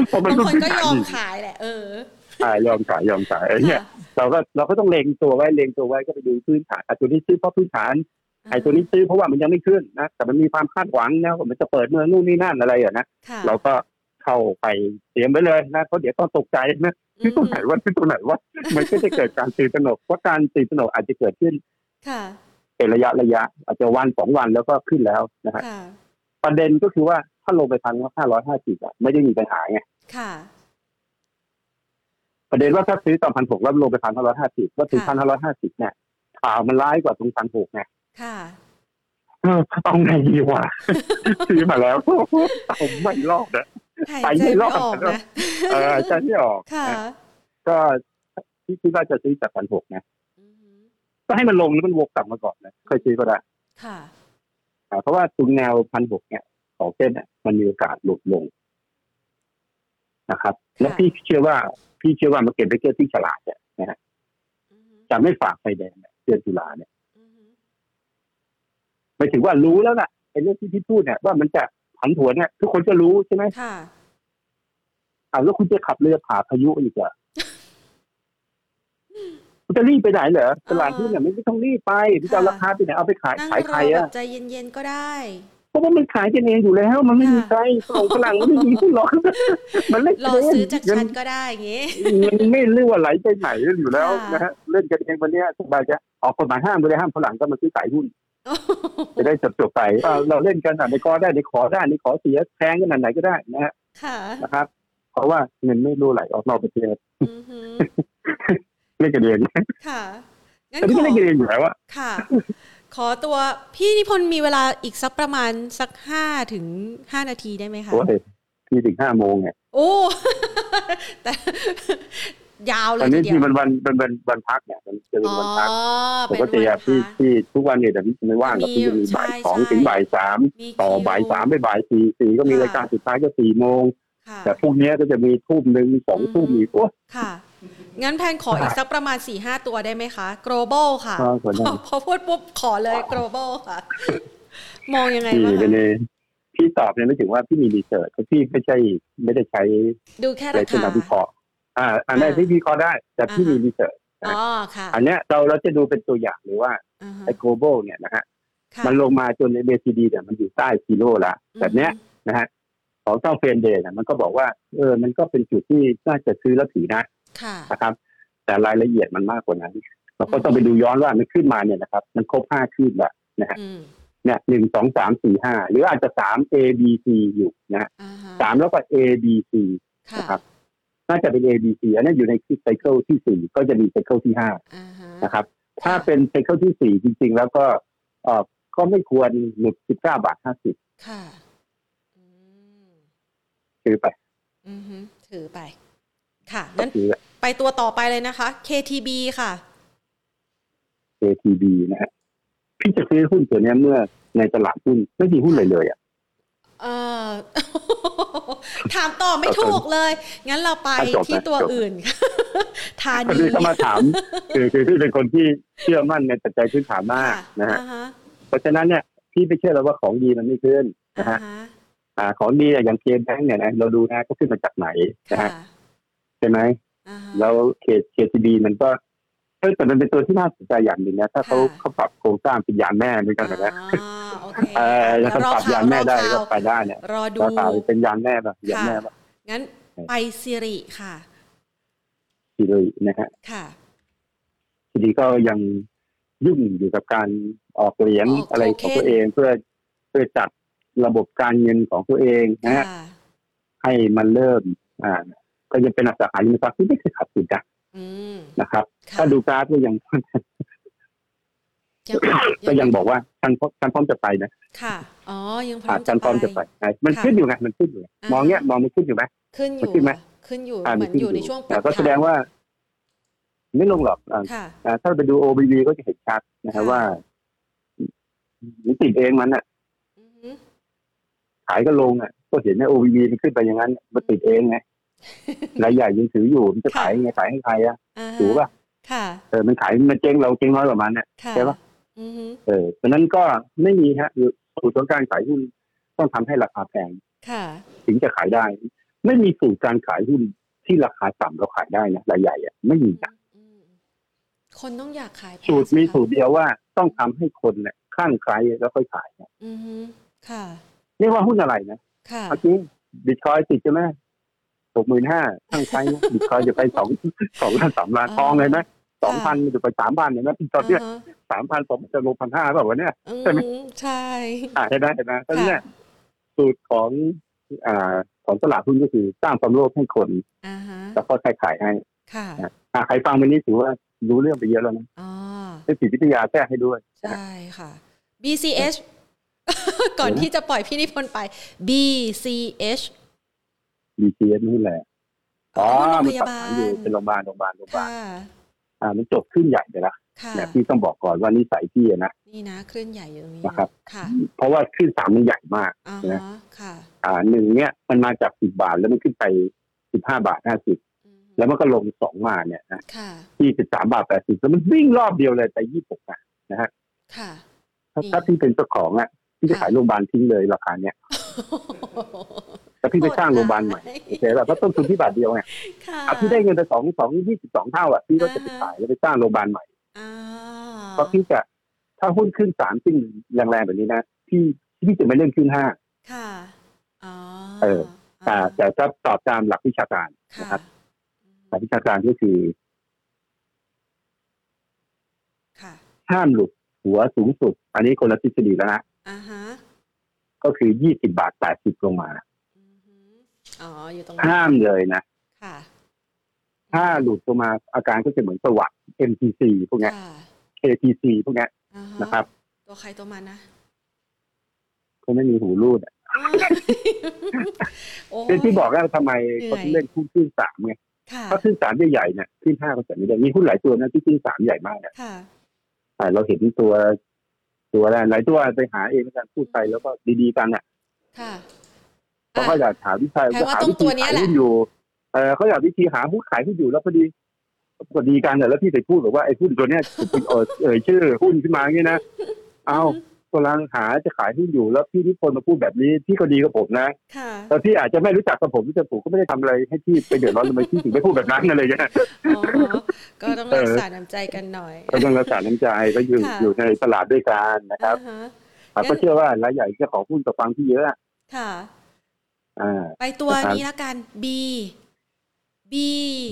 [SPEAKER 2] เพราะมั
[SPEAKER 1] บาน ง
[SPEAKER 2] ก็
[SPEAKER 1] คน
[SPEAKER 2] คือ
[SPEAKER 1] ก็ย
[SPEAKER 2] ขาย
[SPEAKER 1] อม
[SPEAKER 2] ดี
[SPEAKER 1] ขายแหละ เออ
[SPEAKER 2] อ่ายอมขายยอมขายไอ้เนี่ย
[SPEAKER 1] ค่ะ
[SPEAKER 2] เราก็เราก็ต้องเลงตัวไว้เลงตัวไว้ก็ไปดูพื้นฐานอ่ะตัวนี้ซื้อเพราะพื้นฐานไอ้ตัวนี้ซื้อเพราะว่ามันยังไม่ขึ้นนะแต่มันมีความคาดหวังนะว่ามันจะเปิดเมืองนู่นนี่นั่นอะไรอ่ะนะ
[SPEAKER 1] ค่ะ
[SPEAKER 2] เราก็เข้าไปเตรียมไว้เลยนะเพราะเดี๋ยวต้องตกใจนะซื้อตรงไหนว่าซื้อตรงไหนว่ามันก็จะเกิดการตื่นตระหนกว่าะการตื่นตระหนกอาจจะเกิดขึ้น
[SPEAKER 1] ค่ะ
[SPEAKER 2] เป็นระยะระยะอาจจะวันสองวันแล้วก็ขึ้นแล้วนะฮะ
[SPEAKER 1] ค่ะ
[SPEAKER 2] ประเด็นก็คือว่าถ้าลงไปพันห้าร้อยห้าสิบอะไม่ได้มีปัญหาไง
[SPEAKER 1] ค่ะ
[SPEAKER 2] ประเด็นว่าถ้าซื้อตอนพันหกแล้วลงไปพันห้าร้อยห้าสิบก็ถึงพั
[SPEAKER 1] ค่ะ
[SPEAKER 2] นห้าร้อยห้าสิบเนี่ยข่าวมันร้ายกว่าตรงพันหกไง
[SPEAKER 1] ค่ะ
[SPEAKER 2] เออเอาไงดี วะ ซื้อมาแล้ว เอาไม่รอดอะ
[SPEAKER 1] หาย
[SPEAKER 2] ไป
[SPEAKER 1] ใจ
[SPEAKER 2] ไม่ร
[SPEAKER 1] ไม่
[SPEAKER 2] อด
[SPEAKER 1] ออกนะ
[SPEAKER 2] เออจะไม่ออก
[SPEAKER 1] ค่ะ
[SPEAKER 2] นะก็ที่คิดว่าจะซื้อจากพันหกนะ
[SPEAKER 1] อือฮึ
[SPEAKER 2] ก็ให้มันลงแล้วมันวกกลับมาก่อนนะค่อยซื้อก็ได้
[SPEAKER 1] ค่ะ
[SPEAKER 2] อ่าเพราะว่าตรงแนวพันหกเนี่ยของเส้นเนี่ยมันมีโอกาสหลุดลงนะครับ และพี่เชื่อว่าพี่เชื่อว่ามาเก็ตเบเกอร์ที่ฉลาดเนี่ยนะฮะ
[SPEAKER 1] อือฮึ
[SPEAKER 2] จะไม่ฝากไฟแดงเนี่ยเดือนตุลาเนี่ย
[SPEAKER 1] อือฮึ
[SPEAKER 2] หมายถึงว่ารู้แล้วล่ะไอ้เรื่องที่พี่พูดเนี่ยว่ามันจะผันผวนเนี่ยทุกคนก็รู้ใช่ไหม
[SPEAKER 1] ค่ะ
[SPEAKER 2] อ้าวแล้วคุณจะขับเรือผ่าพายุอี กเหรอคุณจะรีบไปไหนเหรอตลาดที่เนี่ยไม่ต้องรีบไปคุณจะเอาราคาไปไหนเอาไปขาย
[SPEAKER 1] นั่ง
[SPEAKER 2] ขาย
[SPEAKER 1] ร
[SPEAKER 2] ใค
[SPEAKER 1] อ
[SPEAKER 2] ร
[SPEAKER 1] แบบ
[SPEAKER 2] อ่ะ
[SPEAKER 1] ใจเย็นๆก็ได้
[SPEAKER 2] เพราะว่ามันขายกันเองอยู่แล้ว มันไม่มีใครส่งฝรั่งมันไม่มีผู้รอง มันเล่น
[SPEAKER 1] รอ
[SPEAKER 2] เง
[SPEAKER 1] ซื้อจากฉัน
[SPEAKER 2] มั
[SPEAKER 1] ก็ได้อย่างงี้
[SPEAKER 2] มันไม่เรื่องว่าไหลไปไหนอยู่แล้วนะฮะเล่นกันเองวันเนี้ยสบายจะออกกฎหมายห้ามไม่ได้ห้ามฝรั่งก็มาซื้อขายหุ้น จะได้จบจบๆไปเอ่อเราเล่นกันอ่ะในกอได้ในขอได้ในขอเสียแพงขนาดไหนก็ได้นะฮะ
[SPEAKER 1] ค่ะ
[SPEAKER 2] นะครับ เพราะว่าเงินไม่รู้ไหลออกนอกประเทศ
[SPEAKER 1] อือฮึ
[SPEAKER 2] เล่นกันเอง
[SPEAKER 1] ค่ะงั้น
[SPEAKER 2] แต่
[SPEAKER 1] ข
[SPEAKER 2] ที่
[SPEAKER 1] อ
[SPEAKER 2] เล่นกันเองอยู่แล้วอะ
[SPEAKER 1] ค่ะ ขอตัวพี่นิพนธ์มีเวลาอีกสักประมาณสักห้าถึงห้านาทีได้ไหมคะ
[SPEAKER 2] โอ้ยที่ถึงห้าโมงเนี่ย
[SPEAKER 1] โอ้ แต่ยาวเล
[SPEAKER 2] ตอย น
[SPEAKER 1] ที
[SPEAKER 2] นี้
[SPEAKER 1] เดีย
[SPEAKER 2] ที่
[SPEAKER 1] ว
[SPEAKER 2] มันวันเป็นวันวันพักเนี่ยมันจะเป็น
[SPEAKER 1] อ๋อ
[SPEAKER 2] วันพักป
[SPEAKER 1] เป็น
[SPEAKER 2] ก
[SPEAKER 1] วัน
[SPEAKER 2] ติอะ
[SPEAKER 1] พั
[SPEAKER 2] ที่
[SPEAKER 1] ก
[SPEAKER 2] ที่ทุกวันเนี่ยแต่พี่ไม่ว่างหรอก
[SPEAKER 1] มี
[SPEAKER 2] พี่จะมี
[SPEAKER 1] ใช่
[SPEAKER 2] บ่ายสอง
[SPEAKER 1] ใช่
[SPEAKER 2] ถึงบ่ายสาม
[SPEAKER 1] มี
[SPEAKER 2] ต่อ
[SPEAKER 1] คิว
[SPEAKER 2] บ่ายสามไปบ่ายสี่สี่ก็มี
[SPEAKER 1] ค่ะ
[SPEAKER 2] รายการสุดท้ายก็สี่โมง
[SPEAKER 1] ค่ะ
[SPEAKER 2] แต่พวกเนี้ยก็จะมีทุ่มหนึ่งสองทุ่ม
[SPEAKER 1] อืม
[SPEAKER 2] อีกโอ้
[SPEAKER 1] ค่ะ งั้นแพนขออีกสักประมาณ4ี่ห้าตัวได้ไหมคะ global ค่ะ
[SPEAKER 2] อ๋อขอได้
[SPEAKER 1] พอพอพูดปุ๊บขอเลย global ค่ะ มองยังไง
[SPEAKER 2] พี่
[SPEAKER 1] บ้าง
[SPEAKER 2] ไป
[SPEAKER 1] คะ
[SPEAKER 2] เลยพี่ตอบเนี่ยไม่ถึงว่าพี่มีรีเสิร์ชเพราะพี่ไม่ใช่ไม่ได้ใช้
[SPEAKER 1] ดูแค่
[SPEAKER 2] อะไร
[SPEAKER 1] รา
[SPEAKER 2] ที่
[SPEAKER 1] คา
[SPEAKER 2] มาวิเคราะห์อ่า อันแรกที่วิเคราะห์ได้ แต่พี่
[SPEAKER 1] อ่าฮะ
[SPEAKER 2] มีรีเสิร์ช
[SPEAKER 1] อ๋อค่ะ
[SPEAKER 2] อันเนี้ยเราเราจะดูเป็นตัวอย่างเลยว่า
[SPEAKER 1] อ่าฮะ
[SPEAKER 2] ไอ้ global เนี่ยนะฮะ
[SPEAKER 1] ค่ะ
[SPEAKER 2] มันลงมาจนใน MACD เนี่ยมันอยู่ใต้กิโลละแบบเนี้ย นะฮะของต้องเฟรนเดย์เนี่ยมันก็บอกว่าเออมันก็เป็นจุดที่น่าจะซื้อแล้วถือนะ
[SPEAKER 1] ค่ะ
[SPEAKER 2] นะครับ แต่รายละเอียดมันมากกว่านั้น เราก็ต้องไปดูย้อนว่ามันขึ้นมาเนี่ยนะครับ มันครบห้าขึ้นละนะฮะ
[SPEAKER 1] อืม
[SPEAKER 2] เนี่ยหนึ่งสองสามสี่ห้าหรืออาจจะสาม A B C อยู่นะฮะ
[SPEAKER 1] อ่าฮะ
[SPEAKER 2] สามแล้วก็ A B C
[SPEAKER 1] ค่ะ
[SPEAKER 2] นะครับ น่าจะเป็น A B C อันนั้นอยู่ในไซเคิลที่สี่ก็จะมีไซเคิลที่ห้า
[SPEAKER 1] อ่าฮะ
[SPEAKER 2] นะครับ ถ้าเป็นไซเคิลที่สี่จริง ๆ แล้วก็เออก็ไม่ควรหลุดสิบเก้าบาทห้าสิบ
[SPEAKER 1] ค่ะอืม
[SPEAKER 2] คือไป
[SPEAKER 1] อือฮึถือไป ค่ะงั้น
[SPEAKER 2] คือ
[SPEAKER 1] ไปตัวต่อไปเลยนะคะ KTB ค่ะ
[SPEAKER 2] JTB นะฮะพี่จะซื้อหุ้นตัวเนี้ยเมื่อในตลาดหุ้นไม่มีหุ้นเลยเลยอ่ะ
[SPEAKER 1] เออ ถามต่อไม่ถูกเลย งั้นเราไป
[SPEAKER 2] อ่ะจบนะ
[SPEAKER 1] ที่ตัว
[SPEAKER 2] จบ
[SPEAKER 1] อื่น ธา
[SPEAKER 2] ก็
[SPEAKER 1] นี
[SPEAKER 2] คือเข้ามา ถาม คือคือพี่เป็นคนที่เชื่อมั่นในปัจจัยพื้นฐานมาก
[SPEAKER 1] ค่ะ
[SPEAKER 2] นะฮะ
[SPEAKER 1] อ่าฮะ
[SPEAKER 2] เพราะฉะนั้นเนี่ยพี่ไม่เชื่อแล้วว่าของดีมันไม่ขึ้น
[SPEAKER 1] อ่า
[SPEAKER 2] นะฮะ
[SPEAKER 1] ฮะ
[SPEAKER 2] อ่าของดีอะอย่างเคมแบงเนี่ยนะเราดูนะก็ขึ้นมาจากไหนนะ
[SPEAKER 1] ค่ะ
[SPEAKER 2] ฮะใช่ไหม
[SPEAKER 1] อ่าฮะ
[SPEAKER 2] แล้วเคเคทีบีมันก็เออแต่มันเป็นตัวที่น่าสนใจอย่างหนึ่งนะถ้าเขา
[SPEAKER 1] ค่ะ
[SPEAKER 2] เขาปรับโครงสร้างเป็นยางแม่เหมือนกันนะ
[SPEAKER 1] อ่าโอเค
[SPEAKER 2] เออ
[SPEAKER 1] เดี๋
[SPEAKER 2] ถ้าเขาปรับยางแม่ได้
[SPEAKER 1] รอข่า
[SPEAKER 2] ก็
[SPEAKER 1] ว
[SPEAKER 2] ไปได้เนี่ย
[SPEAKER 1] รอดู
[SPEAKER 2] ราคาเป็นยางแม่แบบยางแม่แบบ
[SPEAKER 1] งั้นไปสิริค่ะ
[SPEAKER 2] ทีเลยนะฮะ
[SPEAKER 1] ค่ะ
[SPEAKER 2] ทีนี้ก็ยังยุ่งอยู่กับการออกเหรียญ
[SPEAKER 1] ออก
[SPEAKER 2] อะไรของตัว
[SPEAKER 1] โทเค็น
[SPEAKER 2] เองเพื่อเพื่อจัดระบบการเงินของตัวเองนะฮะ
[SPEAKER 1] ค่ะ
[SPEAKER 2] ให้มันเริ่มอ่าก็ยังเป็นอสังหาริมทรัพย์ที่ไม่เคยขาดทุนนะ
[SPEAKER 1] อืม
[SPEAKER 2] นะครับ
[SPEAKER 1] ค่ะ
[SPEAKER 2] ถ้าดูกราฟก็ยัง ก็ยังบอกว่าท่านพร้อมท่านพร้อมจะไปนะ
[SPEAKER 1] ค่ะ อ๋อ ยังพร้อ
[SPEAKER 2] อ่าม ท่านพร้อมจะ
[SPEAKER 1] จะ
[SPEAKER 2] ไป
[SPEAKER 1] ไป
[SPEAKER 2] นะมัน
[SPEAKER 1] ค่ะ
[SPEAKER 2] ขึ้นอยู่ไงมันขึ้นอยู่ไง
[SPEAKER 1] อ่าม ม
[SPEAKER 2] องเนี้ยมองมันขึ้นอยู่ไหม
[SPEAKER 1] ขึ้นอยู่
[SPEAKER 2] ขึ้นไหม
[SPEAKER 1] ขึ้นอยู่
[SPEAKER 2] อ่า
[SPEAKER 1] เหมือน
[SPEAKER 2] ขึ้
[SPEAKER 1] อยู่ในช่วงปรั
[SPEAKER 2] อ่า
[SPEAKER 1] บ
[SPEAKER 2] ก็แสดงว่า ไม่ลงหรอกอ่า
[SPEAKER 1] ค่ะ
[SPEAKER 2] อ่าถ้าไปดู OBV ก็จะเห็นชัดนะฮะ
[SPEAKER 1] ค่ะ
[SPEAKER 2] ว่านิติเองมันอะ
[SPEAKER 1] อือหือ
[SPEAKER 2] ขายก็ลงอ่ะ ก็เห็นนะโอวีบีมันขึ้นไปอย่างนั้นมันติดเอง ไงรายใหญ่ยังถืออยู่มันจะขายยังไงขายให้ใครอ่ะ
[SPEAKER 1] อ่าฮ
[SPEAKER 2] ถูกป่ะ
[SPEAKER 1] ค่ะ
[SPEAKER 2] เออมันขายมันเจ๊งเราเจ๊งน้อยกว่ามันเนี่ย
[SPEAKER 1] ค่ะ
[SPEAKER 2] ใช่ปะ
[SPEAKER 1] อือหือ
[SPEAKER 2] เออฉะนั้นก็ไม่มีฮะคือสูตรของการขายหุ้นต้องทำให้ราคาแพง
[SPEAKER 1] ค่ะ
[SPEAKER 2] ถึงจะขายได้ ไม่มีสูตรการขายหุ้นที่ราคาต่ำเราขายได้นะรายใหญ่อ่ะไม่มีนะ
[SPEAKER 1] อืมคนต้องอยากขายแพง
[SPEAKER 2] สูตร
[SPEAKER 1] สิคะ
[SPEAKER 2] มีสูตรเดียวว่าต้องทำให้คนเนี่ยข้างใครแล้วค่อยขายนะ
[SPEAKER 1] อือหือค่ะ
[SPEAKER 2] เรียกว่าหุ้นอะไรนะ
[SPEAKER 1] ค่ะ
[SPEAKER 2] เมื่อกี้บิตคอยติดใช่ไหมหกหมื่นห้าข้างใครนะบิตคอยจะไปสองสองล้านสามล้านทองเลยนะ สองพันมันจะไปสามพันเนี่ยนะตอนเนี้ย
[SPEAKER 1] อ่าฮะ
[SPEAKER 2] สามพันผมจะลงพันห้าแบบวันเนี้ย
[SPEAKER 1] อื
[SPEAKER 2] ใช่ไหม
[SPEAKER 1] มใช่
[SPEAKER 2] อ่าเห็นไหมเห็นไหมตอนเนี้ยสูตรของอ่าของตลาดหุ้นก็คือสร้างความโลภให้คน
[SPEAKER 1] อ่าฮะ
[SPEAKER 2] แล้วก็ใครขายให้
[SPEAKER 1] ค่ะ
[SPEAKER 2] อ่ะ อ่าใครฟังวันนี้ถือว่ารู้เรื่องไปเยอะแล้วนะ
[SPEAKER 1] อ๋อ
[SPEAKER 2] ได้จิตวิทยาแทรกให้ด้วย
[SPEAKER 1] ใช่ค่ะ BCH ก่อนที่จะปล่อยพี่นิพนธ์ไป BCH
[SPEAKER 2] BTS นี่แหละอ๋อ
[SPEAKER 1] โรง
[SPEAKER 2] มั
[SPEAKER 1] พ
[SPEAKER 2] น
[SPEAKER 1] ยา
[SPEAKER 2] ตัด
[SPEAKER 1] บา
[SPEAKER 2] ขา
[SPEAKER 1] ล
[SPEAKER 2] ยอยู่เป็นโรงพยาบาลโรงพยาบาลโรงพยาบา
[SPEAKER 1] ค่ะ
[SPEAKER 2] ลอ่ามันจบขึ้นใหญ่เลยนะ
[SPEAKER 1] ค่ะ
[SPEAKER 2] เนี่ยพี่ต้องบอกก่อนว่านิสัยพี่อะนะ
[SPEAKER 1] นี่นะคลื่นใหญ่อยู่ตรงนี้
[SPEAKER 2] นะครับ
[SPEAKER 1] ค่ะ
[SPEAKER 2] เพราะว่าขึ้นสามมันใหญ่มาก
[SPEAKER 1] อ่า
[SPEAKER 2] นะ
[SPEAKER 1] ฮะค่ะ
[SPEAKER 2] อ่าหนึ่งเนี่ยมันมาจากสิบบาทแล้วมันขึ้นไปสิบห้าบาทห้าสิบ
[SPEAKER 1] อืม
[SPEAKER 2] แล้วมันก็ลงสองมาเนี่ยนะ
[SPEAKER 1] ค่ะ
[SPEAKER 2] ยี่สิบสามบาทแปดสิบแล้วมันวิ่งรอบเดียวเลยไปยี่สิบอะ
[SPEAKER 1] ค่ะ
[SPEAKER 2] ถ้า
[SPEAKER 1] อืม
[SPEAKER 2] ถ้าพี่เป็นเจ้าของอะพี่จะขายโรงพยาบาลทิ้งเลยราคาเนี้ยแล้วพี่ไปสร้างโรงพยาบาลใหม่โอเคแล้วเพราะต้นทุนที่บาทเดียวไง
[SPEAKER 1] ค่ะ
[SPEAKER 2] อ่ะพี่ได้เงินไปสองสองยี่สิบสองเท่าอะพี่ก็จะไปขายแล้วไปสร้างโรงพยาบาลใหม่
[SPEAKER 1] อ่า
[SPEAKER 2] เพราะพี่จะถ้าหุ้นขึ้นสามขึ้นแรงๆแบบนี้นะพี่พี่จะไม่เล่นขึ้นห้า
[SPEAKER 1] ค่ะอ๋อ
[SPEAKER 2] เออ แต่แต่ถ้าตอบตามหลักวิชาการ
[SPEAKER 1] ค่ะ
[SPEAKER 2] นะครับหลักวิชาการก็คือ
[SPEAKER 1] ค่ะ
[SPEAKER 2] ห้ามหลุดหัวสูงสุด อันนี้คนละทฤษฎีแล้วนะ
[SPEAKER 1] อ่าฮะ
[SPEAKER 2] ก็คือยี่สิบาทแปดสิบลงมา
[SPEAKER 1] อือหืออ๋ออยู่ตรงนี้
[SPEAKER 2] ห้ามเลยนะ
[SPEAKER 1] ค่ะ
[SPEAKER 2] ถ้าหลุดลงมาอาการก็จะเหมือนสวัสด์ MTC พวกเนี้ย
[SPEAKER 1] ค่ะ
[SPEAKER 2] KTC พวกเนี้ย
[SPEAKER 1] อ่าฮ
[SPEAKER 2] นะครับ
[SPEAKER 1] ตัวใครตัวมันนะ
[SPEAKER 2] ก็ไม่มีหูรูดอะ
[SPEAKER 1] โอ้ย
[SPEAKER 2] เป็นที่บอกแล้วทำไมเขาถึง
[SPEAKER 1] เหนื่อย
[SPEAKER 2] เล่นหุ้นขึ้นสามไง
[SPEAKER 1] ค่ะ
[SPEAKER 2] เพราะขึ้นสามใหญ่ๆเนี่ยขึ้นห้าก็จะไม่ได้มีหุ้นหลายตัวนะที่ขึ้นสามใหญ่มากเนี่ย
[SPEAKER 1] ค่ะ
[SPEAKER 2] แต่เราเห็นตัวตัวอะไรหลายตัวไปหาเองแล้วกันพูดไปแล้วก็ดีๆกันเนี่ย
[SPEAKER 1] ค่ะ
[SPEAKER 2] เขาก็
[SPEAKER 1] อ่ะ
[SPEAKER 2] อยากหาวิธี
[SPEAKER 1] แปลว่า
[SPEAKER 2] หา
[SPEAKER 1] ต้อง
[SPEAKER 2] วิ
[SPEAKER 1] ตั
[SPEAKER 2] ธี
[SPEAKER 1] วเนี้ย
[SPEAKER 2] ขาย
[SPEAKER 1] แหละ
[SPEAKER 2] หุ้นอยู่เออเขาอยากวิธีหาหุ้นขายหุ้นอยู่แล้วพอดี สวัสดีกันแต่แล้วพี่ไปพูดบอกว่าไอ้หุ้นตัวเนี้ยเอ่อเอ่ยชื่อหุ้นขึ้นมาอย่างนี้นะเอากำลังหาจะขายหุ้นอยู่แล้วพี่นิพนธ์มาพูดแบบนี้พี่ก็ดีกับผมนะ
[SPEAKER 1] ค่ะ
[SPEAKER 2] แล้วพี่อาจจะไม่รู้จักกับผมที่จะผมก็ไม่ได้ทำอะไรให้พี่ไปเดือดร้อนทำไมพี่ถึงไม่พูดแบบนั้นอะไรอย่างเงี้ย
[SPEAKER 1] อ๋อก็ต้องรัก
[SPEAKER 2] เออ
[SPEAKER 1] ษาน้ำใจกันหน่อย
[SPEAKER 2] ก็ต้องรักษาน้ำใจก็อยู่
[SPEAKER 1] ค่ะ
[SPEAKER 2] อยู่ในตลาดด้วยกันนะครับ
[SPEAKER 1] อ่าฮะ
[SPEAKER 2] ครั
[SPEAKER 1] งั้
[SPEAKER 2] บ
[SPEAKER 1] น
[SPEAKER 2] ก็เชื่อว่ารายใหญ่เจ้าของหุ้นกับฟังที่เยอะอะ
[SPEAKER 1] ค่ะ
[SPEAKER 2] อ่า
[SPEAKER 1] ไปตัวนี้ละกัน B B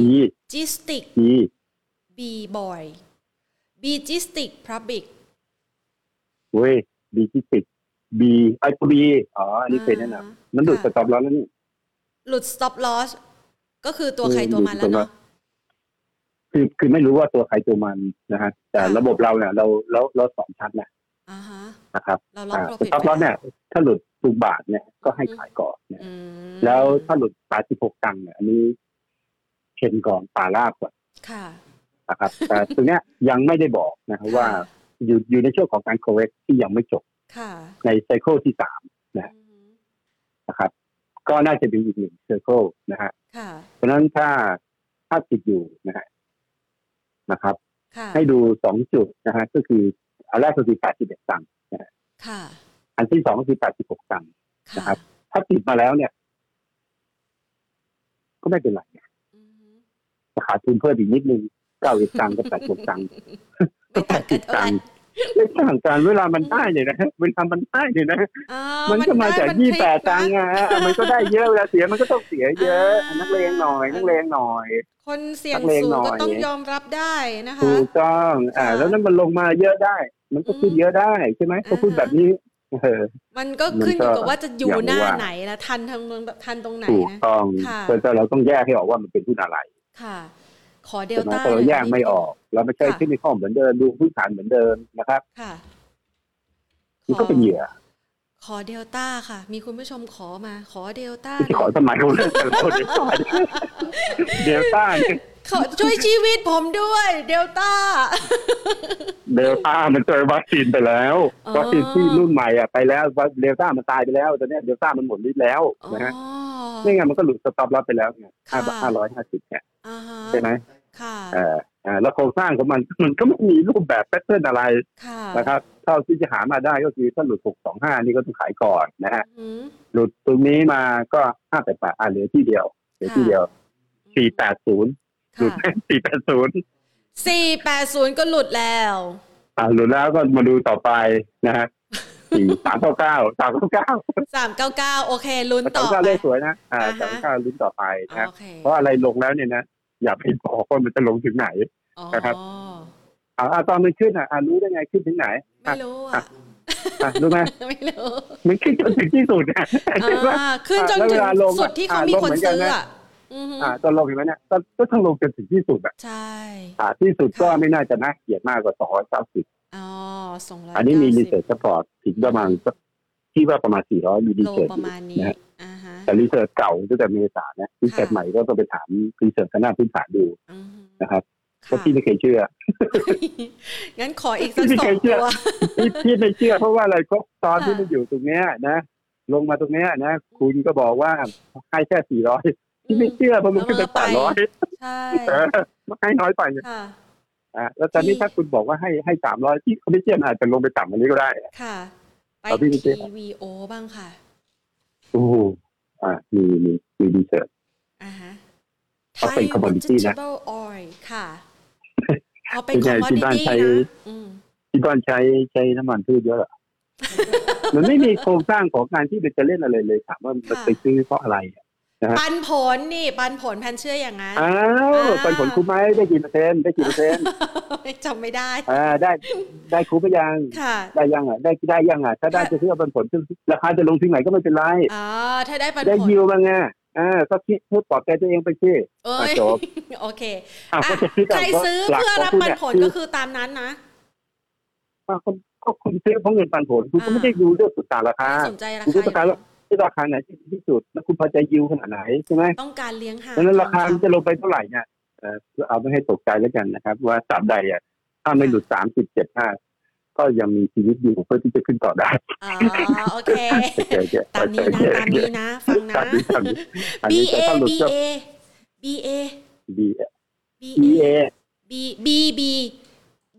[SPEAKER 2] ดี
[SPEAKER 1] Gistic
[SPEAKER 2] ดี
[SPEAKER 1] B Boy B Gistic Public
[SPEAKER 2] เว้ยบีที่ติดบีไอ้บีอ๋ออันนี้เคยแนะนำมันดูดสต็อปแล้วแล้วนี่
[SPEAKER 1] หลุด stop loss ก็คือตัว
[SPEAKER 2] อืม
[SPEAKER 1] ใครตัวมันแล้ว
[SPEAKER 2] หลุด stop
[SPEAKER 1] เนาะ
[SPEAKER 2] คือคือไม่รู้ว่าตัวใครตัวมันนะฮะแต่
[SPEAKER 1] ค่ะ
[SPEAKER 2] ระบบเราเนี่ยเราเราเราสอนชัดนะ
[SPEAKER 1] อ่าฮะ
[SPEAKER 2] นะครับ
[SPEAKER 1] เราล็อก
[SPEAKER 2] ส
[SPEAKER 1] profit
[SPEAKER 2] ต็อปลอส
[SPEAKER 1] ไว้
[SPEAKER 2] เนี่ยถ้าหลุดทุกบาทเนี่ยก็ให้ขายก่อนนะ
[SPEAKER 1] อืม
[SPEAKER 2] แล้วถ้าหลุดสาสิบหกตังค์เนี่ยอันนี้เข็นก่อนป่าลาบก่อน
[SPEAKER 1] ค่ะ
[SPEAKER 2] นะครับ แต่ตรงเนี้ยยังไม่ได้บอกนะครับว่า
[SPEAKER 1] ค่ะ
[SPEAKER 2] อยู่อยู่ในช่วงของการ correct ที่ยังไม่จบ
[SPEAKER 1] ค่ะ
[SPEAKER 2] ในไซเคิลที่สาม
[SPEAKER 1] อืม
[SPEAKER 2] นะครับ ก็น่าจะเป็นอีกหนึ่งไซเคิลนะฮะ
[SPEAKER 1] ค่ะ
[SPEAKER 2] เพราะฉะนั้นถ้าถ้าติดอยู่นะฮะนะครับ
[SPEAKER 1] ค่ะ
[SPEAKER 2] ให้ดูสองจุดนะฮะก็คืออันแรกก็คือ81ตังค์
[SPEAKER 1] ค่ะ
[SPEAKER 2] อันที่สองก็คือ86ตังค์ นะค
[SPEAKER 1] ค่ะ
[SPEAKER 2] รับ ถ้าติดมาแล้วเนี่ย ก็ไม่เป็นไรนะ
[SPEAKER 1] อืม
[SPEAKER 2] ขาดทุนเพิ่มอีกนิดนึง90ตังค์กับ86ตังค์
[SPEAKER 1] ไม่ต่างกันเท่าไหร่
[SPEAKER 2] ไม่ต่างกันเวลามันได้เนี่ยนะฮะเวลามันได้เนี่ยนะฮะ
[SPEAKER 1] อ้า
[SPEAKER 2] มันก็มาจาก
[SPEAKER 1] ได้น
[SPEAKER 2] ยี่
[SPEAKER 1] พลิ
[SPEAKER 2] แปด
[SPEAKER 1] นะ
[SPEAKER 2] ตังค์อะฮะมันก็ได้เยอะเวลาเสียมันก็ต้องเสียเยอะ
[SPEAKER 1] อ่านั
[SPEAKER 2] นักเลงหน่อยนักเลงหน่อย
[SPEAKER 1] คนเสี่ยง
[SPEAKER 2] นักเลง
[SPEAKER 1] สูง
[SPEAKER 2] หน่อย
[SPEAKER 1] ก็ต้องยอมรับได้นะคะ
[SPEAKER 2] ถูกต้องอ่า
[SPEAKER 1] ค่ะ
[SPEAKER 2] แล้วนั้นมันลงมาเยอะได้ มันก็ขึ้น
[SPEAKER 1] อืม
[SPEAKER 2] เยอะได้ใช่ไหมก็พูด
[SPEAKER 1] อ่าฮะ
[SPEAKER 2] แบบนี้เออ
[SPEAKER 1] มันก็ขึ้นอยู่กับว่าจะอยู่
[SPEAKER 2] อย่าง
[SPEAKER 1] หน้า
[SPEAKER 2] ว่า
[SPEAKER 1] ไหนนะทันทางเมืองทันตรงไหน
[SPEAKER 2] ถูก
[SPEAKER 1] นะ
[SPEAKER 2] ต้อง
[SPEAKER 1] ค่ะ
[SPEAKER 2] แต่เราต้องแยกให้ออกว่ามันเป็นหุ้นอะไร
[SPEAKER 1] ค่ะ ขอเดล
[SPEAKER 2] ใช่ไหม
[SPEAKER 1] ต้า
[SPEAKER 2] ถ้าเราแยกไม่ออก เราไม่ใช่ที่มีข้อเหมือนเดิมดูพื้นฐานเหมือนเดิมนะครับ
[SPEAKER 1] ค่ะ
[SPEAKER 2] มันก็เป็นเหยื่อ
[SPEAKER 1] ขอเดลต้าค่ะ มีคุณผู้ชมขอมา ขอเดลต้า
[SPEAKER 2] ที่ขอสมัยเราเรื่องกันเราเดลต้าเดลต้าเนี่ย
[SPEAKER 1] ขอช่วยชีวิตผมด้วยเดลต้า
[SPEAKER 2] เดลต้ามันเจอวัคซีนไปแล้ว
[SPEAKER 1] อ๋อ
[SPEAKER 2] วัคซีนที่รุ่นใหม่อ่ะไปแล้ววัคเดลต้ามันตายไปแล้วตอนเนี้ยเดลต้ามันหมดฤทธิ์แล้ว
[SPEAKER 1] อ๋อ
[SPEAKER 2] นะฮะไม่งั้นมันก็หลุดสต็อปลอสไปแล้วไง
[SPEAKER 1] ค่ะ
[SPEAKER 2] ห้าร้อยห้าสิบเนี่ย
[SPEAKER 1] อ่าฮะ
[SPEAKER 2] ใช่ไหม
[SPEAKER 1] ค่ะ
[SPEAKER 2] เอ่อเอ่อแล้วโครงสร้างของมัน มันก็ไม่มีรูปแบบแพทเทิร์นอะไร
[SPEAKER 1] ค่ะ
[SPEAKER 2] นะครับ เท่าที่จะหามาได้ก็คือถ้าหลุด 625 นี่ก็ต้องขายก่อนนะฮะ
[SPEAKER 1] อืม
[SPEAKER 2] หลุดตรงนี้มาก็588อ่ะเหลือที่เดียว เหลือที่เดียว 480 หลุด
[SPEAKER 1] ค่ะ
[SPEAKER 2] 480
[SPEAKER 1] สี่แปดศูนย์ก็หลุดแล้ว
[SPEAKER 2] อ่ะหลุดแล้วก็มาดูต่อไปนะ ฮะ4 399 399
[SPEAKER 1] สามเก้าเก้าโอเคลุ้นต่อ
[SPEAKER 2] 399
[SPEAKER 1] ไป
[SPEAKER 2] เลขสวยนะ อ่า
[SPEAKER 1] อ่าฮะ
[SPEAKER 2] 399ลุ้นต่อไปนะฮะ
[SPEAKER 1] โอเค
[SPEAKER 2] เพราะอะไรลงแล้วเนี่ยนะ อย่าไปบอกว่ามันจะลงถึงไหน
[SPEAKER 1] อ๋อ
[SPEAKER 2] นะครับ อ่าอ่ะตอนมันขึ้นอ่ะอ่ะรู้ได้ไงขึ้นถึงไหน
[SPEAKER 1] ไม่รู้อ่ะ
[SPEAKER 2] อ่ะรู้ไหม
[SPEAKER 1] ไม่รู้
[SPEAKER 2] มันขึ้นจนถึงที่สุดนะเห็นปะ
[SPEAKER 1] อ่าขึ้นจน
[SPEAKER 2] แล้ว
[SPEAKER 1] ถึ
[SPEAKER 2] เว
[SPEAKER 1] ง
[SPEAKER 2] ลาลงอะ
[SPEAKER 1] สุดที่เขา
[SPEAKER 2] อ่ามี
[SPEAKER 1] มีคนซื้อ
[SPEAKER 2] ลงเหมือนกัน
[SPEAKER 1] อ่ะ
[SPEAKER 2] นะ
[SPEAKER 1] อือฮึ
[SPEAKER 2] อ่าตอนลงเห็นไหมเนี่ยก็ก็ต้องลงจนถึงที่สุดอะ
[SPEAKER 1] ใช่
[SPEAKER 2] อ่าที่สุดก็ไม่น่าจะน่าเกลียดมากกว่า 290
[SPEAKER 1] อ๋อสองร้อย
[SPEAKER 2] อันนี้มีรี
[SPEAKER 1] เก้าสิบ
[SPEAKER 2] เสิร์ชสปอร์ตถึงประมาณสักที่ว่าประมาณ 400 มีรี
[SPEAKER 1] โล
[SPEAKER 2] เสิร์ช
[SPEAKER 1] ประมาณนี้อ่าฮะ
[SPEAKER 2] แต่รีเสิร์ชเก่าตั้งแต่เมษาเนี่ยรีเสิร์ช
[SPEAKER 1] ค่ะ
[SPEAKER 2] ใหม่ก็ต้องไปถามรีเสิร์ชคณะพื้นฐานดู
[SPEAKER 1] อือฮึ
[SPEAKER 2] นะครับเพ
[SPEAKER 1] ค่ะ
[SPEAKER 2] ราะพี่ไม่เคยเชื่ อ
[SPEAKER 1] งั้นขออีกสัก
[SPEAKER 2] พี่
[SPEAKER 1] สอ
[SPEAKER 2] เค
[SPEAKER 1] ง
[SPEAKER 2] ยเชื่
[SPEAKER 1] ตั
[SPEAKER 2] อ
[SPEAKER 1] ว
[SPEAKER 2] พี่พี่ไม่เชื่อเพราะว่าอะไรก็ตอนที่
[SPEAKER 1] ค่ะ
[SPEAKER 2] มันอยู่ตรงเนี้ยนะ ลงมาตรงเนี้ยนะ คุณก็บอกว่าให้แค่ 400พี่ไม่เชื่อเพราะมันขึ้นไป800
[SPEAKER 1] ใช่
[SPEAKER 2] เออให้น้อยไป
[SPEAKER 1] ค่ะ
[SPEAKER 2] อ่ะแล้วตอนนี้
[SPEAKER 1] ที่
[SPEAKER 2] ถ้าคุณบอกว่าให้ให้สามร้อยที่เขาไม่เชื่ออาจจะลงไปต่ำกว่านี้ก็ได้
[SPEAKER 1] ค่ะ ไป
[SPEAKER 2] เอาพี่ไปเจอ
[SPEAKER 1] TVO บ้างค่ะ
[SPEAKER 2] โอ้โหอ่ะมีมีมีดีเซล
[SPEAKER 1] อ่าฮะ
[SPEAKER 2] เอาเป็น commodity นะ
[SPEAKER 1] Vegetable Oil ค่ะเอาเป็นค
[SPEAKER 2] เป็นไง
[SPEAKER 1] อมมอ
[SPEAKER 2] ที่
[SPEAKER 1] ดิ
[SPEAKER 2] บ้า
[SPEAKER 1] ตี้
[SPEAKER 2] นใช้
[SPEAKER 1] นะอืม
[SPEAKER 2] ที่บ้านใช้ใช้น้ำมันพืชเยอะเหรอ มันไม่มีโครงสร้างของการที่มันจะเล่นอะไรเลยถามว่ามัน
[SPEAKER 1] ค่ะ
[SPEAKER 2] ไปซื้อเพราะอะไร
[SPEAKER 1] ปันผลนี่ ปันผลแพนเชื่ออย่างนั้น
[SPEAKER 2] อ้าว
[SPEAKER 1] อ่า
[SPEAKER 2] ปันผลคุ้มไหมได้กี่เปอร์เซ็นต์ได้กี่เปอร์เซ็นต์
[SPEAKER 1] จำไม่ได้
[SPEAKER 2] อ่าได้ได้คุ้มไปยัง
[SPEAKER 1] ค่ะ
[SPEAKER 2] ได้ยังอ่ะได้ได้ยังอ่ะถ้าได้จะซื้อเอาปันผลซึ่งราคาจะลงที่ไหนก็ไม่เป็นไร
[SPEAKER 1] อ๋อ ถ้าได้ปัน
[SPEAKER 2] ได้
[SPEAKER 1] ผล
[SPEAKER 2] ยิวบ้างไงอ่าก็คิดพูดปลอบใจตัวเองไปสิ
[SPEAKER 1] เอ้
[SPEAKER 2] อ่ะ
[SPEAKER 1] ย
[SPEAKER 2] จบ
[SPEAKER 1] โอเค
[SPEAKER 2] อ่ะ
[SPEAKER 1] อ่ะ
[SPEAKER 2] ก็จะคิด
[SPEAKER 1] ใคร
[SPEAKER 2] เอาว่า
[SPEAKER 1] ซื้อ
[SPEAKER 2] หลัก
[SPEAKER 1] เพื่อ
[SPEAKER 2] ขง
[SPEAKER 1] รับปัน
[SPEAKER 2] คุณเย
[SPEAKER 1] ผล
[SPEAKER 2] คือ
[SPEAKER 1] ก็คือตามนั้นนะ
[SPEAKER 2] อ่ะก็ก็คุณซื้อเพราะเงินปันผลคุณก็
[SPEAKER 1] อ่า
[SPEAKER 2] ไม่ได้ดูเรื่องสุดตางราคา
[SPEAKER 1] ไม่สนใจรา
[SPEAKER 2] คุณก็ต้อง
[SPEAKER 1] คา
[SPEAKER 2] การว่าที่ราคาไหนที่สุดแล้วคุณพอใจยิวขนาดไหนใช่ไหม
[SPEAKER 1] ต้องการเลี้ยงห่า
[SPEAKER 2] ดังนั้นราคามันจะลงไปเท่าไหร่เนี่ยเอ่อเอาไม่ให้ตกใจแล้วกันนะครับ ว่าสามใดอ่ะถ้าไม่หลุดสามสิบเจ็ดห้าก็ยังมีชีวิตอยู่เพื่อที่จะขึ้นต่อได้
[SPEAKER 1] อ๋อ โอเค
[SPEAKER 2] โอเคโอเค
[SPEAKER 1] ตามนี้นะ ตามนี้นะ ฟังนะ
[SPEAKER 2] ตามนี้ตามนี้
[SPEAKER 1] B A
[SPEAKER 2] อันนี้ถ้าหลุ
[SPEAKER 1] B
[SPEAKER 2] ดก็
[SPEAKER 1] A B A
[SPEAKER 2] B
[SPEAKER 1] B A
[SPEAKER 2] EA
[SPEAKER 1] B B B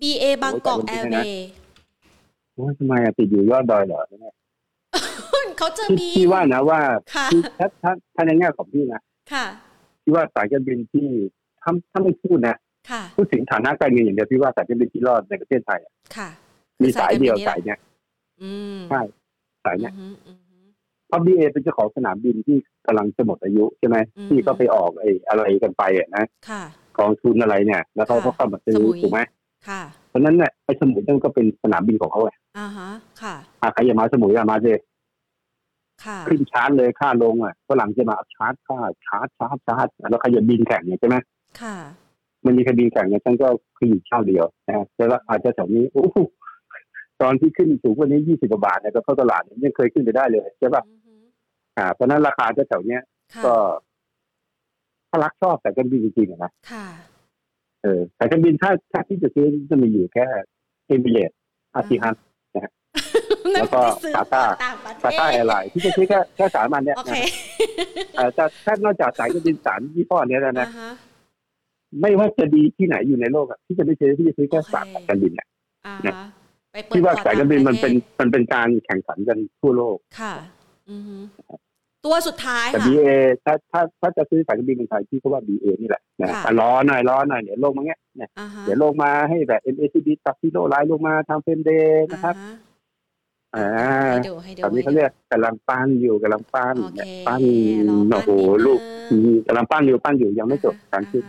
[SPEAKER 1] B A บางกอกแอร์เวย์
[SPEAKER 2] ว่าทำไมอะติดอยู่ยอดดอยเหรอเนี่ย
[SPEAKER 1] เขาจะมี
[SPEAKER 2] พี่ว่านะว่า
[SPEAKER 1] ค่ะ
[SPEAKER 2] คือถ้าถ้าถ้าในแง่ของพี่นะ
[SPEAKER 1] ค่ะ
[SPEAKER 2] พี่ว่าสายการบินที่ถ้าถ้าไม่พูดนะ
[SPEAKER 1] ค่ะ
[SPEAKER 2] พูดถึงฐานะการเงินอย่างเดียวพี่ว่าสายการบินที่รอดในประเทศไทยอะ
[SPEAKER 1] ค่ะ
[SPEAKER 2] มีสายเดียว
[SPEAKER 1] คือ
[SPEAKER 2] สายเนี้ย
[SPEAKER 1] อืม
[SPEAKER 2] ใช่สายเนี้ย
[SPEAKER 1] อืมอืมอืม
[SPEAKER 2] เพราะบีเอเป็นเจ้าของสนามบินที่กำลังจะหมดอายุใช่ไหม
[SPEAKER 1] อืม
[SPEAKER 2] ที่ก็ไปออกไอ้อะไรกันไปอะนะ
[SPEAKER 1] ค่ะ
[SPEAKER 2] กองทุนอะไรเนี่ย แล้วเขา
[SPEAKER 1] ค่ะ
[SPEAKER 2] ก็เข้ามาซื้อ
[SPEAKER 1] สมุย
[SPEAKER 2] ถูกไหม
[SPEAKER 1] ค่ะ
[SPEAKER 2] เพราะฉะนั้นเนี่ยไอ้สมุยนั่นก็เป็นสนามบินของเขาไง
[SPEAKER 1] อ่าฮะ ค่ะ
[SPEAKER 2] อะใครอยากมาสมุยอะมาเลย
[SPEAKER 1] ค่ะ
[SPEAKER 2] ขึ้นชาร์จเลยค่าลงอ่ะฝรั่งจะมาเอาชาร์จค่าชาร์จชาร์จชาร์จแล้วใครจะบินแข่งเนี่ยใช่ไหม
[SPEAKER 1] ค่ะ
[SPEAKER 2] มันมีใครบินแข่งเนี่ยท่านก็คืออยู่เช่าเดียวนะฮะแล้วอาจจะแถวนี้โอ้โหตอนที่ขึ้นสูงกว่านี้ยี่สิบกว่าบาทเนี่ยก็เข้าตลาดเนี่ยยังเคยขึ้นไปได้เลยใช่ป่ะ
[SPEAKER 1] อือฮึ
[SPEAKER 2] อ่าเพราะฉะนั้นราคาจะแถวเนี้ย
[SPEAKER 1] ค่ะ
[SPEAKER 2] ก็ถ้ารักชอบแต่กันบินจริงๆอะนะ
[SPEAKER 1] ค่ะ
[SPEAKER 2] เออแต่กันบินถ้าถ้าที่จะซื้อจะมีอยู่แค่เอมิเรตอาซิฮัน
[SPEAKER 1] นั่น
[SPEAKER 2] แล้วก็
[SPEAKER 1] ไปซื้อ
[SPEAKER 2] Tata
[SPEAKER 1] ต่างประเท
[SPEAKER 2] กาตาร์แอ
[SPEAKER 1] ศ
[SPEAKER 2] ร์ไลน์ที่จะซื้อแค่แค่สามอันเนี่ย
[SPEAKER 1] โอ
[SPEAKER 2] นะ
[SPEAKER 1] เค
[SPEAKER 2] เออแต่ถ้านอกจากสายการบินสามยี่ห้อเนี้ยแล้วนะ
[SPEAKER 1] อ่าฮะ
[SPEAKER 2] ไม่ว่าจะดีที่ไหนอยู่ในโลกอะที่จะไม่ซื้อที่จะซื้อแค่
[SPEAKER 1] โอเค
[SPEAKER 2] สายการบินอะ
[SPEAKER 1] อ่าฮะไปเปิด
[SPEAKER 2] ที่ว่า
[SPEAKER 1] ต่อ
[SPEAKER 2] สายการบินมันเป็น
[SPEAKER 1] ต่างระทศ
[SPEAKER 2] มันเป็นการแข่งขันกันทั่วโลก
[SPEAKER 1] ค่ะ อือฮึตัวสุดท้าย
[SPEAKER 2] แต่
[SPEAKER 1] ค่ะ
[SPEAKER 2] BA ถ้าถ้าถ้าจะซื้อสายการบินเป็นไทยที่เขาว่า BA นี่แหละนะ
[SPEAKER 1] ค่ะ
[SPEAKER 2] อ่ะล้อหน่อยล้อหน่อยเดี๋ยวลงมาเงี้ยเนี่ย
[SPEAKER 1] อ่าฮะ
[SPEAKER 2] เดี๋ยวลงมาให้แบบ MACD ตัดซิโลไลน์ลงมาทำเฟรมเดย์
[SPEAKER 1] อ่า
[SPEAKER 2] นะครับ
[SPEAKER 1] ฮะ
[SPEAKER 2] อ่า
[SPEAKER 1] ให้ดูให้ดู
[SPEAKER 2] ตอนนี้เขา
[SPEAKER 1] ให้ดู
[SPEAKER 2] เรียกกำลังปั้นอยู่กำลังปั้น
[SPEAKER 1] โอเค
[SPEAKER 2] เนี่ยปั้น
[SPEAKER 1] รอปั้น
[SPEAKER 2] โอ้โห
[SPEAKER 1] นิดนึง
[SPEAKER 2] ลูกกำลังปั้นอยู่ปั้นอยู่ยังไม่จบ
[SPEAKER 1] อ่ฮะ
[SPEAKER 2] การขึ้น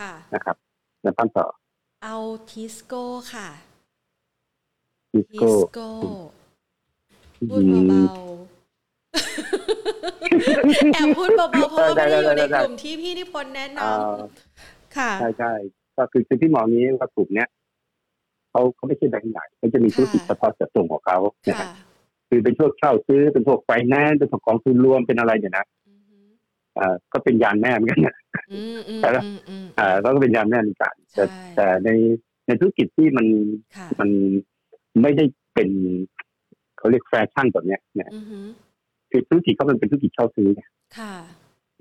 [SPEAKER 1] อ่ฮะค่ะ
[SPEAKER 2] นะครับกำลังปั้นต่อ
[SPEAKER 1] เอาทิสโก้ค่ะ
[SPEAKER 2] ดิส
[SPEAKER 1] ทิ
[SPEAKER 2] โก้
[SPEAKER 1] สโก้พูดเบาๆแอบพูดเบาๆเพราะว่าไม่ได้อยู่ในกลุ่มที่พี่นิพนธ์แนะน
[SPEAKER 2] อ่า
[SPEAKER 1] ำค่ะ
[SPEAKER 2] ใช่ใช่ก็คือคือที่มองนี้ว่ากลุ่มเนี้ยเขาเขาไม่ใช่แบงก์ใหญ่เขาจะมีธุรกิจ
[SPEAKER 1] ค่ะ
[SPEAKER 2] เฉพาะเจาะจงของเขานะ
[SPEAKER 1] ค่ะ
[SPEAKER 2] ฮะคือเป็นพวกเช่าซื้อเป็นพวกไฟแนนซ์เป็นพวกกองทุนรวมเป็นอะไรเนี่ยนะ
[SPEAKER 1] อือฮึ
[SPEAKER 2] เอ่อก็เป็นยานแม่เหมือนกันนะ
[SPEAKER 1] อืมอืม
[SPEAKER 2] แต่ละ
[SPEAKER 1] อืมอืม
[SPEAKER 2] เอ่อแล้วก็เป็นยานแม่เหมือนกัน
[SPEAKER 1] ใช่
[SPEAKER 2] แต่แต่ในในธุรกิจที่มัน
[SPEAKER 1] ค่ะ
[SPEAKER 2] มันไม่ได้เป็นเขาเรียกแฟชั่นแบบเนี้ยนะ
[SPEAKER 1] อือฮึ
[SPEAKER 2] คือธุรกิจเขามันเป็นธุรกิจเช่าซื้อไง
[SPEAKER 1] ค่ะ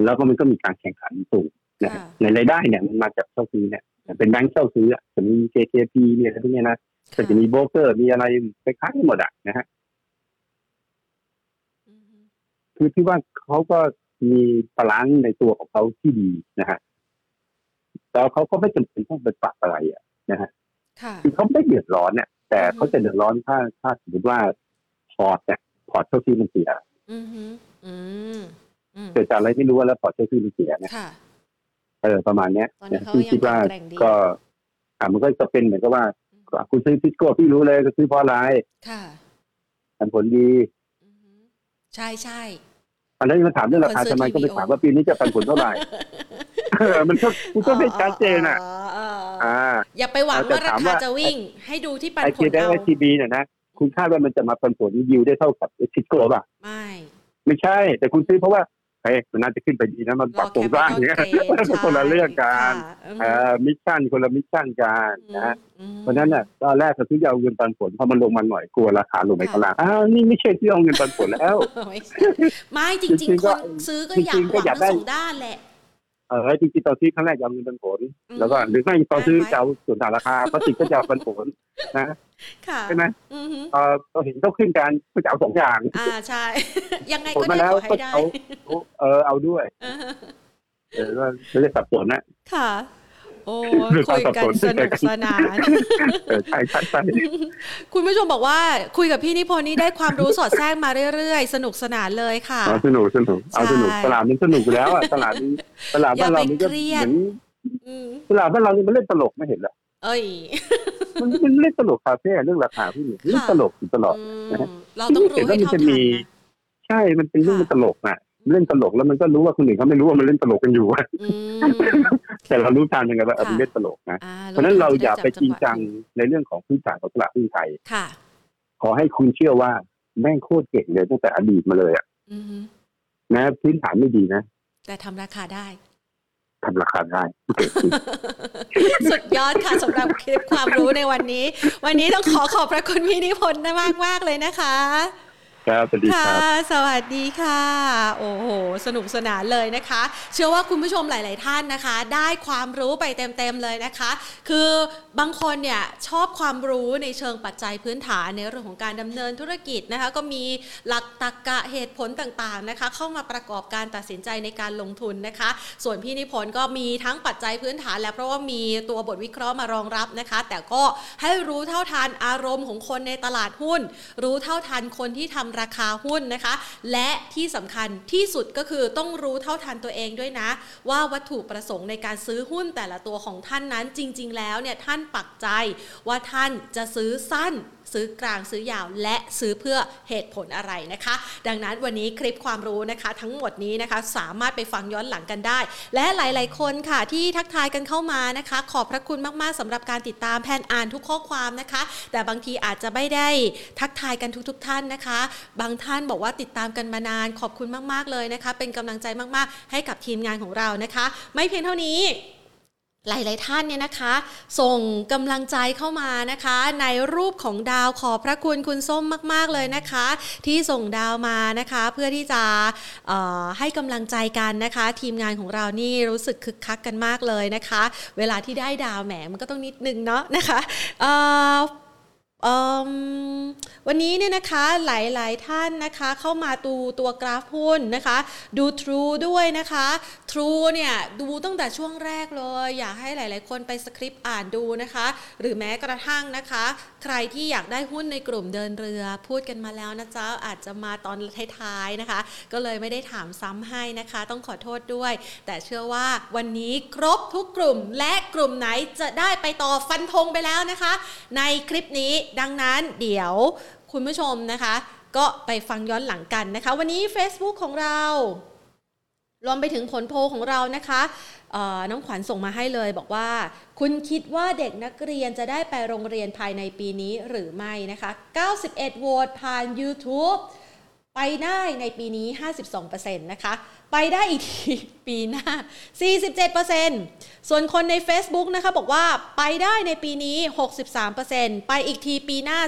[SPEAKER 2] แล้วก็มันก็มีการแข่งขันสูงนะ
[SPEAKER 1] ค่ะ
[SPEAKER 2] ในรายได้เนี่ยมันมาจากเช่าซื้อเนี่ยเป็นแบงก์เช่าซื้ออะจะมี KKP มีอะไรพวกเนี้ยนะ ก็จะมีโบรกเกอร์มีอะไรไปค้าทั้งหมดอ่ะนะฮะ
[SPEAKER 1] อือฮึ
[SPEAKER 2] คือที่ว่าเขาก็มีบาลานซ์ในตัวของเขาที่ดีนะฮะแล้วเขาก็ไม่จำเป็นต้องไปปรับอะไรอ่ะ
[SPEAKER 1] ค่ะ
[SPEAKER 2] คือเขาไม่เดือดร้อนเนี่ยแต่เขาจะเดือดร้อนถ้าถ้าสมมติว่าพอร์ตเนี่ยพอร์ตเท่าที่มันเสีย
[SPEAKER 1] อือฮึอืมอืม
[SPEAKER 2] เกิดจากอะไรไม่รู้แล้วพอร์ตเท่าที่มันเสียเนี่ย
[SPEAKER 1] ค่ะ
[SPEAKER 2] เออประมาณเนี้ย
[SPEAKER 1] ตอนนี้
[SPEAKER 2] นะ
[SPEAKER 1] เขายั
[SPEAKER 2] ที่คิ
[SPEAKER 1] ง
[SPEAKER 2] ดว่า
[SPEAKER 1] แข็งแกร่งดี
[SPEAKER 2] ก็อ่ามันก็จะเป็นเหมือนกับว่าคุณซื้อทิสโก้พี่รู้เลยก็ซื้อเพราะอะไร
[SPEAKER 1] ค่ะ
[SPEAKER 2] มันผลดี
[SPEAKER 1] อือฮึใช่ใช่
[SPEAKER 2] อันนี้มาถามเรื่องราคา
[SPEAKER 1] คนซื้อ
[SPEAKER 2] ทำไมก็ไป
[SPEAKER 1] TVO
[SPEAKER 2] ถามว่าปีนี้จะปันผลเท่าไหร่ เออมันก็มันก็ไม่ชัดเจนอ่ะ
[SPEAKER 1] เออเออเออ
[SPEAKER 2] อ่า
[SPEAKER 1] อย่าไปหวัง
[SPEAKER 2] แต่
[SPEAKER 1] ว่ารา
[SPEAKER 2] ถาม
[SPEAKER 1] คา
[SPEAKER 2] ว่า
[SPEAKER 1] จะวิ่ง ให้ดูที่ปัน
[SPEAKER 2] ไอ
[SPEAKER 1] ผ
[SPEAKER 2] เค
[SPEAKER 1] ล
[SPEAKER 2] ด
[SPEAKER 1] เอา
[SPEAKER 2] ไอทีบีเนี่ยนะ คุณคาดว่ามันจะมาปันผลยิวได้เท่ากับชิดโกลบอ่ะ
[SPEAKER 1] ไม่
[SPEAKER 2] ไม่ใช่ แต่คุณซื้อเพราะว่าเฮ้ยมันน่าจะขึ้นไปดีนะมันปรับโครงสร้างอย่างเงี้ย
[SPEAKER 1] Capital Gain
[SPEAKER 2] คนละเรื่องกัน
[SPEAKER 1] ใช่
[SPEAKER 2] เอ่
[SPEAKER 1] ค่ะ
[SPEAKER 2] อมิชชั่นคนละมิชชั่นกัน
[SPEAKER 1] อืม
[SPEAKER 2] นะฮะ
[SPEAKER 1] อืม
[SPEAKER 2] เพราะฉะนั้นน่ะตอนแรกก็ซื้อจะเอาเงินปันผลพอมันลงมาหน่อยกลัวราคาลงไปข้างล่างอ้าวนี่ไม่ใช่ที่เอาเงินปันผลแล้ว
[SPEAKER 1] ไม่ใช่ไม่จ
[SPEAKER 2] จริ
[SPEAKER 1] ริง
[SPEAKER 2] ง
[SPEAKER 1] ๆ
[SPEAKER 2] ๆก็
[SPEAKER 1] คนซื้อก็อยาก
[SPEAKER 2] จริงๆก็
[SPEAKER 1] ห
[SPEAKER 2] อ
[SPEAKER 1] วั
[SPEAKER 2] ยาง ก
[SPEAKER 1] ทั้ง
[SPEAKER 2] ได้
[SPEAKER 1] สองด้านแหละ
[SPEAKER 2] เออจริงๆตอนซื้อครั้งแรกจะเอาเงินปันผล
[SPEAKER 1] อืม
[SPEAKER 2] แล้วก็หรือไม่ตอนซื้อจะเอาส่วนต่างราคาเพราะติดก็จะเอาปันผลนะ
[SPEAKER 1] ค่ะ
[SPEAKER 2] ใช่ไหม
[SPEAKER 1] อือฮึ
[SPEAKER 2] เออเราเห็นเขาขึ้นกันก็จะเอาสองอย่าง
[SPEAKER 1] อ่าใช่ ยังไง
[SPEAKER 2] ผล
[SPEAKER 1] ก็
[SPEAKER 2] มา
[SPEAKER 1] ได้
[SPEAKER 2] แล้ว
[SPEAKER 1] ขอให้
[SPEAKER 2] ก็
[SPEAKER 1] ได้
[SPEAKER 2] เอาเออเอา ด้วย
[SPEAKER 1] เออ
[SPEAKER 2] เออว่าไม่ได้สับสนนะ
[SPEAKER 1] ค่ะ โอ้ ย
[SPEAKER 2] เรื่อง
[SPEAKER 1] คุยกัน
[SPEAKER 2] ความสั
[SPEAKER 1] ส
[SPEAKER 2] บสน
[SPEAKER 1] นุกสนาน
[SPEAKER 2] เออใช่ใช่ใช่
[SPEAKER 1] คุณผู้ชมบอกว่าคุยกับพี่นิพนธ์นี่ได้ความรู้สอดแทรกมาเรื่อยๆ สนุกสนานเลยค่ะ
[SPEAKER 2] เอาสนุกสนุกเอาสนุก
[SPEAKER 1] ใช่
[SPEAKER 2] ตลาดมันสนุกอยู่แล้วอ่ะตลาดมัน ตลาดบ้านเรามัน
[SPEAKER 1] อย่า
[SPEAKER 2] ก็
[SPEAKER 1] ไปเค
[SPEAKER 2] เห
[SPEAKER 1] รียด
[SPEAKER 2] มือน
[SPEAKER 1] อืม
[SPEAKER 2] ตลาดบ้านเรานี่มันเล่นตลกไม่เห็นเหรอ
[SPEAKER 1] เอ้ย
[SPEAKER 2] มันมันเล่นตลกคาเฟ่เรื่องราคาพี่หนุ่มเล่นตลกอยู่ตลอด
[SPEAKER 1] อืมเราต้องรู้ให้เท่าทันนะ
[SPEAKER 2] ใช่มันเป็นเรื่อง
[SPEAKER 1] ค่ะ
[SPEAKER 2] มันตลกอ่ะเล่นตลกแล้วมันก็รู้ว่าคนอื่นเขาไม่รู้ว่ามันเล่นตลกกันอยู่อะ
[SPEAKER 1] อืม
[SPEAKER 2] แต่เรารู้ทันเหมือนกันว่าเออ
[SPEAKER 1] ค่ะ
[SPEAKER 2] มันเล่นตลกนะ
[SPEAKER 1] อ่
[SPEAKER 2] เพราะฉะนั้นเราอย่าไปจริงจัง
[SPEAKER 1] ะได้
[SPEAKER 2] ในเรื่องของพื้นฐานของตลาดหุ้นไทย
[SPEAKER 1] จับจังหวะค่ะ
[SPEAKER 2] ขอให้คุณเชื่อว่าแม่งโคตรเก่งเลยตั้งแต่อดีตมาเลยอะ
[SPEAKER 1] อือฮึ
[SPEAKER 2] นะพื้นฐานไม่ดีนะ
[SPEAKER 1] แต่ทำราคาได้
[SPEAKER 2] ทำราคาได้เก่งจริง
[SPEAKER 1] สุดยอดค่ะสำหรับคลิปความรู้ในวันนี้ วันนี้ต้องขอขอบพระคุณพี่นิพนธ์มากมากๆเลยนะคะ
[SPEAKER 2] ครับสวัสดีค
[SPEAKER 1] ค่ะ
[SPEAKER 2] รับ
[SPEAKER 1] สวัสดีค่ะ โอ้โห สนุกสนานเลยนะคะ เชื่อว่าคุณผู้ชมหลาย ๆ ท่านนะคะ ได้ความรู้ไปเต็ม ๆ เลยนะคะ คือบางคนเนี่ยชอบความรู้ในเชิงปัจจัยพื้นฐานในเรื่องของการดำเนินธุรกิจนะคะ ก็มีหลักตรรกะเหตุผลต่าง ๆ นะคะ เข้ามาประกอบการตัดสินใจในการลงทุนนะคะ ส่วนพี่นิพนธ์ก็มีทั้งปัจจัยพื้นฐานแหล้วเพราะว่ามีตัวบทวิเคราะห์มารองรับนะคะ แต่ก็ให้รู้เท่าทันอารมณ์ของคนในตลาดหุ้น รู้เท่าทันคนที่ทำราคาหุ้นนะคะ และที่สำคัญที่สุดก็คือต้องรู้เท่าทันตัวเองด้วยนะ ว่าวัตถุประสงค์ในการซื้อหุ้นแต่ละตัวของท่านนั้นจริง ๆ แล้วเนี่ยท่านปักใจว่าท่านจะซื้อสั้น ซื้อกลางซื้อยาวและซื้อเพื่อเหตุผลอะไรนะคะ ดังนั้นวันนี้คลิปความรู้นะคะ ทั้งหมดนี้นะคะ สามารถไปฟังย้อนหลังกันได้ และหลาย ๆ คนค่ะที่ทักทายกันเข้ามานะคะ ขอบพระคุณมาก ๆสำหรับการติดตามแพนอ่านทุกข้อความนะคะ แต่บางทีอาจจะไม่ได้ทักทายกันทุก ๆ ท่านนะคะ บางท่านบอกว่าติดตามกันมานานขอบคุณมาก ๆ เลยนะคะ เป็นกำลังใจมาก ๆ ให้กับทีมงานของเรานะคะ ไม่เพียงเท่านี้ หลาย ๆ ท่านเนี่ยนะคะ ส่งกำลังใจเข้ามานะคะ ในรูปของดาวขอบพระคุณคุณส้มมาก ๆ เลยนะคะ ที่ส่งดาวมานะคะ เพื่อที่จะเอ่อให้กำลังใจกันนะคะ ทีมงานของเรานี่รู้สึกคึกคักกันมากเลยนะคะ เวลาที่ได้ดาวแหมมันก็ต้องนิดนึงเนาะนะคะเอ่อ เอิ่มวันนี้เนี่ยนะคะหลายๆท่านนะคะเข้ามาดูตัวกราฟหุ้นนะคะ ดู True ด้วยนะคะ True เนี่ยดูตั้งแต่ช่วงแรกเลย อยากให้หลาย ๆ คนไปสคริปต์อ่านดูนะคะ หรือแม้กระทั่งนะคะ ใครที่อยากได้หุ้นในกลุ่มเดินเรือ พูดกันมาแล้วนะจ๊ะอาจจะมาตอนท้ายๆนะคะ ก็เลยไม่ได้ถามซ้ำให้นะคะ ต้องขอโทษด้วย แต่เชื่อว่าวันนี้ครบทุกกลุ่มและกลุ่มไหนจะได้ไปต่อฟันธงไปแล้วนะคะ ในคลิปนี้ดังนั้นเดี๋ยวคุณผู้ชมนะคะ ก็ไปฟังย้อนหลังกันนะคะ วันนี้ Facebook ของเรา รวมไปถึงผลโพลของเรานะคะเอ่อน้องขวัญส่งมาให้เลยบอกว่า คุณคิดว่าเด็กนักเรียนจะได้ไปโรงเรียนภายในปีนี้หรือไม่นะคะ 91 โหวตผ่าน YouTube ไปได้ในปีนี้ 52%นะคะ ไปได้อีกที ปีหน้า 47%ส่วนคนใน Facebook นะคะบอกว่าไปได้ในปีนี้ 63%ไปอีกทีปีหน้า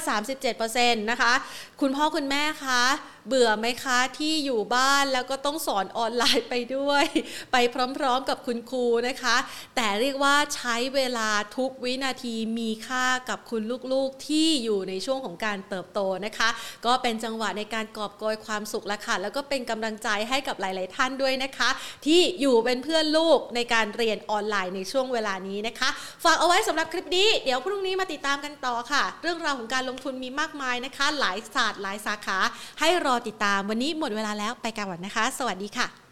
[SPEAKER 1] 37%นะคะ คุณพ่อคุณแม่คะ เบื่อไหมคะที่อยู่บ้านแล้วก็ต้องสอนออนไลน์ไปด้วย ไปพร้อมๆกับคุณครูนะคะ แต่เรียกว่าใช้เวลาทุกวินาทีมีค่ากับคุณลูกๆที่อยู่ในช่วงของการเติบโตนะคะ ก็เป็นจังหวะในการกอบโกยความสุขละค่ะ แล้วก็เป็นกำลังใจให้กับหลาย ๆ ท่านด้วยนะคะ ที่อยู่เป็นเพื่อนลูกในการเรียนออนไลน์ในช่วงเวลานี้นะคะ ฝากเอาไว้สำหรับคลิปนี้ เดี๋ยวพรุ่งนี้มาติดตามกันต่อค่ะ เรื่องราวของการลงทุนมีมากมายนะคะ หลายศาสตร์หลายสาขา ให้รอติดตามวันนี้หมดเวลาแล้วไปกันก่อนนะคะ สวัสดีค่ะ